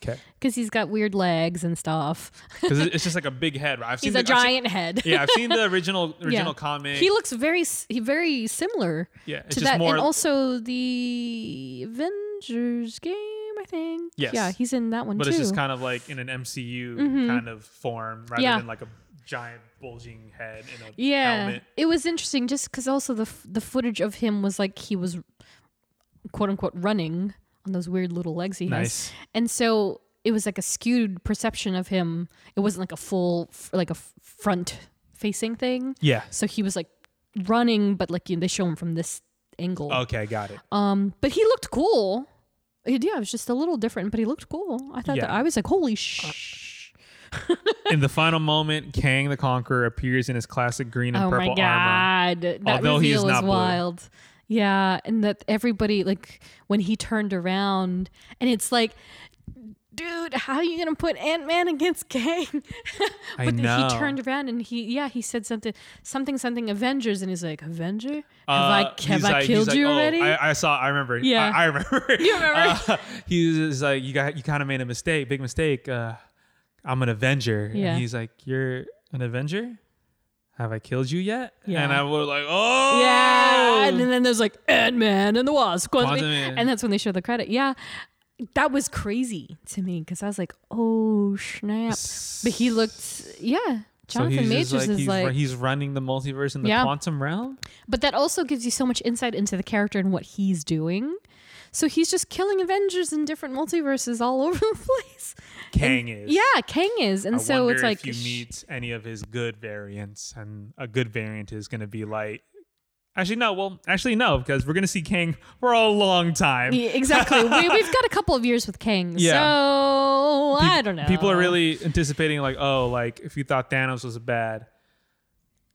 Speaker 3: Okay.
Speaker 4: Because he's got weird legs and stuff.
Speaker 3: Because it's just like a big head, right? I've
Speaker 4: He's
Speaker 3: the,
Speaker 4: a
Speaker 3: I've seen-
Speaker 4: giant head.
Speaker 3: yeah, I've seen the original original comic.
Speaker 4: He looks very s- he very similar
Speaker 3: Yeah, it's
Speaker 4: to
Speaker 3: just
Speaker 4: that,
Speaker 3: more-
Speaker 4: and also the Avengers game, I think.
Speaker 3: Yes.
Speaker 4: Yeah, he's in that one
Speaker 3: but
Speaker 4: too. Mm-hmm.
Speaker 3: it's just kind of like in an MCU kind of form rather
Speaker 4: Yeah.
Speaker 3: than like a giant bulging head in a
Speaker 4: yeah,
Speaker 3: helmet.
Speaker 4: it was interesting just because also the f- the footage of him was like he was quote unquote running on those weird little legs he
Speaker 3: Nice.
Speaker 4: has, and so it was like a skewed perception of him. It wasn't like a full f- like a f- front facing thing.
Speaker 3: Yeah.
Speaker 4: So he was like running, but like you they show him from this angle.
Speaker 3: Okay, got it.
Speaker 4: Um, but he looked cool. He- Yeah, it was just a little different, but he looked cool. I thought
Speaker 3: Yeah.
Speaker 4: that I was like, holy sh!
Speaker 3: in the final moment, Kang the Conqueror appears in his classic green and
Speaker 4: oh my
Speaker 3: purple
Speaker 4: god,
Speaker 3: armor.
Speaker 4: that
Speaker 3: Although he is
Speaker 4: reveal was
Speaker 3: not blue.
Speaker 4: wild. Yeah, and that everybody like when he turned around, and it's like, dude, how are you gonna put Ant Man against Kang? but
Speaker 3: I
Speaker 4: then
Speaker 3: know.
Speaker 4: he turned around and he yeah he said something something something Avengers, and he's like Avenger.
Speaker 3: Uh,
Speaker 4: Have I have
Speaker 3: he's
Speaker 4: I
Speaker 3: like- he's
Speaker 4: killed
Speaker 3: like,
Speaker 4: you
Speaker 3: "Oh,
Speaker 4: already?
Speaker 3: I, I saw. I remember.
Speaker 4: Yeah.
Speaker 3: I, I remember.
Speaker 4: You remember?
Speaker 3: Uh, he was like, "You got. You kind of made a mistake. Big mistake. Uh, I'm an Avenger."
Speaker 4: Yeah.
Speaker 3: And he's like, "You're an Avenger? Have I killed you yet?"
Speaker 4: Yeah.
Speaker 3: And I was like, "Oh,
Speaker 4: Yeah. And then there's like Ant Man and the Wasp. Quantum-
Speaker 3: Quantum Man.
Speaker 4: And that's when they show the credit. Yeah. That was crazy to me because I was like, oh, snap. But he looked, yeah.
Speaker 3: So
Speaker 4: Jonathan
Speaker 3: he's
Speaker 4: Majors
Speaker 3: just like,
Speaker 4: is
Speaker 3: he's,
Speaker 4: like,
Speaker 3: he's running the multiverse in the
Speaker 4: Yeah.
Speaker 3: quantum realm.
Speaker 4: but that also gives you so much insight into the character and what he's doing. So he's just killing Avengers in different multiverses all over the place.
Speaker 3: Kang is.
Speaker 4: Yeah, Kang is, and
Speaker 3: I
Speaker 4: so
Speaker 3: wonder
Speaker 4: it's like
Speaker 3: if you
Speaker 4: sh-
Speaker 3: meet any of his good variants, and a good variant is going to be like. Actually no, well, actually no, because we're gonna see Kang for a long time.
Speaker 4: Yeah, exactly. we, we've got a couple of years with Kang,
Speaker 3: Yeah.
Speaker 4: so
Speaker 3: Pe-
Speaker 4: I don't know.
Speaker 3: People are really anticipating like, oh, like if you thought Thanos was bad,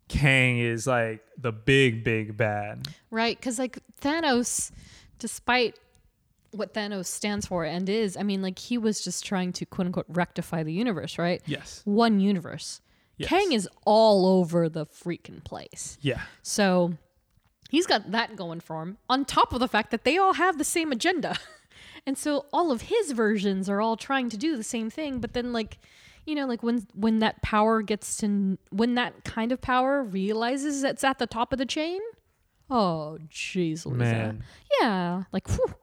Speaker 3: Kang is like the big, big bad.
Speaker 4: Right, because like Thanos, despite what Thanos stands for and is, I mean, like he was just trying to quote unquote rectify the universe, right?
Speaker 3: Yes.
Speaker 4: One universe.
Speaker 3: Yes.
Speaker 4: Kang is all over the freaking place.
Speaker 3: Yeah.
Speaker 4: So he's got that going for him, on top of the fact that they all have the same agenda. and so all of his versions are all trying to do the same thing, but then like you know, like when when that power gets to when that kind of power realizes it's at the top of the chain, oh jeez, Louisa.
Speaker 3: Man.
Speaker 4: yeah, like whew,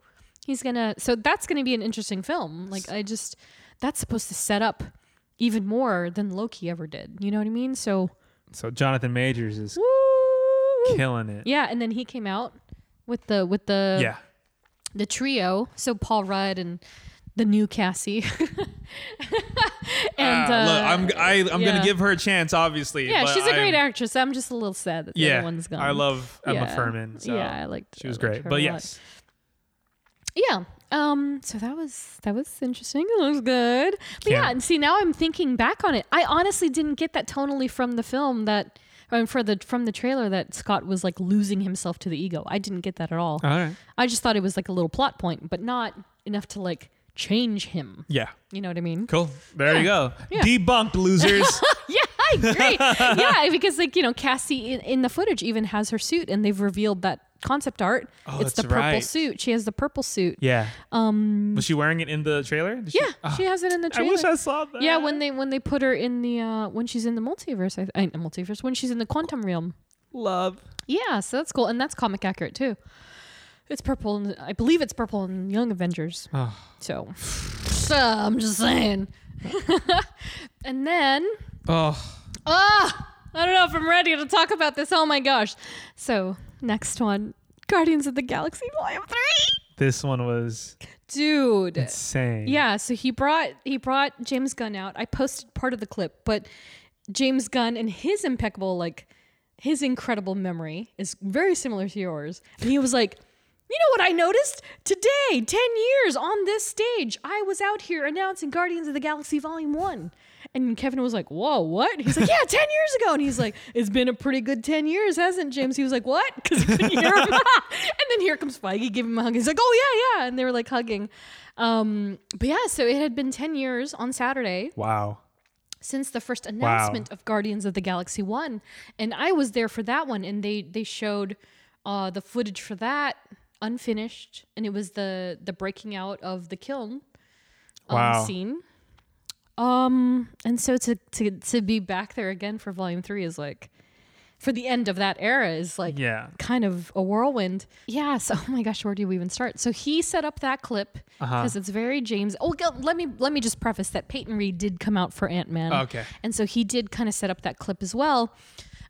Speaker 4: he's gonna. So that's gonna be an interesting film. Like I just, that's supposed to set up even more than Loki ever did. You know what I mean? So,
Speaker 3: So Jonathan Majors is
Speaker 4: woo!
Speaker 3: killing it.
Speaker 4: Yeah, and then he came out with the with the
Speaker 3: Yeah.
Speaker 4: the trio. So Paul Rudd and the new Cassie. and
Speaker 3: Ah,
Speaker 4: uh,
Speaker 3: look, I'm I, I'm
Speaker 4: yeah.
Speaker 3: gonna give her a chance, obviously.
Speaker 4: yeah,
Speaker 3: but
Speaker 4: she's a great
Speaker 3: I'm-
Speaker 4: actress. I'm just a little sad that the
Speaker 3: Yeah,
Speaker 4: other one's gone.
Speaker 3: I love Emma
Speaker 4: Yeah.
Speaker 3: Furman. So
Speaker 4: Yeah, I liked.
Speaker 3: she was
Speaker 4: I liked
Speaker 3: great.
Speaker 4: her
Speaker 3: But
Speaker 4: a lot.
Speaker 3: yes,
Speaker 4: Yeah. Um. So that was that was interesting. It was good. But yeah.
Speaker 3: Can't-
Speaker 4: And see, now I'm thinking back on it. I honestly didn't get that tonally from the film that. I mean, for the from the trailer that Scott was like losing himself to the ego. I didn't get that at all.
Speaker 3: all right.
Speaker 4: I just thought it was like a little plot point, but not enough to like change him.
Speaker 3: Yeah.
Speaker 4: You know what I mean?
Speaker 3: Cool. There you go. Debunked losers.
Speaker 4: Yeah, I agree. yeah, because like you know, Cassie in, in the footage even has her suit, and they've revealed that concept art.
Speaker 3: Oh,
Speaker 4: it's the
Speaker 3: that's
Speaker 4: purple
Speaker 3: right.
Speaker 4: suit. She has the purple suit.
Speaker 3: yeah. Um. Was she wearing it in the trailer? Did she-
Speaker 4: Yeah, she has it in the
Speaker 3: Ah, I
Speaker 4: trailer.
Speaker 3: wish I saw that.
Speaker 4: yeah, when they when they put her in the uh when she's in the multiverse, I, I multiverse when she's in the quantum realm.
Speaker 3: love.
Speaker 4: Yeah, so that's cool, and that's comic accurate too. It's purple, and I believe it's purple in Young Avengers. So, so I'm just saying. and then,
Speaker 3: Oh.
Speaker 4: ah, I don't know if I'm ready to talk about this. Oh my gosh! So next one, Guardians of the Galaxy Volume Three,
Speaker 3: This one was
Speaker 4: dude.
Speaker 3: insane.
Speaker 4: Yeah, so he brought he brought James Gunn out. I posted part of the clip, but James Gunn and his impeccable like his incredible memory is very similar to yours. And he was like, You know what I noticed? Today, 10 years on this stage, I was out here announcing Guardians of the Galaxy Volume 1. And Kevin was like, Whoa, what? He's like, Yeah, 10 years ago. And he's like, It's been a pretty good 10 years, hasn't it, James? He was like, What? Because he couldn't hear him. and then here comes Feige, give him a hug. He's like, Oh, yeah, yeah. And they were like hugging. Um, but yeah, so it had been 10 years on Saturday
Speaker 3: Wow.
Speaker 4: since the first announcement of Guardians of the Galaxy 1. And I was there for that one and they they showed uh, the footage for that unfinished and it was the the breaking out of the kiln um,
Speaker 3: Wow.
Speaker 4: scene. Um and so to to to be back there again for volume 3 is like for the end of that era is like
Speaker 3: Yeah.
Speaker 4: kind of a whirlwind. Yeah. So, oh my gosh, where do we even start? So he set up that clip
Speaker 3: Uh-huh.
Speaker 4: because it's very James. Oh, go- let me let me just preface that Peyton Reed did come out for Ant Man.
Speaker 3: Okay.
Speaker 4: And so he did kind of set up that clip as well.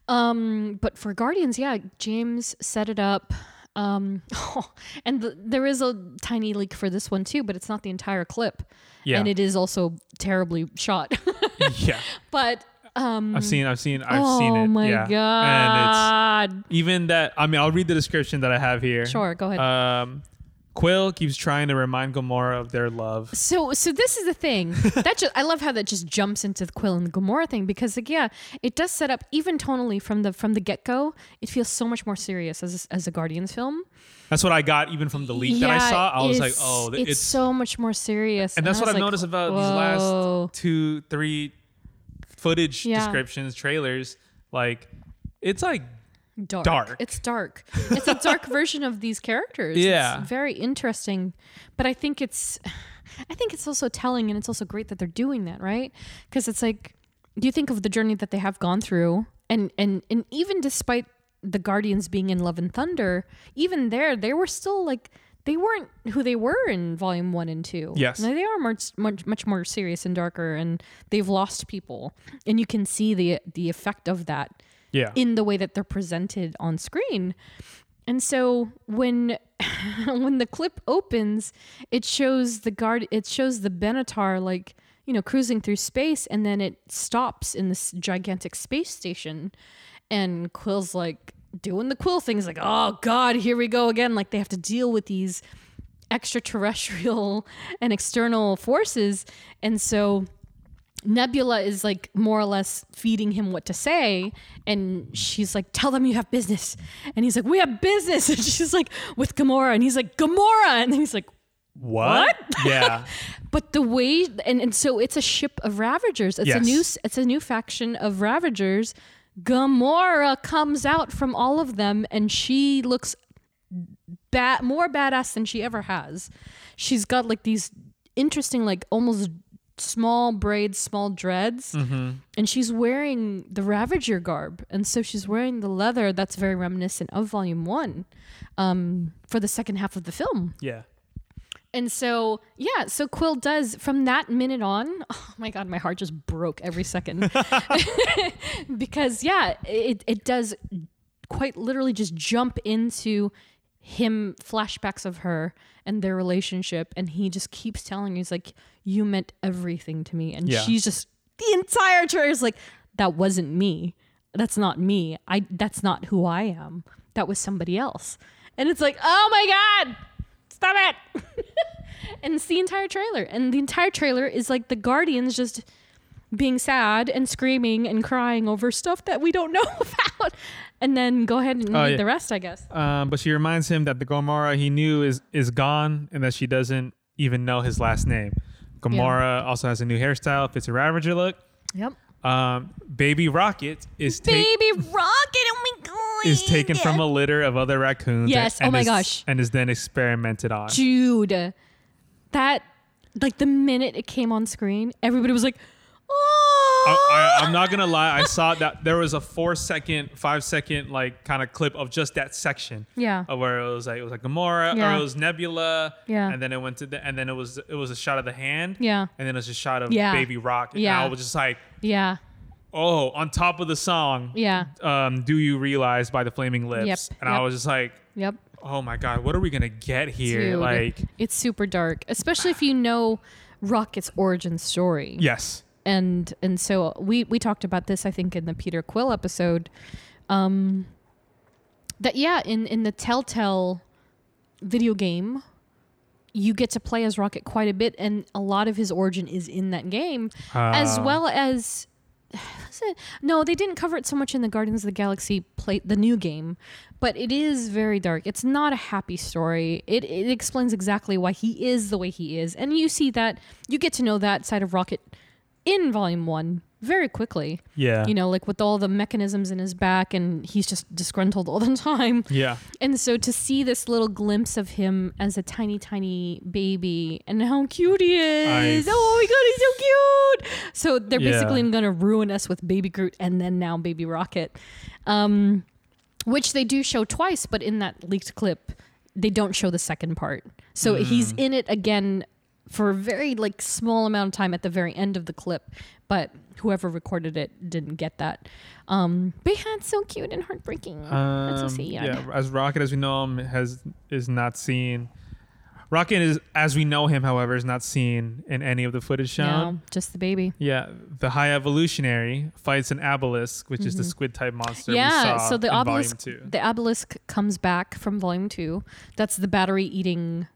Speaker 4: Um, but for Guardians, yeah, James set it up. Um, and the, there is a tiny leak for this one too, but it's not the entire clip.
Speaker 3: Yeah.
Speaker 4: And it is also terribly shot.
Speaker 3: Yeah.
Speaker 4: but um,
Speaker 3: I've seen. I've seen. I've
Speaker 4: oh
Speaker 3: seen it.
Speaker 4: my
Speaker 3: yeah. And
Speaker 4: god!
Speaker 3: it's even that. I mean, I'll read the description that I have here.
Speaker 4: Sure, go ahead.
Speaker 3: Um, Quill keeps trying to remind Gamora of their love.
Speaker 4: So, so this is the thing that just, I love how that just jumps into the Quill and the Gamora thing because, like, yeah, it does set up even tonally from the from the get go. It feels so much more serious as a, as a Guardians film.
Speaker 3: That's what I got even from the leak
Speaker 4: yeah,
Speaker 3: that I saw. I was like,
Speaker 4: it's-
Speaker 3: oh, th-
Speaker 4: it's, so much more serious.
Speaker 3: And that's
Speaker 4: I
Speaker 3: what
Speaker 4: was
Speaker 3: I've
Speaker 4: like,
Speaker 3: noticed about
Speaker 4: whoa.
Speaker 3: these last two, three footage
Speaker 4: Yeah.
Speaker 3: descriptions, trailers. Like, it's like,
Speaker 4: dark.
Speaker 3: Dark.
Speaker 4: It's dark. It's a dark version of these characters.
Speaker 3: Yeah.
Speaker 4: It's very interesting. But I think it's I think it's also telling and it's also great that they're doing that, right? Because it's like you think of the journey that they have gone through and and and even despite the Guardians being in Love and Thunder, even there they were still like they weren't who they were in volume 1 and 2.
Speaker 3: Yes.
Speaker 4: Now, they are much, much much more serious and darker and they've lost people and you can see the the effect of that
Speaker 3: yeah.
Speaker 4: in the way that they're presented on screen. And so when when the clip opens, it shows the guard it shows the Benatar like, you know, cruising through space and then it stops in this gigantic space station and Quill's like doing the Quill thing. He's like, "Oh god, here we go again." Like they have to deal with these extraterrestrial and external forces. And so Nebula is like more or less feeding him what to say. And she's like, Tell them you have business. And he's like, We have business. And she's like, With Gamora. And he's like, Gamora. And he's like,
Speaker 3: what? yeah.
Speaker 4: but the way and, and so it's a ship of ravagers it's a
Speaker 3: Yes.
Speaker 4: new s- it's a new faction of ravagers gamora comes out from all of them and she looks ba- more badass than she ever has she's got like these interesting like almost small braids small dreads and she's wearing the ravager garb and so she's wearing the leather that's very reminiscent of volume one um, for the second half of the film
Speaker 3: Yeah.
Speaker 4: and so, yeah, so Quill does from that minute on. Oh my God, my heart just broke every second. because, yeah, it, it does quite literally just jump into him flashbacks of her and their relationship. And he just keeps telling her, he's like, You meant everything to me. And
Speaker 3: Yeah.
Speaker 4: she's just the entire trailer is like, That wasn't me. That's not me. I that's not who I am. That was somebody else. And it's like, oh my God, stop it. and it's the entire trailer. And the entire trailer is like the Guardians just being sad and screaming and crying over stuff that we don't know about. And then go ahead and
Speaker 3: Oh,
Speaker 4: read
Speaker 3: yeah.
Speaker 4: the rest, I guess.
Speaker 3: Um, but she reminds him that the Gomorrah he knew is is gone and that she doesn't even know his last name. Gomorrah also has a new hairstyle, fits a Ravager look.
Speaker 4: Yep.
Speaker 3: Um, Baby Rocket is taken.
Speaker 4: Baby Rocket, oh my God.
Speaker 3: is taken from a litter of other raccoons.
Speaker 4: Yes,
Speaker 3: and
Speaker 4: oh my
Speaker 3: is-
Speaker 4: gosh.
Speaker 3: And is then experimented on.
Speaker 4: Dude, that, like the minute it came on screen, everybody was like, oh.
Speaker 3: I, I, I'm not gonna lie. I saw that there was a four second, five second, like kind of clip of just that section.
Speaker 4: Yeah.
Speaker 3: Of where it was like it was like Gamora,
Speaker 4: Yeah.
Speaker 3: or it was Nebula.
Speaker 4: Yeah.
Speaker 3: And then it went to the, and then it was it was a shot of the hand.
Speaker 4: Yeah.
Speaker 3: And then it was a shot of
Speaker 4: Yeah.
Speaker 3: Baby Rock. And
Speaker 4: Yeah.
Speaker 3: I was just like,
Speaker 4: yeah.
Speaker 3: oh, on top of the song.
Speaker 4: Yeah.
Speaker 3: Um, do you realize by the Flaming Lips?
Speaker 4: Yep,
Speaker 3: And I
Speaker 4: yep.
Speaker 3: was just like,
Speaker 4: Yep.
Speaker 3: oh my god, what are we gonna get here?
Speaker 4: Dude,
Speaker 3: Like,
Speaker 4: it's super dark, especially if you know Rocket's origin story.
Speaker 3: yes.
Speaker 4: and and so we we talked about this I think in the Peter Quill episode um that yeah in in the telltale video game, you get to play as Rocket quite a bit, and a lot of his origin is in that game, as well as. was it- No, they didn't cover it so much in the Guardians of the Galaxy play the new game, but it is very dark. It's not a happy story. It it explains exactly why he is the way he is, and you see that you get to know that side of Rocket in Volume One very quickly.
Speaker 3: Yeah.
Speaker 4: you know, like with all the mechanisms in his back, and he's just disgruntled all the time.
Speaker 3: Yeah.
Speaker 4: And so to see this little glimpse of him as a tiny, tiny baby and how cute he is.
Speaker 3: I-
Speaker 4: Oh my God, he's so cute. So they're
Speaker 3: Yeah.
Speaker 4: basically going to ruin us with Baby Groot and then now Baby Rocket, um, which they do show twice, but in that leaked clip, they don't show the second part. So
Speaker 3: Hmm.
Speaker 4: he's in it again for a very like small amount of time at the very end of the clip but whoever recorded it didn't get that um but yeah it's so cute and heartbreaking that's so
Speaker 3: Um,
Speaker 4: sad.
Speaker 3: yeah, as Rocket as we know him has is not seen. Rocket is as we know him, however, is not seen in any of the footage shown.
Speaker 4: No, just the baby.
Speaker 3: Yeah, the high evolutionary fights an obelisk, which is the squid type monster.
Speaker 4: Mm-hmm. yeah,
Speaker 3: we saw
Speaker 4: so the
Speaker 3: in volume
Speaker 4: obelisk
Speaker 3: two.
Speaker 4: the obelisk comes back from volume 2. That's the battery eating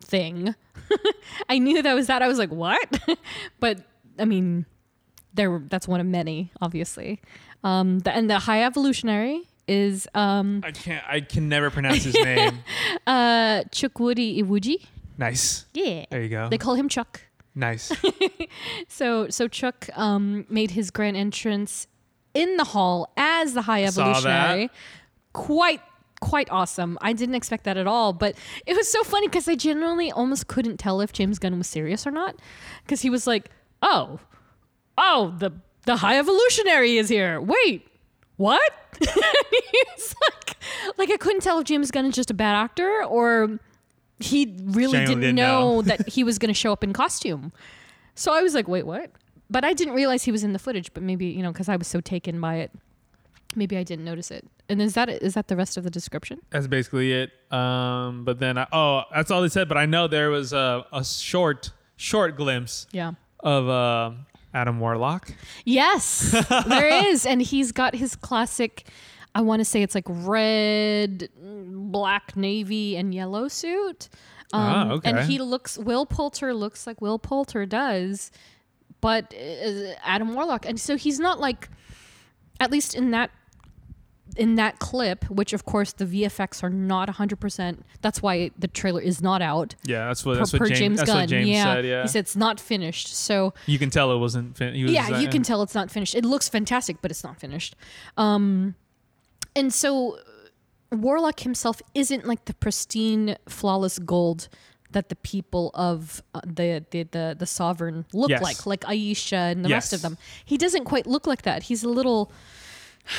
Speaker 4: thing. I knew that was that. I was like, "What?" but I mean, there were- that's one of many, obviously. Um the, and the high evolutionary is um
Speaker 3: I can't. I can never pronounce his name.
Speaker 4: uh Chukwudi Iwuji.
Speaker 3: Nice.
Speaker 4: Yeah.
Speaker 3: There you go.
Speaker 4: They call him Chuck.
Speaker 3: nice.
Speaker 4: So so Chuck um, made his grand entrance in the hall as the High
Speaker 3: Saw
Speaker 4: Evolutionary. Quite quite awesome. I didn't expect that at all, but it was so funny because I genuinely almost couldn't tell if James Gunn was serious or not because he was like, "Oh, oh, the the High Evolutionary is here. Wait." What? And he was like, like I couldn't tell if James Gunn is just a bad actor or he really
Speaker 3: Genuinely
Speaker 4: didn't,
Speaker 3: didn't
Speaker 4: know,
Speaker 3: know.
Speaker 4: that he was going to show up in costume. So I was like, wait, what? But I didn't realize he was in the footage. But maybe you know, because I was so taken by it, maybe I didn't notice it. And is that is that the rest of the description?
Speaker 3: That's basically it. Um, but then I, oh, that's all they said. But I know there was a, a short, short glimpse
Speaker 4: Yeah.
Speaker 3: of uh, Adam Warlock.
Speaker 4: Yes, there is, and he's got his classic. I want to say it's like red, black, navy, and yellow suit. Um,
Speaker 3: Ah, okay.
Speaker 4: And he looks. Will Poulter looks like Will Poulter does, but uh, Adam Warlock, and so he's not like, at least in that. In that clip, which of course the VFX are not 100%, that's why the trailer is not out.
Speaker 3: Yeah, that's what
Speaker 4: Per,
Speaker 3: that's
Speaker 4: per
Speaker 3: what James,
Speaker 4: James,
Speaker 3: that's
Speaker 4: Gunn,
Speaker 3: what James
Speaker 4: yeah.
Speaker 3: said. Yeah,
Speaker 4: he said it's not finished. So
Speaker 3: you can tell it wasn't. Fin- he was
Speaker 4: yeah, you
Speaker 3: design-
Speaker 4: can tell it's not finished. It looks fantastic, but it's not finished. Um, and so uh, Warlock himself isn't like the pristine, flawless gold that the people of uh, the, the the the sovereign look
Speaker 3: Yes.
Speaker 4: like, like Aisha and the rest of
Speaker 3: Yes.
Speaker 4: them. He doesn't quite look like that. He's a little.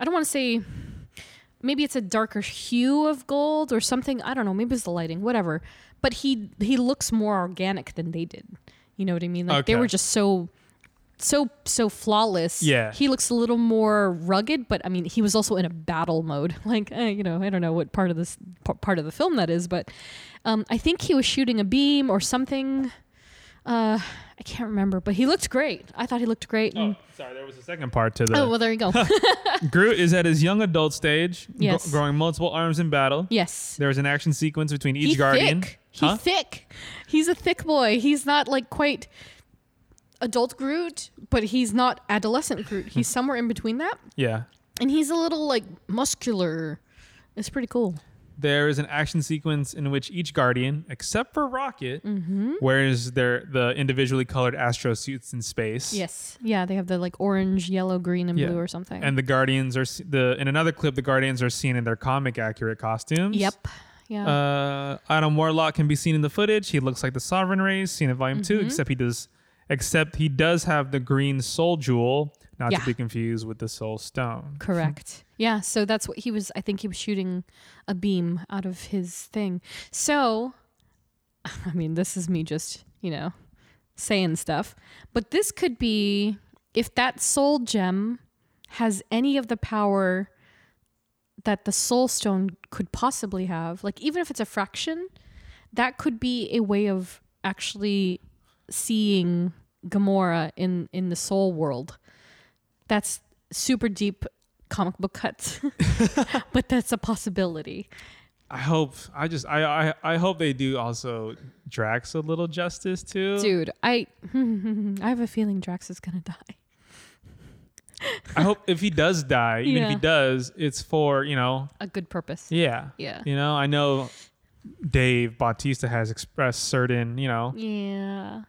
Speaker 4: I don't want to say. Maybe it's a darker hue of gold or something. I don't know. Maybe it's the lighting, whatever. But he he looks more organic than they did. You know what I mean? Like they
Speaker 3: Okay.
Speaker 4: were just so so so flawless.
Speaker 3: Yeah.
Speaker 4: he looks a little more rugged, but I mean, he was also in a battle mode. Like, eh, you know, I don't know what part of this p- part of the film that is, but um, I think he was shooting a beam or something. Uh, I can't remember, but he looked great. I thought he looked great.
Speaker 3: Oh.
Speaker 4: And,
Speaker 3: Sorry, there was a second part to
Speaker 4: oh.
Speaker 3: the.
Speaker 4: well, there you go.
Speaker 3: Groot is at his young adult stage, gro-
Speaker 4: Yes.
Speaker 3: growing multiple arms in battle.
Speaker 4: yes,
Speaker 3: There was an action sequence between each
Speaker 4: he's
Speaker 3: guardian.
Speaker 4: thick. He's thick. He's a thick boy. He's not like quite adult Groot, but he's not adolescent Groot. He's somewhere in between that,
Speaker 3: Yeah.
Speaker 4: and he's a little like muscular. It's pretty cool.
Speaker 3: There is an action sequence in which each guardian, except for Rocket,
Speaker 4: Mm-hmm.
Speaker 3: wears their the individually colored astro suits in space.
Speaker 4: Yes. Yeah, they have the like orange, yellow, green, and blue or something.
Speaker 3: And the Guardians are se- the in another clip the Guardians are seen in their comic accurate costumes.
Speaker 4: yep. Yeah.
Speaker 3: Uh, Adam Warlock can be seen in the footage. He looks like the Sovereign Rays seen in Volume Two,
Speaker 4: Mm-hmm.
Speaker 3: except he does except he does have the green Soul Jewel, not
Speaker 4: Yeah.
Speaker 3: to be confused with the Soul Stone.
Speaker 4: Correct. yeah. So that's what he was. I think he was shooting a beam out of his thing. So, I mean, this is me just, you know, saying stuff. But this could be if that soul gem has any of the power that the soul stone could possibly have, like even if it's a fraction, that could be a way of actually seeing Gamora in in the soul world. That's super deep comic book cuts, but that's a possibility.
Speaker 3: I hope I just I, I I hope they do also Drax a little justice too.
Speaker 4: Dude, I I have a feeling Drax is gonna die.
Speaker 3: I hope if he does die, even if
Speaker 4: Yeah.
Speaker 3: he does, it's for you know
Speaker 4: A good purpose.
Speaker 3: yeah
Speaker 4: Yeah.
Speaker 3: you know I know Dave Bautista has expressed certain you know
Speaker 4: Yeah.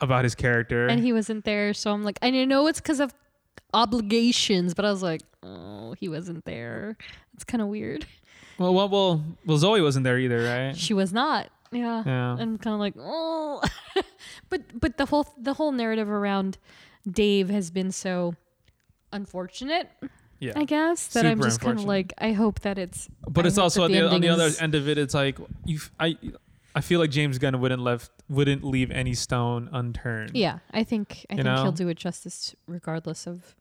Speaker 3: about his character
Speaker 4: And he wasn't there, so I'm like, and I know it's because of obligations, but I was like, oh, he wasn't there. It's kind of weird.
Speaker 3: well well well well Zoe wasn't there either right
Speaker 4: She was not. Yeah.
Speaker 3: Yeah.
Speaker 4: And I'm kind of like, oh, but but the whole the whole narrative around Dave has been so unfortunate.
Speaker 3: yeah
Speaker 4: I guess that I'm
Speaker 3: Super
Speaker 4: just kind of
Speaker 3: unfortunate.
Speaker 4: like, I hope that it's.
Speaker 3: but
Speaker 4: I
Speaker 3: it's
Speaker 4: hope
Speaker 3: also
Speaker 4: that
Speaker 3: on the, on the
Speaker 4: ending
Speaker 3: other
Speaker 4: is-
Speaker 3: end of it it's like you f- I I feel like James Gunn wouldn't left wouldn't leave any stone unturned
Speaker 4: Yeah, I think I
Speaker 3: You
Speaker 4: think
Speaker 3: know?
Speaker 4: he'll do it justice, regardless of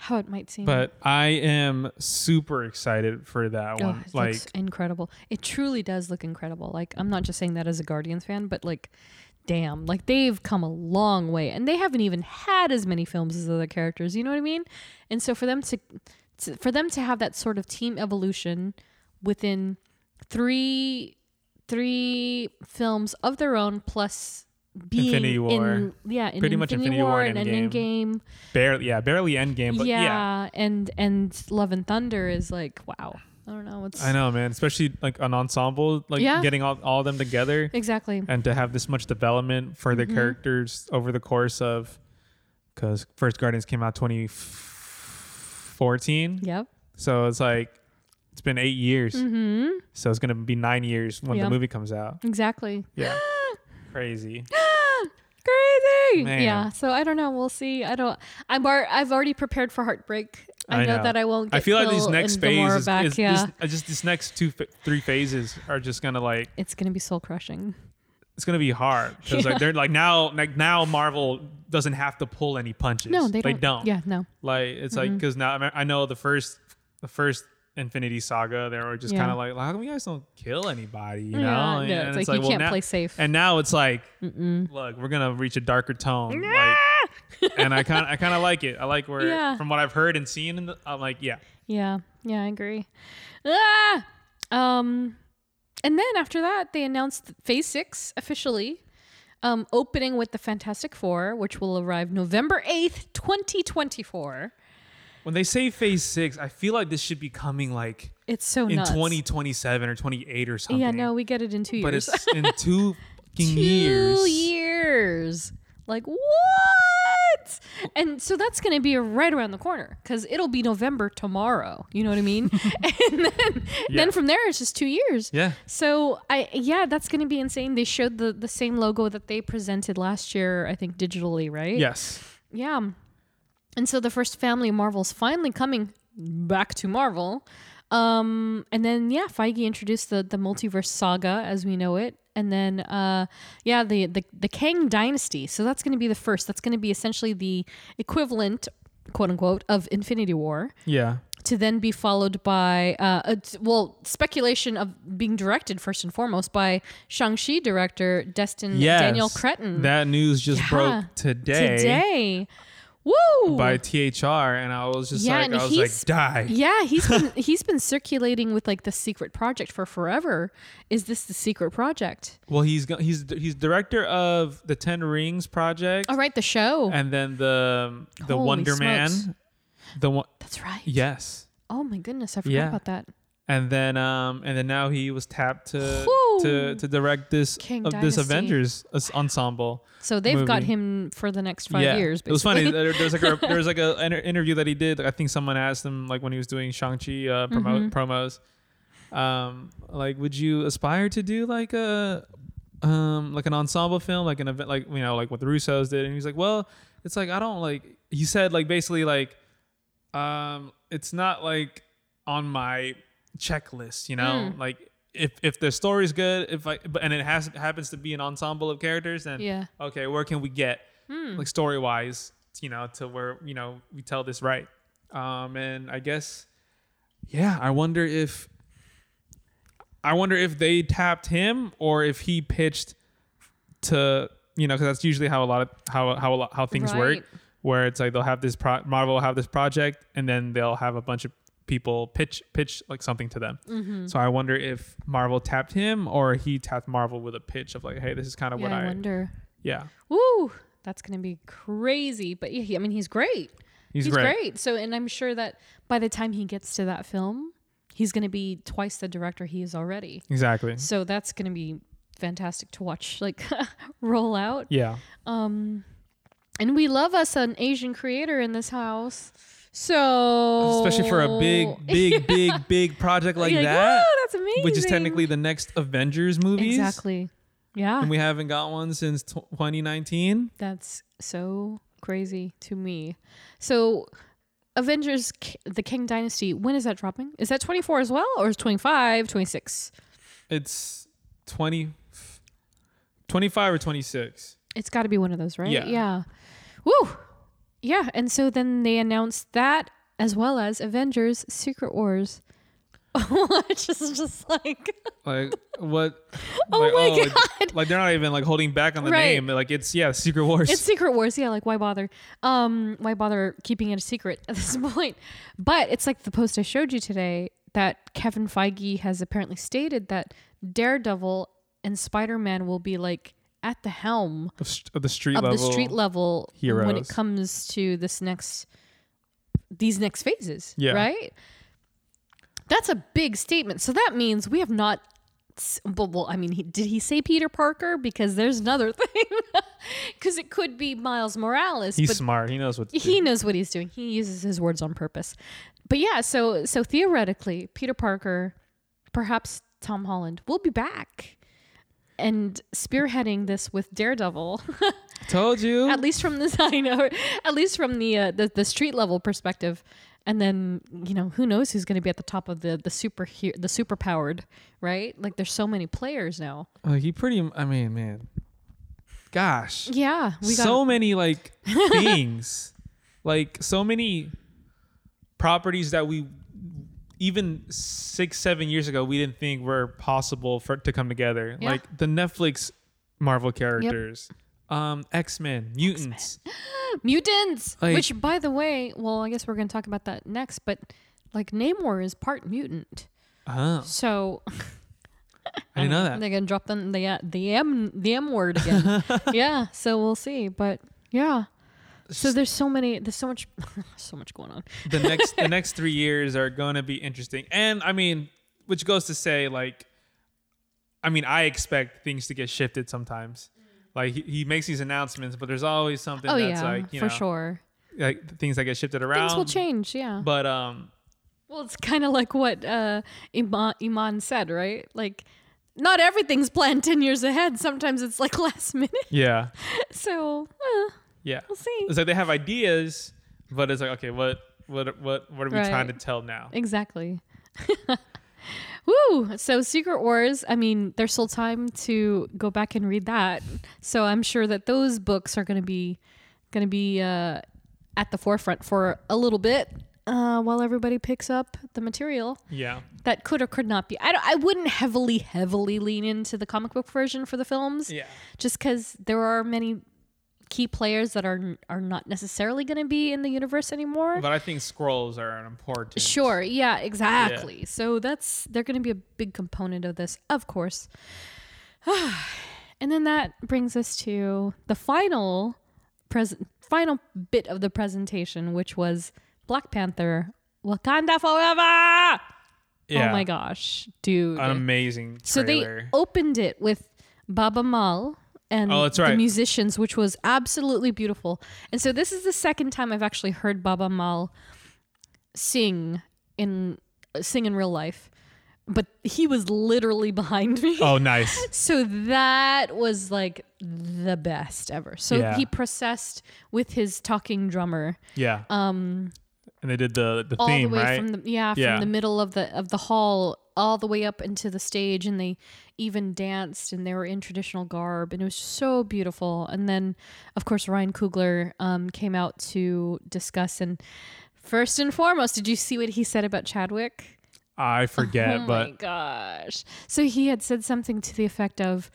Speaker 4: how it might seem.
Speaker 3: but I am super excited for that
Speaker 4: Oh,
Speaker 3: one
Speaker 4: it
Speaker 3: like
Speaker 4: looks incredible. It truly does look incredible. Like I'm not just saying that as a Guardians fan, but like damn, like they've come a long way and they haven't even had as many films as other characters, you know what I mean? And so for them to, to for them to have that sort of team evolution within 3 3 films of their own plus being
Speaker 3: Infinity War.
Speaker 4: in yeah, in
Speaker 3: Pretty much Infinity War and
Speaker 4: and Endgame.
Speaker 3: barely yeah barely Endgame but
Speaker 4: yeah,
Speaker 3: yeah
Speaker 4: and and Love and Thunder is like wow. I don't know. It's
Speaker 3: I know, man. Especially like an ensemble, like
Speaker 4: Yeah.
Speaker 3: getting all, all of them together
Speaker 4: Exactly.
Speaker 3: and to have this much development for
Speaker 4: Mm-hmm.
Speaker 3: the characters over the course of because First Guardians came out 2014.
Speaker 4: Yep.
Speaker 3: So it's like it's been eight years. Mm-hmm. So it's going to be nine years when
Speaker 4: Yeah.
Speaker 3: the movie comes out.
Speaker 4: Exactly.
Speaker 3: Yeah. Crazy.
Speaker 4: Ah, Crazy.
Speaker 3: Man.
Speaker 4: Yeah. So I don't know. We'll see. I don't. I'm. Ar- I've already prepared for heartbreak. I, know, that I won't. Get
Speaker 3: I feel like these
Speaker 4: Quill
Speaker 3: next
Speaker 4: and Gamora
Speaker 3: phases, is,
Speaker 4: back.
Speaker 3: is-
Speaker 4: yeah.
Speaker 3: uh, just these next two, fa- three phases are just gonna like
Speaker 4: it's gonna be soul crushing.
Speaker 3: it's gonna be hard because like they're like now, like now Marvel doesn't have to pull any punches.
Speaker 4: No, they don't.
Speaker 3: don't.
Speaker 4: Yeah. No.
Speaker 3: Like it's like
Speaker 4: Mm-hmm.
Speaker 3: because now I mean, I know the first the first Infinity Saga they were just
Speaker 4: Yeah.
Speaker 3: kind of like how come you guys don't kill anybody you know
Speaker 4: Yeah,
Speaker 3: and,
Speaker 4: no, it's like, you can't play safe.
Speaker 3: and now it's like look we're gonna reach a darker tone like, and I kind I kind of like it I like where
Speaker 4: Yeah.
Speaker 3: from what I've heard and seen in the, I'm like yeah
Speaker 4: Yeah. Yeah. I agree. Ah. Um. And then after that, they announced Phase Six officially. Um, opening with the Fantastic Four, which will arrive November 8th, 2024.
Speaker 3: when they say Phase Six I feel like this should be coming like
Speaker 4: It's so
Speaker 3: in
Speaker 4: nuts.
Speaker 3: 2027 or 28 or something
Speaker 4: Yeah, no, we get it in two years.
Speaker 3: but it's in two fucking
Speaker 4: two
Speaker 3: years.
Speaker 4: years. Like what? And so that's going to be right around the corner because it'll be November tomorrow. You know what I mean? and then, then from there, it's just two years.
Speaker 3: Yeah.
Speaker 4: So I yeah, that's going to be insane. They showed the the same logo that they presented last year, I think, digitally, right?
Speaker 3: Yes.
Speaker 4: Yeah. And so the first family of Marvel's finally coming back to Marvel. Um, and then yeah, Feige introduced the the multiverse saga as we know it. And then uh yeah, the the, the Kang dynasty. So that's gonna be the first. That's gonna be essentially the equivalent, quote unquote, of Infinity War
Speaker 3: Yeah.
Speaker 4: to then be followed by uh, a, well speculation of being directed first and foremost by Shang-Chi director Destin
Speaker 3: Yes.
Speaker 4: Daniel Cretton
Speaker 3: That news just
Speaker 4: Yeah.
Speaker 3: broke today.
Speaker 4: today. Woo!
Speaker 3: by THR, and I was just like, I was like, die.
Speaker 4: Yeah, he's been he's been circulating with like the secret project for forever. Is this the secret project?
Speaker 3: Well, he's go- he's he's director of the Ten Rings project,
Speaker 4: All Oh, right, the show.
Speaker 3: and then the the
Speaker 4: Holy
Speaker 3: Wonder
Speaker 4: smokes.
Speaker 3: Man, the one,
Speaker 4: That's right.
Speaker 3: yes,
Speaker 4: Oh my goodness, I forgot
Speaker 3: Yeah.
Speaker 4: about that.
Speaker 3: and then um and then now he was tapped to
Speaker 4: Whew.
Speaker 3: to, to direct this
Speaker 4: King
Speaker 3: of this
Speaker 4: Dynasty.
Speaker 3: Avengers as- ensemble.
Speaker 4: So they've got
Speaker 3: Movie.
Speaker 4: him for the next five
Speaker 3: yeah.
Speaker 4: years.
Speaker 3: It was funny.
Speaker 4: Basically.
Speaker 3: There, there was like a, there was like a an interview that he did. I think someone asked him like when he was doing Shang Chi uh,
Speaker 4: Mm-hmm.
Speaker 3: promo, promos, um, like would you aspire to do like a um like an ensemble film like an event like you know like what the Russos did? And he's like, well, it's like I don't like. He said like basically like, um, it's not like on my checklist, you know,
Speaker 4: Mm.
Speaker 3: like. If, if the story's good, if I but- and it has happens to be an ensemble of characters, then
Speaker 4: Yeah. Hmm.
Speaker 3: okay, where can we get like story wise, you know, to where you know we tell this right? Um, and I guess, yeah, I wonder if, I wonder if they tapped him or if he pitched to you know because that's usually how a lot of how how a lot, how things
Speaker 4: Right.
Speaker 3: work, where it's like they'll have this pro- Marvel will have this project and then they'll have a bunch of people pitch pitch like something to them.
Speaker 4: Mm-hmm.
Speaker 3: So I wonder if Marvel tapped him or he tapped Marvel with a pitch of like, hey, this is kind of
Speaker 4: Yeah,
Speaker 3: what
Speaker 4: I
Speaker 3: I,
Speaker 4: wonder.
Speaker 3: yeah.
Speaker 4: Woo, that's gonna be crazy. But yeah, he, I mean, he's great.
Speaker 3: He's
Speaker 4: great.
Speaker 3: great.
Speaker 4: So, and I'm sure that by the time he gets to that film, he's gonna be twice the director he is already.
Speaker 3: Exactly.
Speaker 4: So that's gonna be fantastic to watch, like roll out.
Speaker 3: Yeah.
Speaker 4: And we love us an Asian creator in this house. So
Speaker 3: Especially for a big, big, big, big project like
Speaker 4: Oh. You're like,
Speaker 3: that.
Speaker 4: "Whoa, that's amazing.
Speaker 3: Which is technically the next Avengers movies.
Speaker 4: exactly, yeah.
Speaker 3: And we haven't got one since tw 2019.
Speaker 4: That's so crazy to me. So, Avengers K- The King Dynasty, when is that dropping? Is that 24 as well, or is 25, 26?
Speaker 3: It's 20, 25 or 26.
Speaker 4: It's got to be one of those, right?
Speaker 3: Yeah.
Speaker 4: yeah. Woo! Yeah. And so then they announced that as well as Avengers Secret Wars. Which is just like,
Speaker 3: Like what?
Speaker 4: Oh
Speaker 3: like,
Speaker 4: my
Speaker 3: like-
Speaker 4: God.
Speaker 3: Like, they're not even like holding back on the
Speaker 4: Right.
Speaker 3: name. Like it's yeah, Secret Wars.
Speaker 4: it's Secret Wars. Yeah, like why bother? Um, why bother keeping it a secret at this point? But it's like the post I showed you today that Kevin Feige has apparently stated that Daredevil and Spider Man will be like at the helm
Speaker 3: of, st- of the street
Speaker 4: of
Speaker 3: level.
Speaker 4: the street level when it
Speaker 3: heroes.
Speaker 4: comes to this next these next phases.
Speaker 3: Yeah.
Speaker 4: Right? That's a big statement. So that means we have not s- well, well I mean, he, did he say Peter Parker? Because there's another thing. Because it could be Miles Morales.
Speaker 3: He's
Speaker 4: but
Speaker 3: smart. He knows what. To
Speaker 4: he
Speaker 3: do.
Speaker 4: knows what he's doing. He uses his words on purpose. But yeah, so so theoretically, Peter Parker, perhaps Tom Holland, will be back and spearheading this with Daredevil.
Speaker 3: Told you.
Speaker 4: at least from the I know, at least from the, uh, the the street level perspective, and then you know who knows who's going to be at the top of the the super the super powered right? Like there's so many players now.
Speaker 3: Like, he pretty. I mean, man. Gosh.
Speaker 4: Yeah, we got
Speaker 3: so many like things, like so many properties that we even six seven years ago we didn't think were possible for to come together.
Speaker 4: Yeah.
Speaker 3: Like the Netflix Marvel characters, um, X Men, mutants.
Speaker 4: mutants.
Speaker 3: Like-
Speaker 4: which, by the way, well, I guess we're going to talk about that next. But like Namor is part mutant,
Speaker 3: Oh,
Speaker 4: so
Speaker 3: I didn't know that.
Speaker 4: they're going to drop them the uh, the m the m word again. yeah, so we'll see. But yeah. So there's so many, there's so much, so much going on.
Speaker 3: the next the next three years are going to be interesting and i mean which goes to say like i mean i expect things to get shifted sometimes like he, he makes these announcements but there's always something
Speaker 4: Oh
Speaker 3: that's
Speaker 4: yeah,
Speaker 3: like you
Speaker 4: for
Speaker 3: know
Speaker 4: sure.
Speaker 3: like things that get shifted around
Speaker 4: Things will change, yeah.
Speaker 3: Um, but um
Speaker 4: well, it's kind of like what uh, Iman, Iman said, right? Like, not everything's planned 10 years ahead. Sometimes it's like last minute.
Speaker 3: yeah
Speaker 4: So, eh,
Speaker 3: yeah
Speaker 4: we'll see.
Speaker 3: it's like they have ideas but it's like okay what what what what are we
Speaker 4: Right.
Speaker 3: trying to tell now
Speaker 4: Exactly. Woo! So Secret Wars, I mean, there's still time to go back and read that. So I'm sure that those books are going to be going to be uh, at the forefront for a little bit uh, while everybody picks up the material
Speaker 3: yeah
Speaker 4: that could or could not be. I, don't- I wouldn't heavily heavily lean into the comic book version for the films.
Speaker 3: yeah
Speaker 4: Just cuz there are many key players that are are not necessarily going to be in the universe anymore.
Speaker 3: but i think scrolls are important
Speaker 4: Sure. Yeah, exactly. So that's they're going to be a big component of this, of course. and then that brings us to the final present final bit of the presentation, which was Black Panther Wakanda Forever.
Speaker 3: yeah
Speaker 4: Oh my gosh, dude.
Speaker 3: an amazing trailer.
Speaker 4: so they opened it with Baba Mal and
Speaker 3: Oh, that's
Speaker 4: the
Speaker 3: right.
Speaker 4: musicians, which was absolutely beautiful. And so this is the second time I've actually heard Baba Mal sing in sing in real life, but he was literally behind me.
Speaker 3: oh nice
Speaker 4: So that was like the best ever. So
Speaker 3: Yeah.
Speaker 4: he processed with his talking drummer
Speaker 3: Yeah. Um, and they did the the
Speaker 4: all
Speaker 3: theme,
Speaker 4: the way
Speaker 3: right?
Speaker 4: from the yeah,
Speaker 3: Yeah.
Speaker 4: from the middle of the of the hall all the way up into the stage and they even danced and they were in traditional garb and it was so beautiful and then of course Ryan Coogler um, came out to discuss and first and foremost did you see what he said about Chadwick
Speaker 3: I forget,
Speaker 4: Oh my
Speaker 3: but
Speaker 4: gosh. So he had said something to the effect of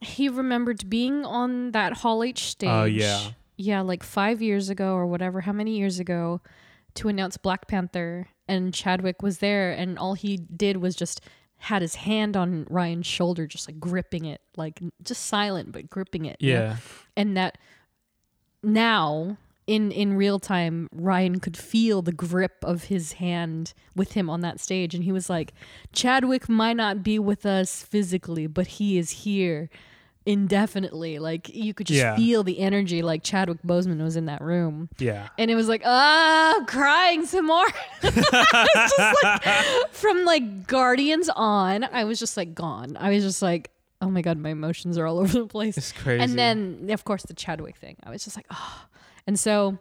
Speaker 4: he remembered being on that Hall H stage.
Speaker 3: Oh, yeah.
Speaker 4: Yeah, like five years ago or whatever, how many years ago, to announce Black Panther, and Chadwick was there, and all he did was just had his hand on Ryan's shoulder, just like gripping it, like just silent but gripping it. you know?
Speaker 3: Yeah.
Speaker 4: and that now in in real time Ryan could feel the grip of his hand with him on that stage and he was like Chadwick might not be with us physically but he is here indefinitely like you could just
Speaker 3: Yeah.
Speaker 4: feel the energy like Chadwick Boseman was in that room
Speaker 3: Yeah.
Speaker 4: and it was like ah crying some more It's just like from like Guardians on I was just like gone I was just like oh my god my emotions are all over the place
Speaker 3: It's crazy.
Speaker 4: and then, of course, the Chadwick thing. I was just like, oh. And so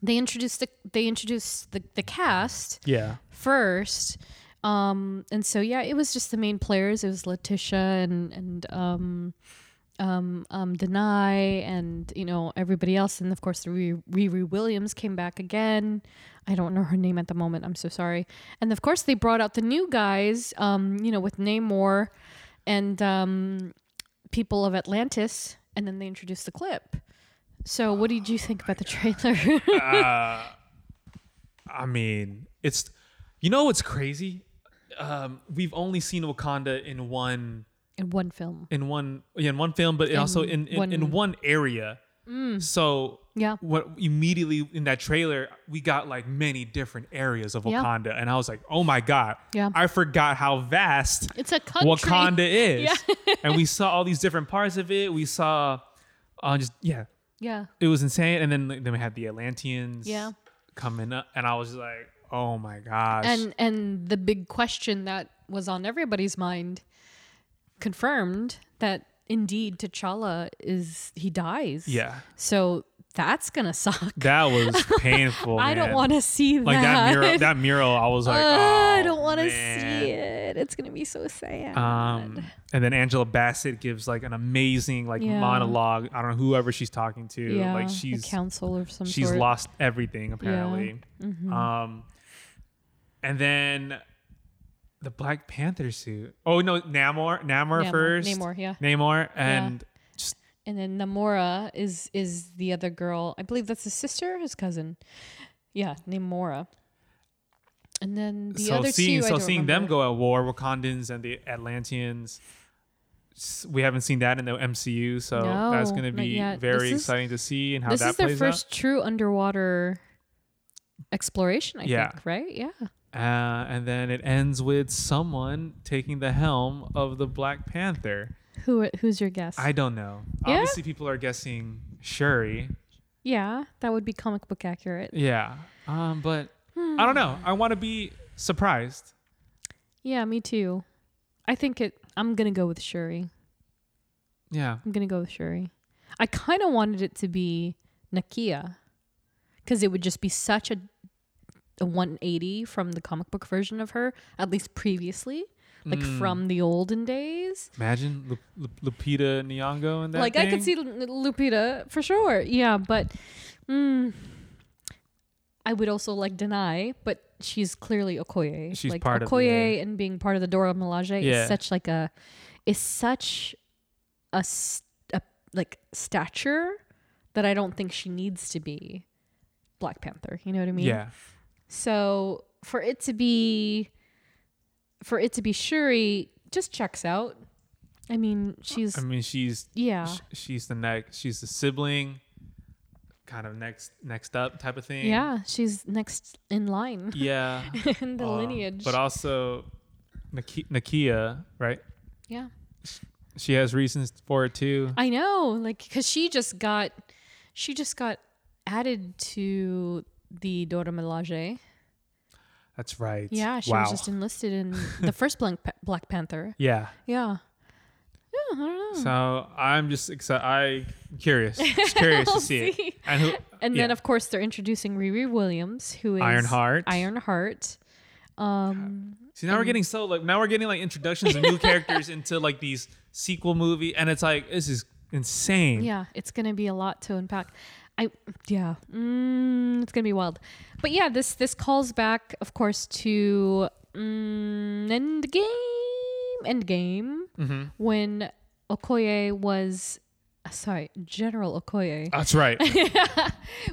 Speaker 4: they introduced the they introduced the, the cast
Speaker 3: yeah.
Speaker 4: first. Um, and so yeah, it was just the main players. It was Letitia and and um, um, um, Denai and you know everybody else. And of course, the Riri Riri Williams came back again. I don't know her name at the moment. I'm so sorry. And of course, they brought out the new guys. Um, you know, with Namor and um, people of Atlantis. And then they introduced the clip. So, what did you think about the trailer?
Speaker 3: I mean, it's you know what's crazy? Um, we've only seen Wakanda in one
Speaker 4: In one film.
Speaker 3: in one yeah, in one film, but also in in one, in
Speaker 4: one-
Speaker 3: one
Speaker 4: Mm.
Speaker 3: area. So
Speaker 4: Yeah.
Speaker 3: what immediately in that trailer we got like many different areas of
Speaker 4: Yeah.
Speaker 3: Wakanda, and I was like, oh my god,
Speaker 4: Yeah.
Speaker 3: I forgot how vast
Speaker 4: It's a country.
Speaker 3: Wakanda is, and we saw all these different parts of it. We saw, uh, just yeah,
Speaker 4: Yeah.
Speaker 3: it was insane. And then then we had the Atlanteans,
Speaker 4: Yeah.
Speaker 3: coming up, and I was just like, oh my gosh,
Speaker 4: and and the big question that was on everybody's mind confirmed that indeed T'Challa is he dies.
Speaker 3: yeah,
Speaker 4: So that's gonna suck.
Speaker 3: that was painful.
Speaker 4: I don't
Speaker 3: man.
Speaker 4: want to see that.
Speaker 3: like that mural. That mural, I was like,
Speaker 4: Ugh, I
Speaker 3: oh,
Speaker 4: don't want to
Speaker 3: man.
Speaker 4: see it. It's gonna be so sad.
Speaker 3: Um, and then Angela Bassett gives like an amazing like
Speaker 4: Yeah.
Speaker 3: monologue. I don't know whoever she's talking to.
Speaker 4: yeah,
Speaker 3: like
Speaker 4: she's
Speaker 3: she's
Speaker 4: council of some
Speaker 3: she's
Speaker 4: sort.
Speaker 3: lost everything apparently.
Speaker 4: Mm-hmm.
Speaker 3: Um, and then the Black Panther suit. Oh no, Namor, Namor,
Speaker 4: Namor-
Speaker 3: first.
Speaker 4: Namor, yeah.
Speaker 3: Namor and
Speaker 4: And then Namora is is the other girl. I believe that's his sister, or his cousin. Yeah, Namora. And then the
Speaker 3: so
Speaker 4: other
Speaker 3: seeing
Speaker 4: two. I
Speaker 3: so
Speaker 4: don't
Speaker 3: seeing them
Speaker 4: remember.
Speaker 3: go at war, Wakandans and the Atlanteans. s- We haven't seen that in the MCU, so that's
Speaker 4: No,
Speaker 3: going to
Speaker 4: not
Speaker 3: be
Speaker 4: yet.
Speaker 3: very
Speaker 4: This is-
Speaker 3: exciting to see and how
Speaker 4: this
Speaker 3: that
Speaker 4: is their
Speaker 3: plays
Speaker 4: first true underwater exploration i
Speaker 3: Yeah.
Speaker 4: think right yeah
Speaker 3: out. Uh, and then it ends with someone taking the helm of the Black Panther.
Speaker 4: who who's your guess
Speaker 3: I don't know.
Speaker 4: Yeah?
Speaker 3: Obviously, people are guessing Shuri.
Speaker 4: yeah that would be comic book accurate
Speaker 3: Yeah, um, but I don't know. I want to be surprised.
Speaker 4: yeah me too i think it i'm gonna go with shuri
Speaker 3: Yeah,
Speaker 4: i'm gonna go with shuri i kind of wanted it to be nakia because it would just be such a a 180 from the comic book version of her at least previously like
Speaker 3: Hmm.
Speaker 4: from the olden days
Speaker 3: imagine Lu- Lu- Lupita Nyong'o and that.
Speaker 4: like I
Speaker 3: thing.
Speaker 4: could see L- Lupita for sure. Yeah, but mm, I would also like deny, but she's clearly Okoye.
Speaker 3: She's
Speaker 4: like
Speaker 3: part of the-
Speaker 4: Okoye and being part of the Dora Milaje
Speaker 3: Yeah.
Speaker 4: is such like a is such a, s- a like stature that I don't think she needs to be Black Panther. You know what I mean?
Speaker 3: Yeah,
Speaker 4: So for it to be for it to be Shuri just checks out. I mean, she's
Speaker 3: I mean she's
Speaker 4: yeah.
Speaker 3: sh- she's the next she's the sibling kind of next next up type of thing
Speaker 4: Yeah, she's next in line
Speaker 3: yeah
Speaker 4: in the
Speaker 3: um,
Speaker 4: lineage.
Speaker 3: but also Naki- nakia right
Speaker 4: yeah,
Speaker 3: she has reasons for it too
Speaker 4: I know, like because she just got, she just got added to the Dora Milaje.
Speaker 3: that's right
Speaker 4: Yeah, she
Speaker 3: wow
Speaker 4: was just enlisted in the first Blank pa- Black Panther.
Speaker 3: yeah
Speaker 4: Yeah, yeah, I don't know.
Speaker 3: so i'm just excited i'm curious just curious to
Speaker 4: We'll
Speaker 3: see, it
Speaker 4: see.
Speaker 3: and who
Speaker 4: And
Speaker 3: yeah.
Speaker 4: then of course they're introducing Riri Williams, who is
Speaker 3: Ironheart.
Speaker 4: Ironheart. Um,
Speaker 3: see now we're getting so like now we're getting like introductions of new characters into like these sequel movie and it's like this is insane
Speaker 4: Yeah, it's gonna be a lot to unpack. I yeah, mm, it's gonna be wild. But yeah, this this calls back, of course, to mm, Endgame. Endgame. When Okoye was uh, sorry, General Okoye
Speaker 3: That's right.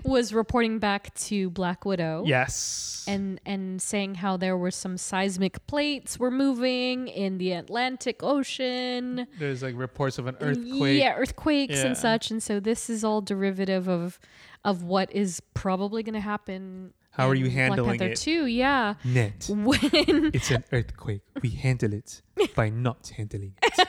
Speaker 4: was reporting back to Black Widow.
Speaker 3: yes.
Speaker 4: And, and saying how there were some seismic plates were moving in the Atlantic Ocean.
Speaker 3: There's like reports of an earthquake.
Speaker 4: Yeah, earthquakes
Speaker 3: Yeah.
Speaker 4: and such. And so this is all derivative of of what is probably going to happen.
Speaker 3: How are you
Speaker 4: in Black
Speaker 3: handling
Speaker 4: Panther
Speaker 3: it?
Speaker 4: 2, yeah.
Speaker 3: Net.
Speaker 4: When
Speaker 3: It's an earthquake. We handle it by not handling it.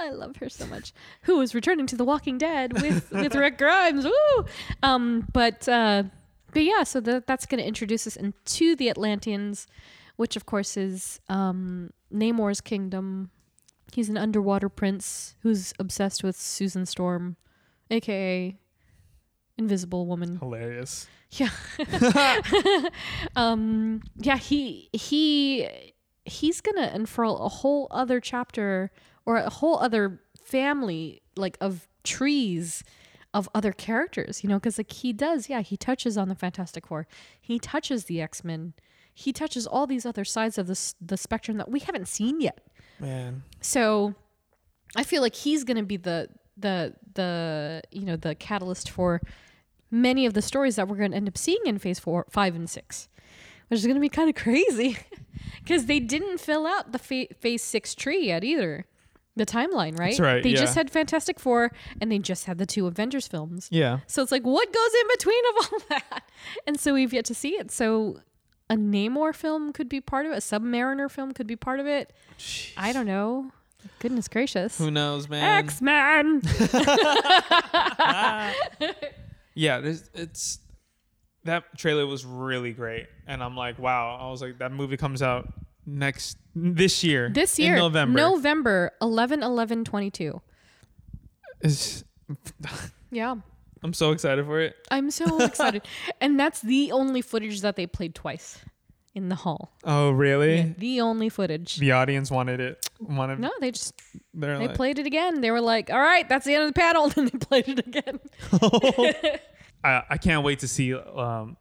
Speaker 4: I love her so much. Who is returning to The Walking Dead with with Rick Grimes? Woo! Um, but uh, but yeah, so tha- that's going to introduce us into the Atlanteans, which of course is um, Namor's kingdom. He's an underwater prince who's obsessed with Susan Storm, aka Invisible Woman.
Speaker 3: Hilarious.
Speaker 4: Yeah. um yeah, he he he's going to unfurl a whole other chapter or a whole other family like of trees of other characters, you know, cuz like he does, yeah, he touches on the Fantastic Four. He touches the X-Men. He touches all these other sides of the s- the spectrum that we haven't seen yet.
Speaker 3: Man.
Speaker 4: So I feel like he's going to be the the the you know the catalyst for many of the stories that we're going to end up seeing in phase 4, 5 and 6. Which is going to be kind of crazy cuz they didn't fill out the fa- phase 6 tree yet either. The timeline, right?
Speaker 3: That's right,
Speaker 4: They just
Speaker 3: yeah.
Speaker 4: had Fantastic 4 and they just had the two Avengers films.
Speaker 3: Yeah.
Speaker 4: So it's like, what goes in between of all that? And so we've yet to see it. So a Namor film could be part of it. A Submariner film could be part of it. I don't know. Goodness gracious.
Speaker 3: Who knows, man?
Speaker 4: X Men.
Speaker 3: Yeah, there's, it's that trailer was really great, and I'm like, wow. I was like, that movie comes out next this year,
Speaker 4: This year,
Speaker 3: in November.
Speaker 4: November 11, 11, 22.
Speaker 3: It's-
Speaker 4: Yeah.
Speaker 3: I'm so excited for it.
Speaker 4: I'm so excited. and that's the only footage that they played twice in the hall.
Speaker 3: Oh, really?
Speaker 4: The only footage.
Speaker 3: The audience wanted it. Wanted.
Speaker 4: No, they just
Speaker 3: they're
Speaker 4: they
Speaker 3: like,
Speaker 4: played it again. They were like, "All right, that's the end of the panel," and they played it again.
Speaker 3: I, I can't wait to see um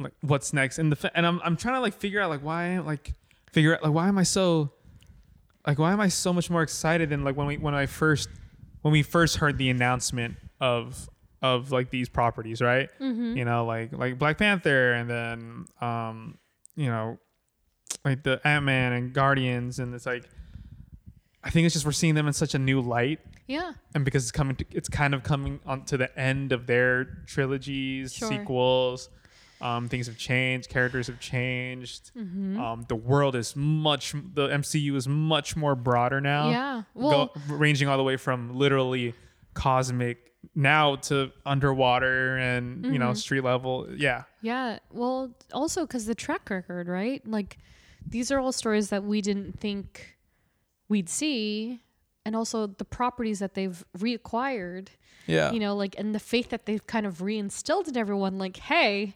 Speaker 3: like what's next and the fa- and I'm I'm trying to like figure out like why am like figure out like why am I so like why am I so much more excited than like when we when I first when we first heard the announcement of of like these properties right you know like like Black Panther and then um you know like the Ant Man and Guardians and it's like I think it's just we're seeing them in such a new light
Speaker 4: Yeah.
Speaker 3: and because it's coming to, it's kind of coming on to the end of their trilogies
Speaker 4: Sure.
Speaker 3: sequels um, things have changed characters have changed
Speaker 4: Mm-hmm.
Speaker 3: um, the world is much the mcu is much more broader now
Speaker 4: Yeah.
Speaker 3: Go-
Speaker 4: Well-
Speaker 3: ranging all the way from literally cosmic now to underwater and you
Speaker 4: Mm-hmm.
Speaker 3: know street level yeah
Speaker 4: Yeah. Well, also because the track record, right? Like, these are all stories that we didn't think we'd see. And also the properties that they've reacquired,
Speaker 3: yeah
Speaker 4: you know, like, and the faith that they've kind of reinstilled in everyone. Like, hey,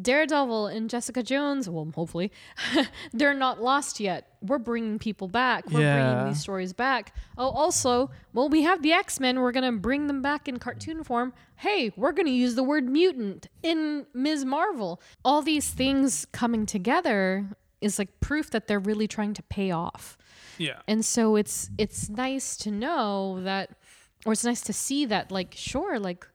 Speaker 4: Daredevil and Jessica Jones, well, hopefully, they're not lost yet. We're bringing people back. We're
Speaker 3: Yeah.
Speaker 4: bringing these stories back. Oh, also, well, we have the X Men. We're going to bring them back in cartoon form. Hey, we're going to use the word mutant in Ms. Marvel. All these things coming together is like proof that they're really trying to pay off.
Speaker 3: Yeah.
Speaker 4: And so it's it's nice to know that or it's nice to see that like sure like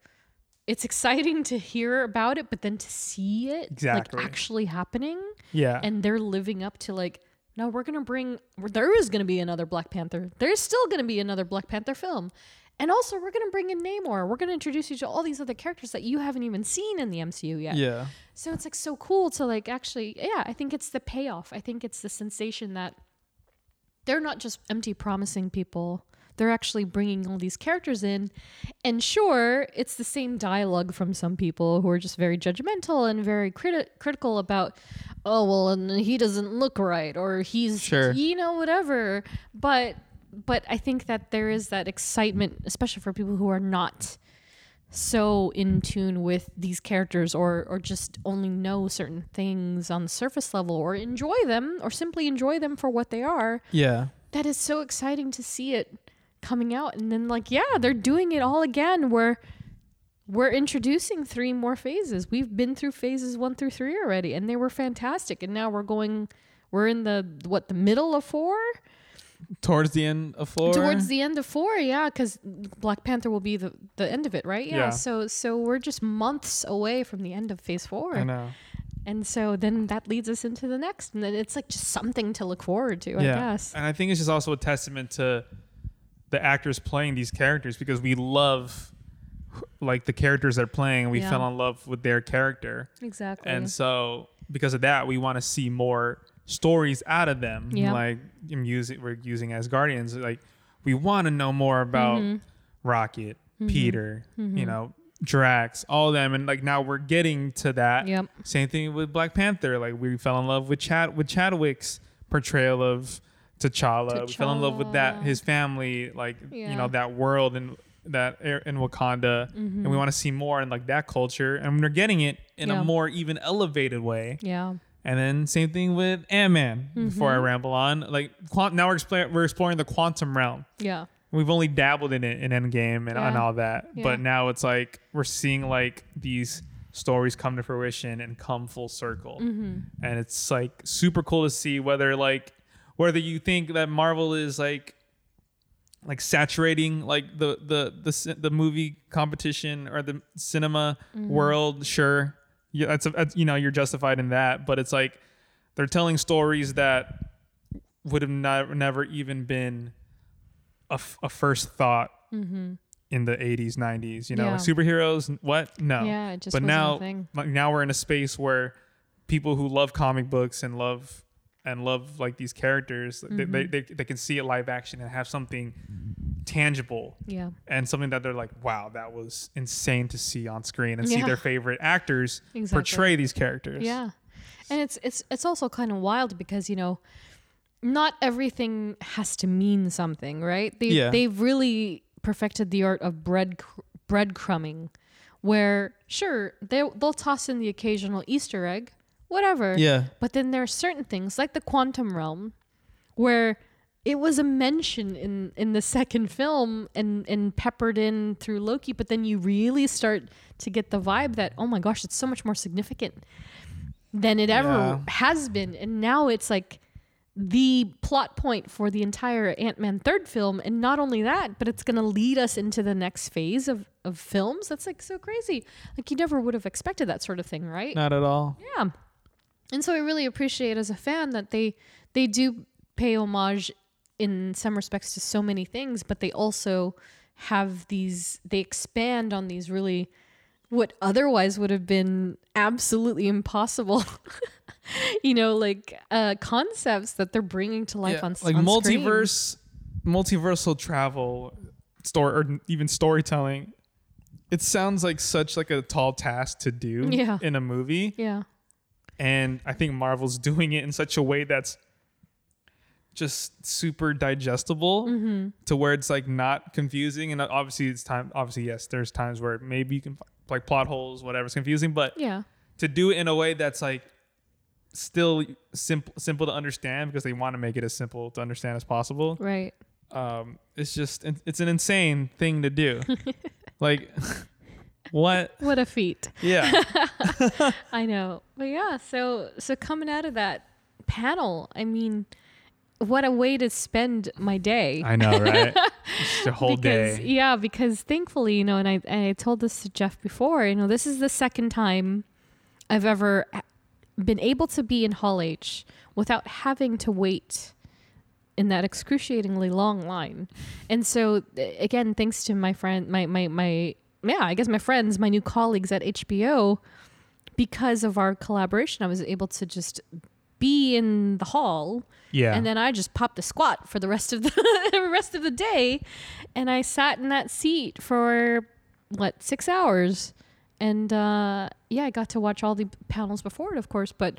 Speaker 4: it's exciting to hear about it, but then to see it
Speaker 3: Exactly.
Speaker 4: like actually happening,
Speaker 3: yeah
Speaker 4: and they're living up to like, no, we're gonna bring. There is gonna be another Black Panther. There's still gonna be another Black Panther film, and also we're gonna bring in Namor. We're gonna introduce you to all these other characters that you haven't even seen in the MCU yet.
Speaker 3: yeah
Speaker 4: So it's like so cool to like actually, yeah, I think it's the payoff. I think it's the sensation that they're not just empty promising people. They're actually bringing all these characters in. And sure, it's the same dialogue from some people who are just very judgmental and very criti- critical about, oh, well, and he doesn't look right or he's,
Speaker 3: Sure.
Speaker 4: you know, whatever. But, but I think that there is that excitement, especially for people who are not so in tune with these characters or or just only know certain things on the surface level or enjoy them or simply enjoy them for what they are
Speaker 3: yeah
Speaker 4: that is so exciting to see it coming out and then like yeah they're doing it all again where we're introducing three more phases we've been through phases one through three already and they were fantastic and now we're going we're in the what the middle of four
Speaker 3: towards the end of four.
Speaker 4: Towards the end of four, yeah, because Black Panther will be the, the end of it, right? Yeah,
Speaker 3: Yeah.
Speaker 4: So so we're just months away from the end of Phase Four,
Speaker 3: I know.
Speaker 4: and so then that leads us into the next, and then it's like just something to look forward to, I guess.
Speaker 3: And I think it's just also a testament to the actors playing these characters because we love like the characters they're playing. We
Speaker 4: Yeah.
Speaker 3: fell in love with their character.
Speaker 4: Exactly.
Speaker 3: And so because of that, we want to see more stories out of them.
Speaker 4: Yeah.
Speaker 3: Like I'm using we're using as guardians. Like we want to know more about
Speaker 4: Mm-hmm.
Speaker 3: Rocket, Peter, you know, Drax, all of them. And like now we're getting to that.
Speaker 4: Yep.
Speaker 3: Same thing with Black Panther. Like we fell in love with Chad with Chadwick's portrayal of T'Challa. We fell in love with that
Speaker 4: T'Challa.
Speaker 3: his family, like
Speaker 4: Yeah.
Speaker 3: you know, that world and that air in Wakanda. And we want to see more in like that culture. And we're getting it in
Speaker 4: Mm-hmm. Yeah.
Speaker 3: a more even elevated way.
Speaker 4: yeah.
Speaker 3: And then same thing with Ant Man. Before I ramble on, like quant- now we're exploring we're exploring the quantum realm.
Speaker 4: Yeah.
Speaker 3: We've only dabbled in it in Endgame and, and
Speaker 4: Yeah.
Speaker 3: all that,
Speaker 4: Yeah.
Speaker 3: but now it's like we're seeing like these stories come to fruition and come full circle,
Speaker 4: Mm-hmm.
Speaker 3: and it's like super cool to see whether like whether you think that Marvel is like like saturating like the the the ci- the movie competition or the cinema
Speaker 4: Mm-hmm.
Speaker 3: world sure yeah that's, a, that's you know you're justified in that but it's like they're telling stories that would have not, never even been a, f- a first thought in the 80s 90s you know
Speaker 4: Mm-hmm. Yeah.
Speaker 3: like superheroes what no
Speaker 4: Yeah, it just
Speaker 3: but
Speaker 4: wasn't a
Speaker 3: now
Speaker 4: thing.
Speaker 3: like now we're in a space where people who love comic books and love and love like these characters they,
Speaker 4: Mm-hmm.
Speaker 3: they, they, they can see it live action and have something tangible
Speaker 4: Yeah.
Speaker 3: and something that they're like wow that was insane to see on screen and see
Speaker 4: Yeah.
Speaker 3: their favorite actors
Speaker 4: Exactly.
Speaker 3: portray these characters
Speaker 4: Yeah. And it's it's it's also kind of wild because, you know, not everything has to mean something, right? They
Speaker 3: Yeah.
Speaker 4: they've really perfected the art of bread cr- breadcrumbing where sure, they they'll toss in the occasional easter egg, whatever.
Speaker 3: Yeah.
Speaker 4: But then there are certain things like the quantum realm where it was a mention in in the second film and and peppered in through Loki, but then you really start to get the vibe that oh my gosh, it's so much more significant than it ever
Speaker 3: Yeah.
Speaker 4: has been, and now it's like the plot point for the entire Ant-Man third film and not only that but it's going to lead us into the next phase of, of films that's like so crazy like you never would have expected that sort of thing right
Speaker 3: not at all
Speaker 4: yeah. And so I really appreciate as a fan that they they do pay homage in some respects to so many things, but they also have these they expand on these really what otherwise would have been absolutely impossible. you know, like uh concepts that they're bringing to life
Speaker 3: Yeah,
Speaker 4: on s-
Speaker 3: like
Speaker 4: on screen.
Speaker 3: multiverse multiversal travel store or even storytelling it sounds like such like a tall task to do
Speaker 4: Yeah.
Speaker 3: in a movie
Speaker 4: Yeah.
Speaker 3: and i think marvel's doing it in such a way that's just super digestible
Speaker 4: Mm-hmm.
Speaker 3: to where it's like not confusing and obviously it's time obviously yes there's times where maybe you can like plot holes whatever's confusing but
Speaker 4: Yeah.
Speaker 3: to do it in a way that's like still simple simple to understand because they want to make it as simple to understand as possible
Speaker 4: Right.
Speaker 3: um it's just it's an insane thing to do like what
Speaker 4: What a feat.
Speaker 3: yeah
Speaker 4: I know. But yeah, so so coming out of that panel, I mean, what a way to spend my day.
Speaker 3: i know right just a whole
Speaker 4: because,
Speaker 3: day
Speaker 4: Yeah, because thankfully, you know, and I and I told this to Jeff before, you know, this is the second time I've ever h- been able to be in Hall H without having to wait in that excruciatingly long line. And so th- again, thanks to my friend my my my yeah, I guess my friends, my new colleagues at HBO, because of our collaboration, I was able to just be in the hall
Speaker 3: yeah
Speaker 4: and then I just popped a squat for the rest of the, the rest of the day, and I sat in that seat for what six hours, and uh, yeah, I got to watch all the panels before it, of course. But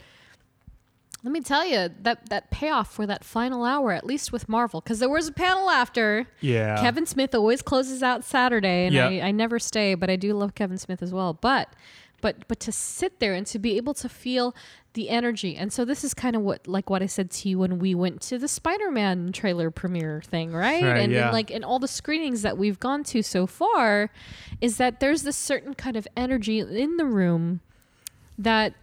Speaker 4: let me tell you that that payoff for that final hour, at least with Marvel, because there was a panel after.
Speaker 3: yeah
Speaker 4: Kevin Smith always closes out Saturday, and
Speaker 3: Yeah.
Speaker 4: I, I never stay, but I do love Kevin Smith as well. But but but to sit there and to be able to feel the energy, and so this is kind of what like what I said to you when we went to the Spider-Man trailer premiere thing, right?
Speaker 3: Right,
Speaker 4: and,
Speaker 3: yeah.
Speaker 4: and like in all the screenings that we've gone to so far, is that there's this certain kind of energy in the room that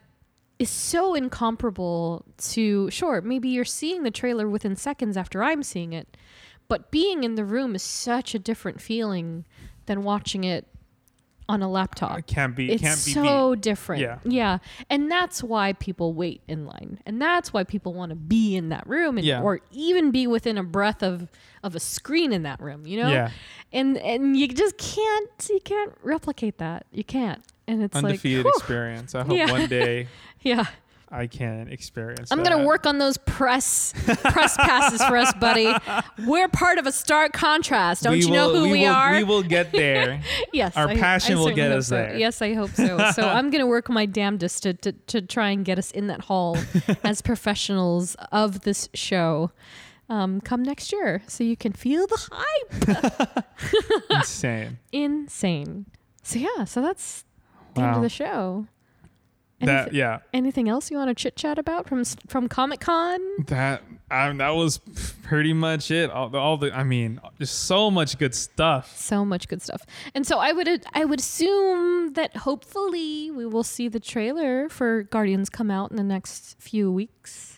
Speaker 4: is so incomparable to sure maybe you're seeing the trailer within seconds after i'm seeing it but being in the room is such a different feeling than watching it on a laptop
Speaker 3: Can't be.
Speaker 4: it's
Speaker 3: can't be.
Speaker 4: so different
Speaker 3: Yeah.
Speaker 4: and that's why people wait in line and that's why people want to be in that room and,
Speaker 3: Yeah.
Speaker 4: or even be within a breath of of a screen in that room you know
Speaker 3: Yeah.
Speaker 4: and and you just can't you can't replicate that you can't and it's
Speaker 3: beat. Undefeated
Speaker 4: like whew,
Speaker 3: experience. I hope
Speaker 4: Yeah.
Speaker 3: one day
Speaker 4: yeah
Speaker 3: I can experience.
Speaker 4: I'm gonna
Speaker 3: that.
Speaker 4: work on those press press passes for us, buddy. We're part of a stark contrast. Don't
Speaker 3: We
Speaker 4: you know
Speaker 3: will-
Speaker 4: who we,
Speaker 3: will-
Speaker 4: are?
Speaker 3: We will get there.
Speaker 4: yes,
Speaker 3: our passion will
Speaker 4: certainly
Speaker 3: get
Speaker 4: hope
Speaker 3: us
Speaker 4: so.
Speaker 3: there.
Speaker 4: Yes, I hope so. So I'm gonna work my damnedest to, to to try and get us in that hall as professionals of this show. Um, come next year, so you can feel the hype.
Speaker 3: Insane.
Speaker 4: Insane. So yeah, so that's the end
Speaker 3: Wow.
Speaker 4: of the show.
Speaker 3: That
Speaker 4: Anything-
Speaker 3: yeah.
Speaker 4: Anything else you want to chit chat about from s- from Comic Con?
Speaker 3: That um, that was pretty much it. All, the- all the I mean, just so much good stuff.
Speaker 4: so much good stuff. And so I would I would assume that hopefully we will see the trailer for Guardians come out in the next few weeks.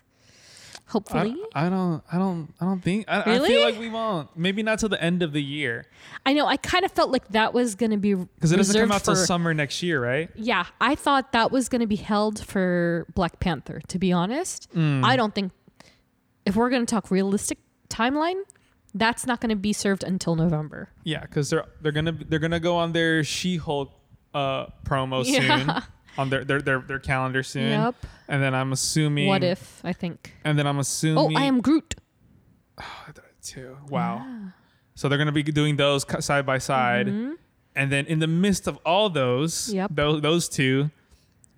Speaker 3: I,
Speaker 4: Hopefully.
Speaker 3: I don't I don't I don't think I, I
Speaker 4: Really?
Speaker 3: feel like we won't. Maybe not till the end of the year
Speaker 4: I, know I kind of felt like that was going to be
Speaker 3: because it doesn't come
Speaker 4: reserved
Speaker 3: out till
Speaker 4: for-
Speaker 3: summer next year, right?
Speaker 4: Yeah, I thought that was going to be held for Black Panther to be honest.
Speaker 3: Mm.
Speaker 4: I don't think if we're going to talk realistic timeline, that's not going to be served until November.
Speaker 3: Yeah, because they're they're gonna they're gonna go on their She-Hulk uh, promo
Speaker 4: Yeah.
Speaker 3: soon on their, their their their calendar soon.
Speaker 4: Yep.
Speaker 3: And then I'm assuming
Speaker 4: What if, I think.
Speaker 3: And then I'm assuming
Speaker 4: Oh, I am Groot.
Speaker 3: too. Wow. So they're gonna be doing those cu- side by side, and then in the midst of all those,
Speaker 4: Mm-hmm. Yep.
Speaker 3: those those two,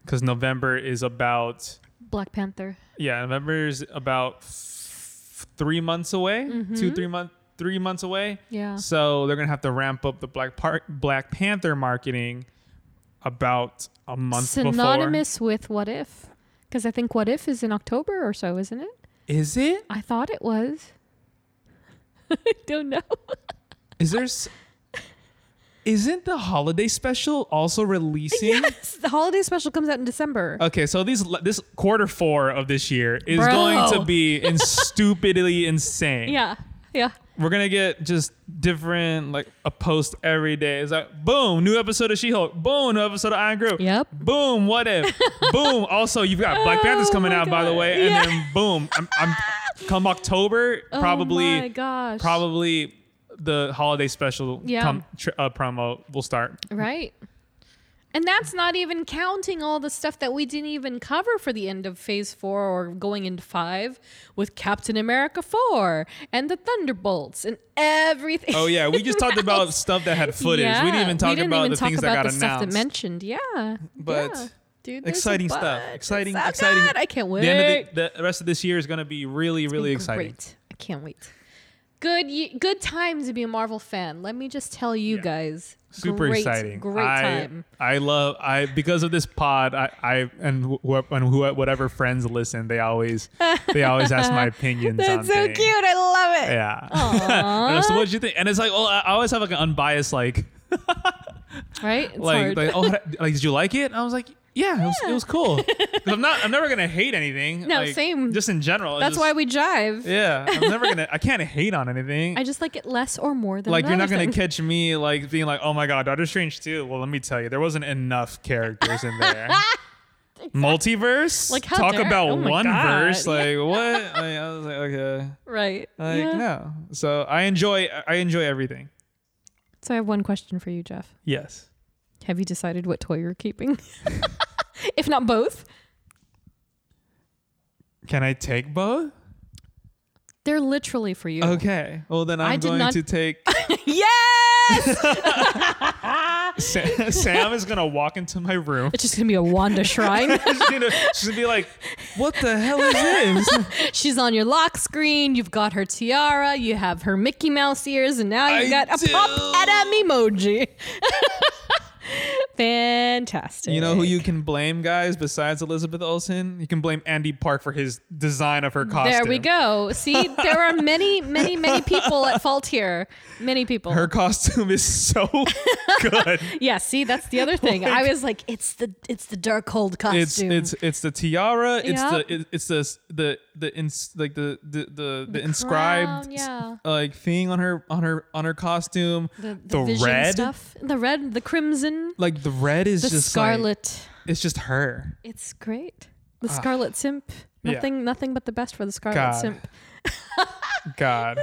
Speaker 3: because November is about
Speaker 4: Black Panther.
Speaker 3: yeah, November is about f- three months away, two three month three months away.
Speaker 4: Mm-hmm. Yeah.
Speaker 3: So they're gonna have to ramp up the Black Park Black Panther marketing about a month
Speaker 4: synonymous with what if because i think what if is in october or so isn't it
Speaker 3: before. Is it?
Speaker 4: i thought it was i don't know
Speaker 3: Is there? S- isn't the holiday special also releasing?
Speaker 4: yes the holiday special comes out in december
Speaker 3: Okay, so these this quarter four of this year is
Speaker 4: Bro.
Speaker 3: going to be in stupidly insane.
Speaker 4: yeah yeah
Speaker 3: we're gonna get just different like a post every day. It's like boom, new episode of She-Hulk. Boom, new episode of Iron Group.
Speaker 4: Yep.
Speaker 3: Boom, what if? boom. Also, you've got Black
Speaker 4: Oh
Speaker 3: Panther's coming
Speaker 4: my
Speaker 3: out by the
Speaker 4: God.
Speaker 3: way, and
Speaker 4: Yeah.
Speaker 3: then boom, I'm, I'm come October probably
Speaker 4: oh my gosh
Speaker 3: probably the holiday special
Speaker 4: Yeah.
Speaker 3: come, tr- uh, promo will start.
Speaker 4: right and that's not even counting all the stuff that we didn't even cover for the end of phase four or going into five with Captain America 4 and the Thunderbolts and everything.
Speaker 3: Oh yeah, we just talked about stuff that had footage. we didn't
Speaker 4: Yeah,
Speaker 3: even talk
Speaker 4: didn't
Speaker 3: about
Speaker 4: even
Speaker 3: the
Speaker 4: talk
Speaker 3: things
Speaker 4: about
Speaker 3: that got
Speaker 4: the
Speaker 3: announced.
Speaker 4: Stuff that mentioned, yeah.
Speaker 3: But
Speaker 4: yeah. Dude, there's a
Speaker 3: exciting stuff.
Speaker 4: bunch. It's
Speaker 3: Exciting,
Speaker 4: so
Speaker 3: exciting.
Speaker 4: good. I can't wait.
Speaker 3: The, end of the, the rest of this year is going to be really, really
Speaker 4: Great.
Speaker 3: exciting.
Speaker 4: I can't wait. Good, ye- good time to be a Marvel fan. Let me just tell you guys.
Speaker 3: Super
Speaker 4: Great,
Speaker 3: exciting.
Speaker 4: Great
Speaker 3: I,
Speaker 4: time.
Speaker 3: I love I because of this pod. I, I and wh- wh- and who whatever friends listen, they always they always ask my opinions. on
Speaker 4: That's so
Speaker 3: things.
Speaker 4: cute. I love it.
Speaker 3: Yeah. And so what do you think? And it's like, oh, I I always have like an unbiased like
Speaker 4: Right? It's
Speaker 3: like
Speaker 4: hard.
Speaker 3: like oh how did- like did you like it? And I was like. Yeah, It, was, it was cool. 'Cause I'm not. I'm never gonna hate anything.
Speaker 4: No,
Speaker 3: like,
Speaker 4: same.
Speaker 3: Just in general. it's
Speaker 4: That's
Speaker 3: just-
Speaker 4: why we jive.
Speaker 3: Yeah, I'm never gonna. I can't hate on anything.
Speaker 4: I just like it less or more than
Speaker 3: like you're not
Speaker 4: another
Speaker 3: gonna
Speaker 4: thing.
Speaker 3: catch me like being like, oh my god, Doctor Strange too. Well, let me tell you, there wasn't enough characters in there. Multiverse?
Speaker 4: Like, how
Speaker 3: talk
Speaker 4: dare-
Speaker 3: about
Speaker 4: oh my
Speaker 3: one
Speaker 4: God.
Speaker 3: verse? Like what? like, I was like, okay,
Speaker 4: right.
Speaker 3: like
Speaker 4: yeah.
Speaker 3: no. So I enjoy. I enjoy everything.
Speaker 4: So I have one question for you, Jeff.
Speaker 3: Yes.
Speaker 4: Have you decided what toy you're keeping? if not both,
Speaker 3: Can I take both?
Speaker 4: they're literally for you.
Speaker 3: Okay. Well, then
Speaker 4: I
Speaker 3: I'm
Speaker 4: did
Speaker 3: going
Speaker 4: not-
Speaker 3: to take.
Speaker 4: Yes!
Speaker 3: Sam, Sam is gonna walk into my room.
Speaker 4: It's just gonna be a Wanda shrine.
Speaker 3: she's, gonna, she's gonna be like, "What the hell is this?"
Speaker 4: She's on your lock screen. You've got her tiara. You have her Mickey Mouse ears, and now you
Speaker 3: I
Speaker 4: got a
Speaker 3: do.
Speaker 4: pop Adam emoji.
Speaker 9: Fantastic.
Speaker 3: You know who you can blame, guys, besides Elizabeth Olsen? You can blame Andy Park for his design of her costume.
Speaker 4: There we go. See, there are many, many, many people at fault here. Many people.
Speaker 3: Her costume is so good.
Speaker 4: yeah, see, that's the other thing. I was like, it's the it's the dark cold costume.
Speaker 3: It's it's it's the tiara. It's
Speaker 4: Yeah.
Speaker 3: the it, it's the the the ins, like the the the, the, inscribed
Speaker 4: crown, yeah.
Speaker 3: like thing on her on her on her costume.
Speaker 4: the, the vision
Speaker 3: red,
Speaker 4: stuff. The red, the crimson,
Speaker 3: like the red is
Speaker 4: the
Speaker 3: just
Speaker 4: scarlet.
Speaker 3: Like, it's just her.
Speaker 4: It's great. The Scarlet Simp.
Speaker 3: Ah. Yeah.
Speaker 4: Nothing, nothing but the best for the Scarlet
Speaker 3: God.
Speaker 4: Simp.
Speaker 3: God,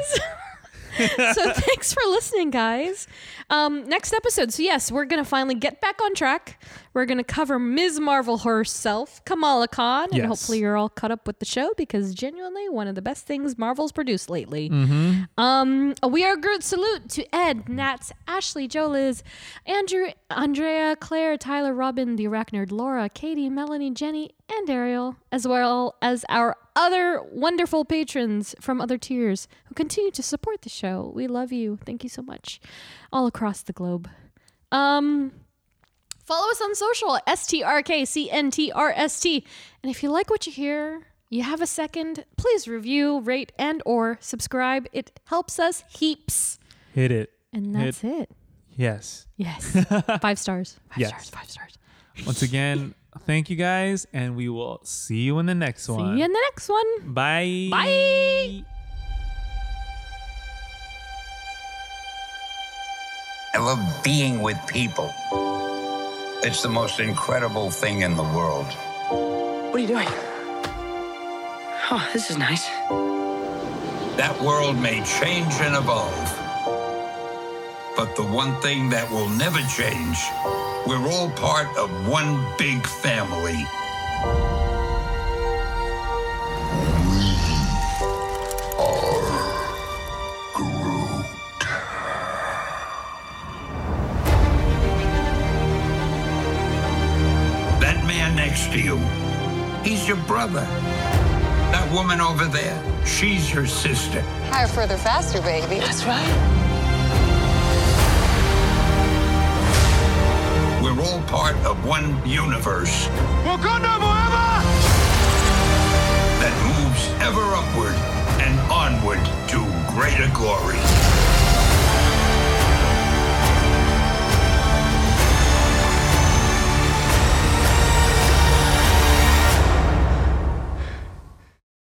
Speaker 4: So thanks for listening, guys. Um, next episode. So yes, we're gonna finally get back on track. We're gonna cover Ms. Marvel herself, Kamala Khan, and
Speaker 3: Yes.
Speaker 4: hopefully you're all caught up with the show because genuinely one of the best things Marvel's produced lately. Um, a we are Groot salute to Ed, Nats, Ashley, Joe, Liz, Andrew, Andrea, Claire, Tyler, Robin, the Arachnid, Laura, Katie, Melanie, Jenny, and Ariel, as well as our other wonderful patrons from other tiers who continue to support the show. We love you. Thank you so much, all across the globe. Um, follow us on social at strkcntrst. And if you like what you hear, you have a second, please review, rate, and or subscribe. It helps us heaps.
Speaker 3: hit it.
Speaker 4: And that's it.
Speaker 3: Yes.
Speaker 4: Yes. five stars. Five
Speaker 3: Yes.
Speaker 4: stars. Five stars.
Speaker 3: Once again, thank you guys, and we will see you in the next one.
Speaker 4: See you in the next one.
Speaker 3: Bye.
Speaker 4: Bye.
Speaker 10: I love being with people. It's the most incredible thing in the world.
Speaker 11: What are you doing? Oh, this is nice.
Speaker 10: That world may change and evolve. But the one thing that will never change, we're all part of one big family. That man next to you, he's your brother. That woman over there, she's your sister.
Speaker 12: Higher, further, faster, baby.
Speaker 11: That's right.
Speaker 10: We're all part of one universe that moves ever upward and onward to greater glory.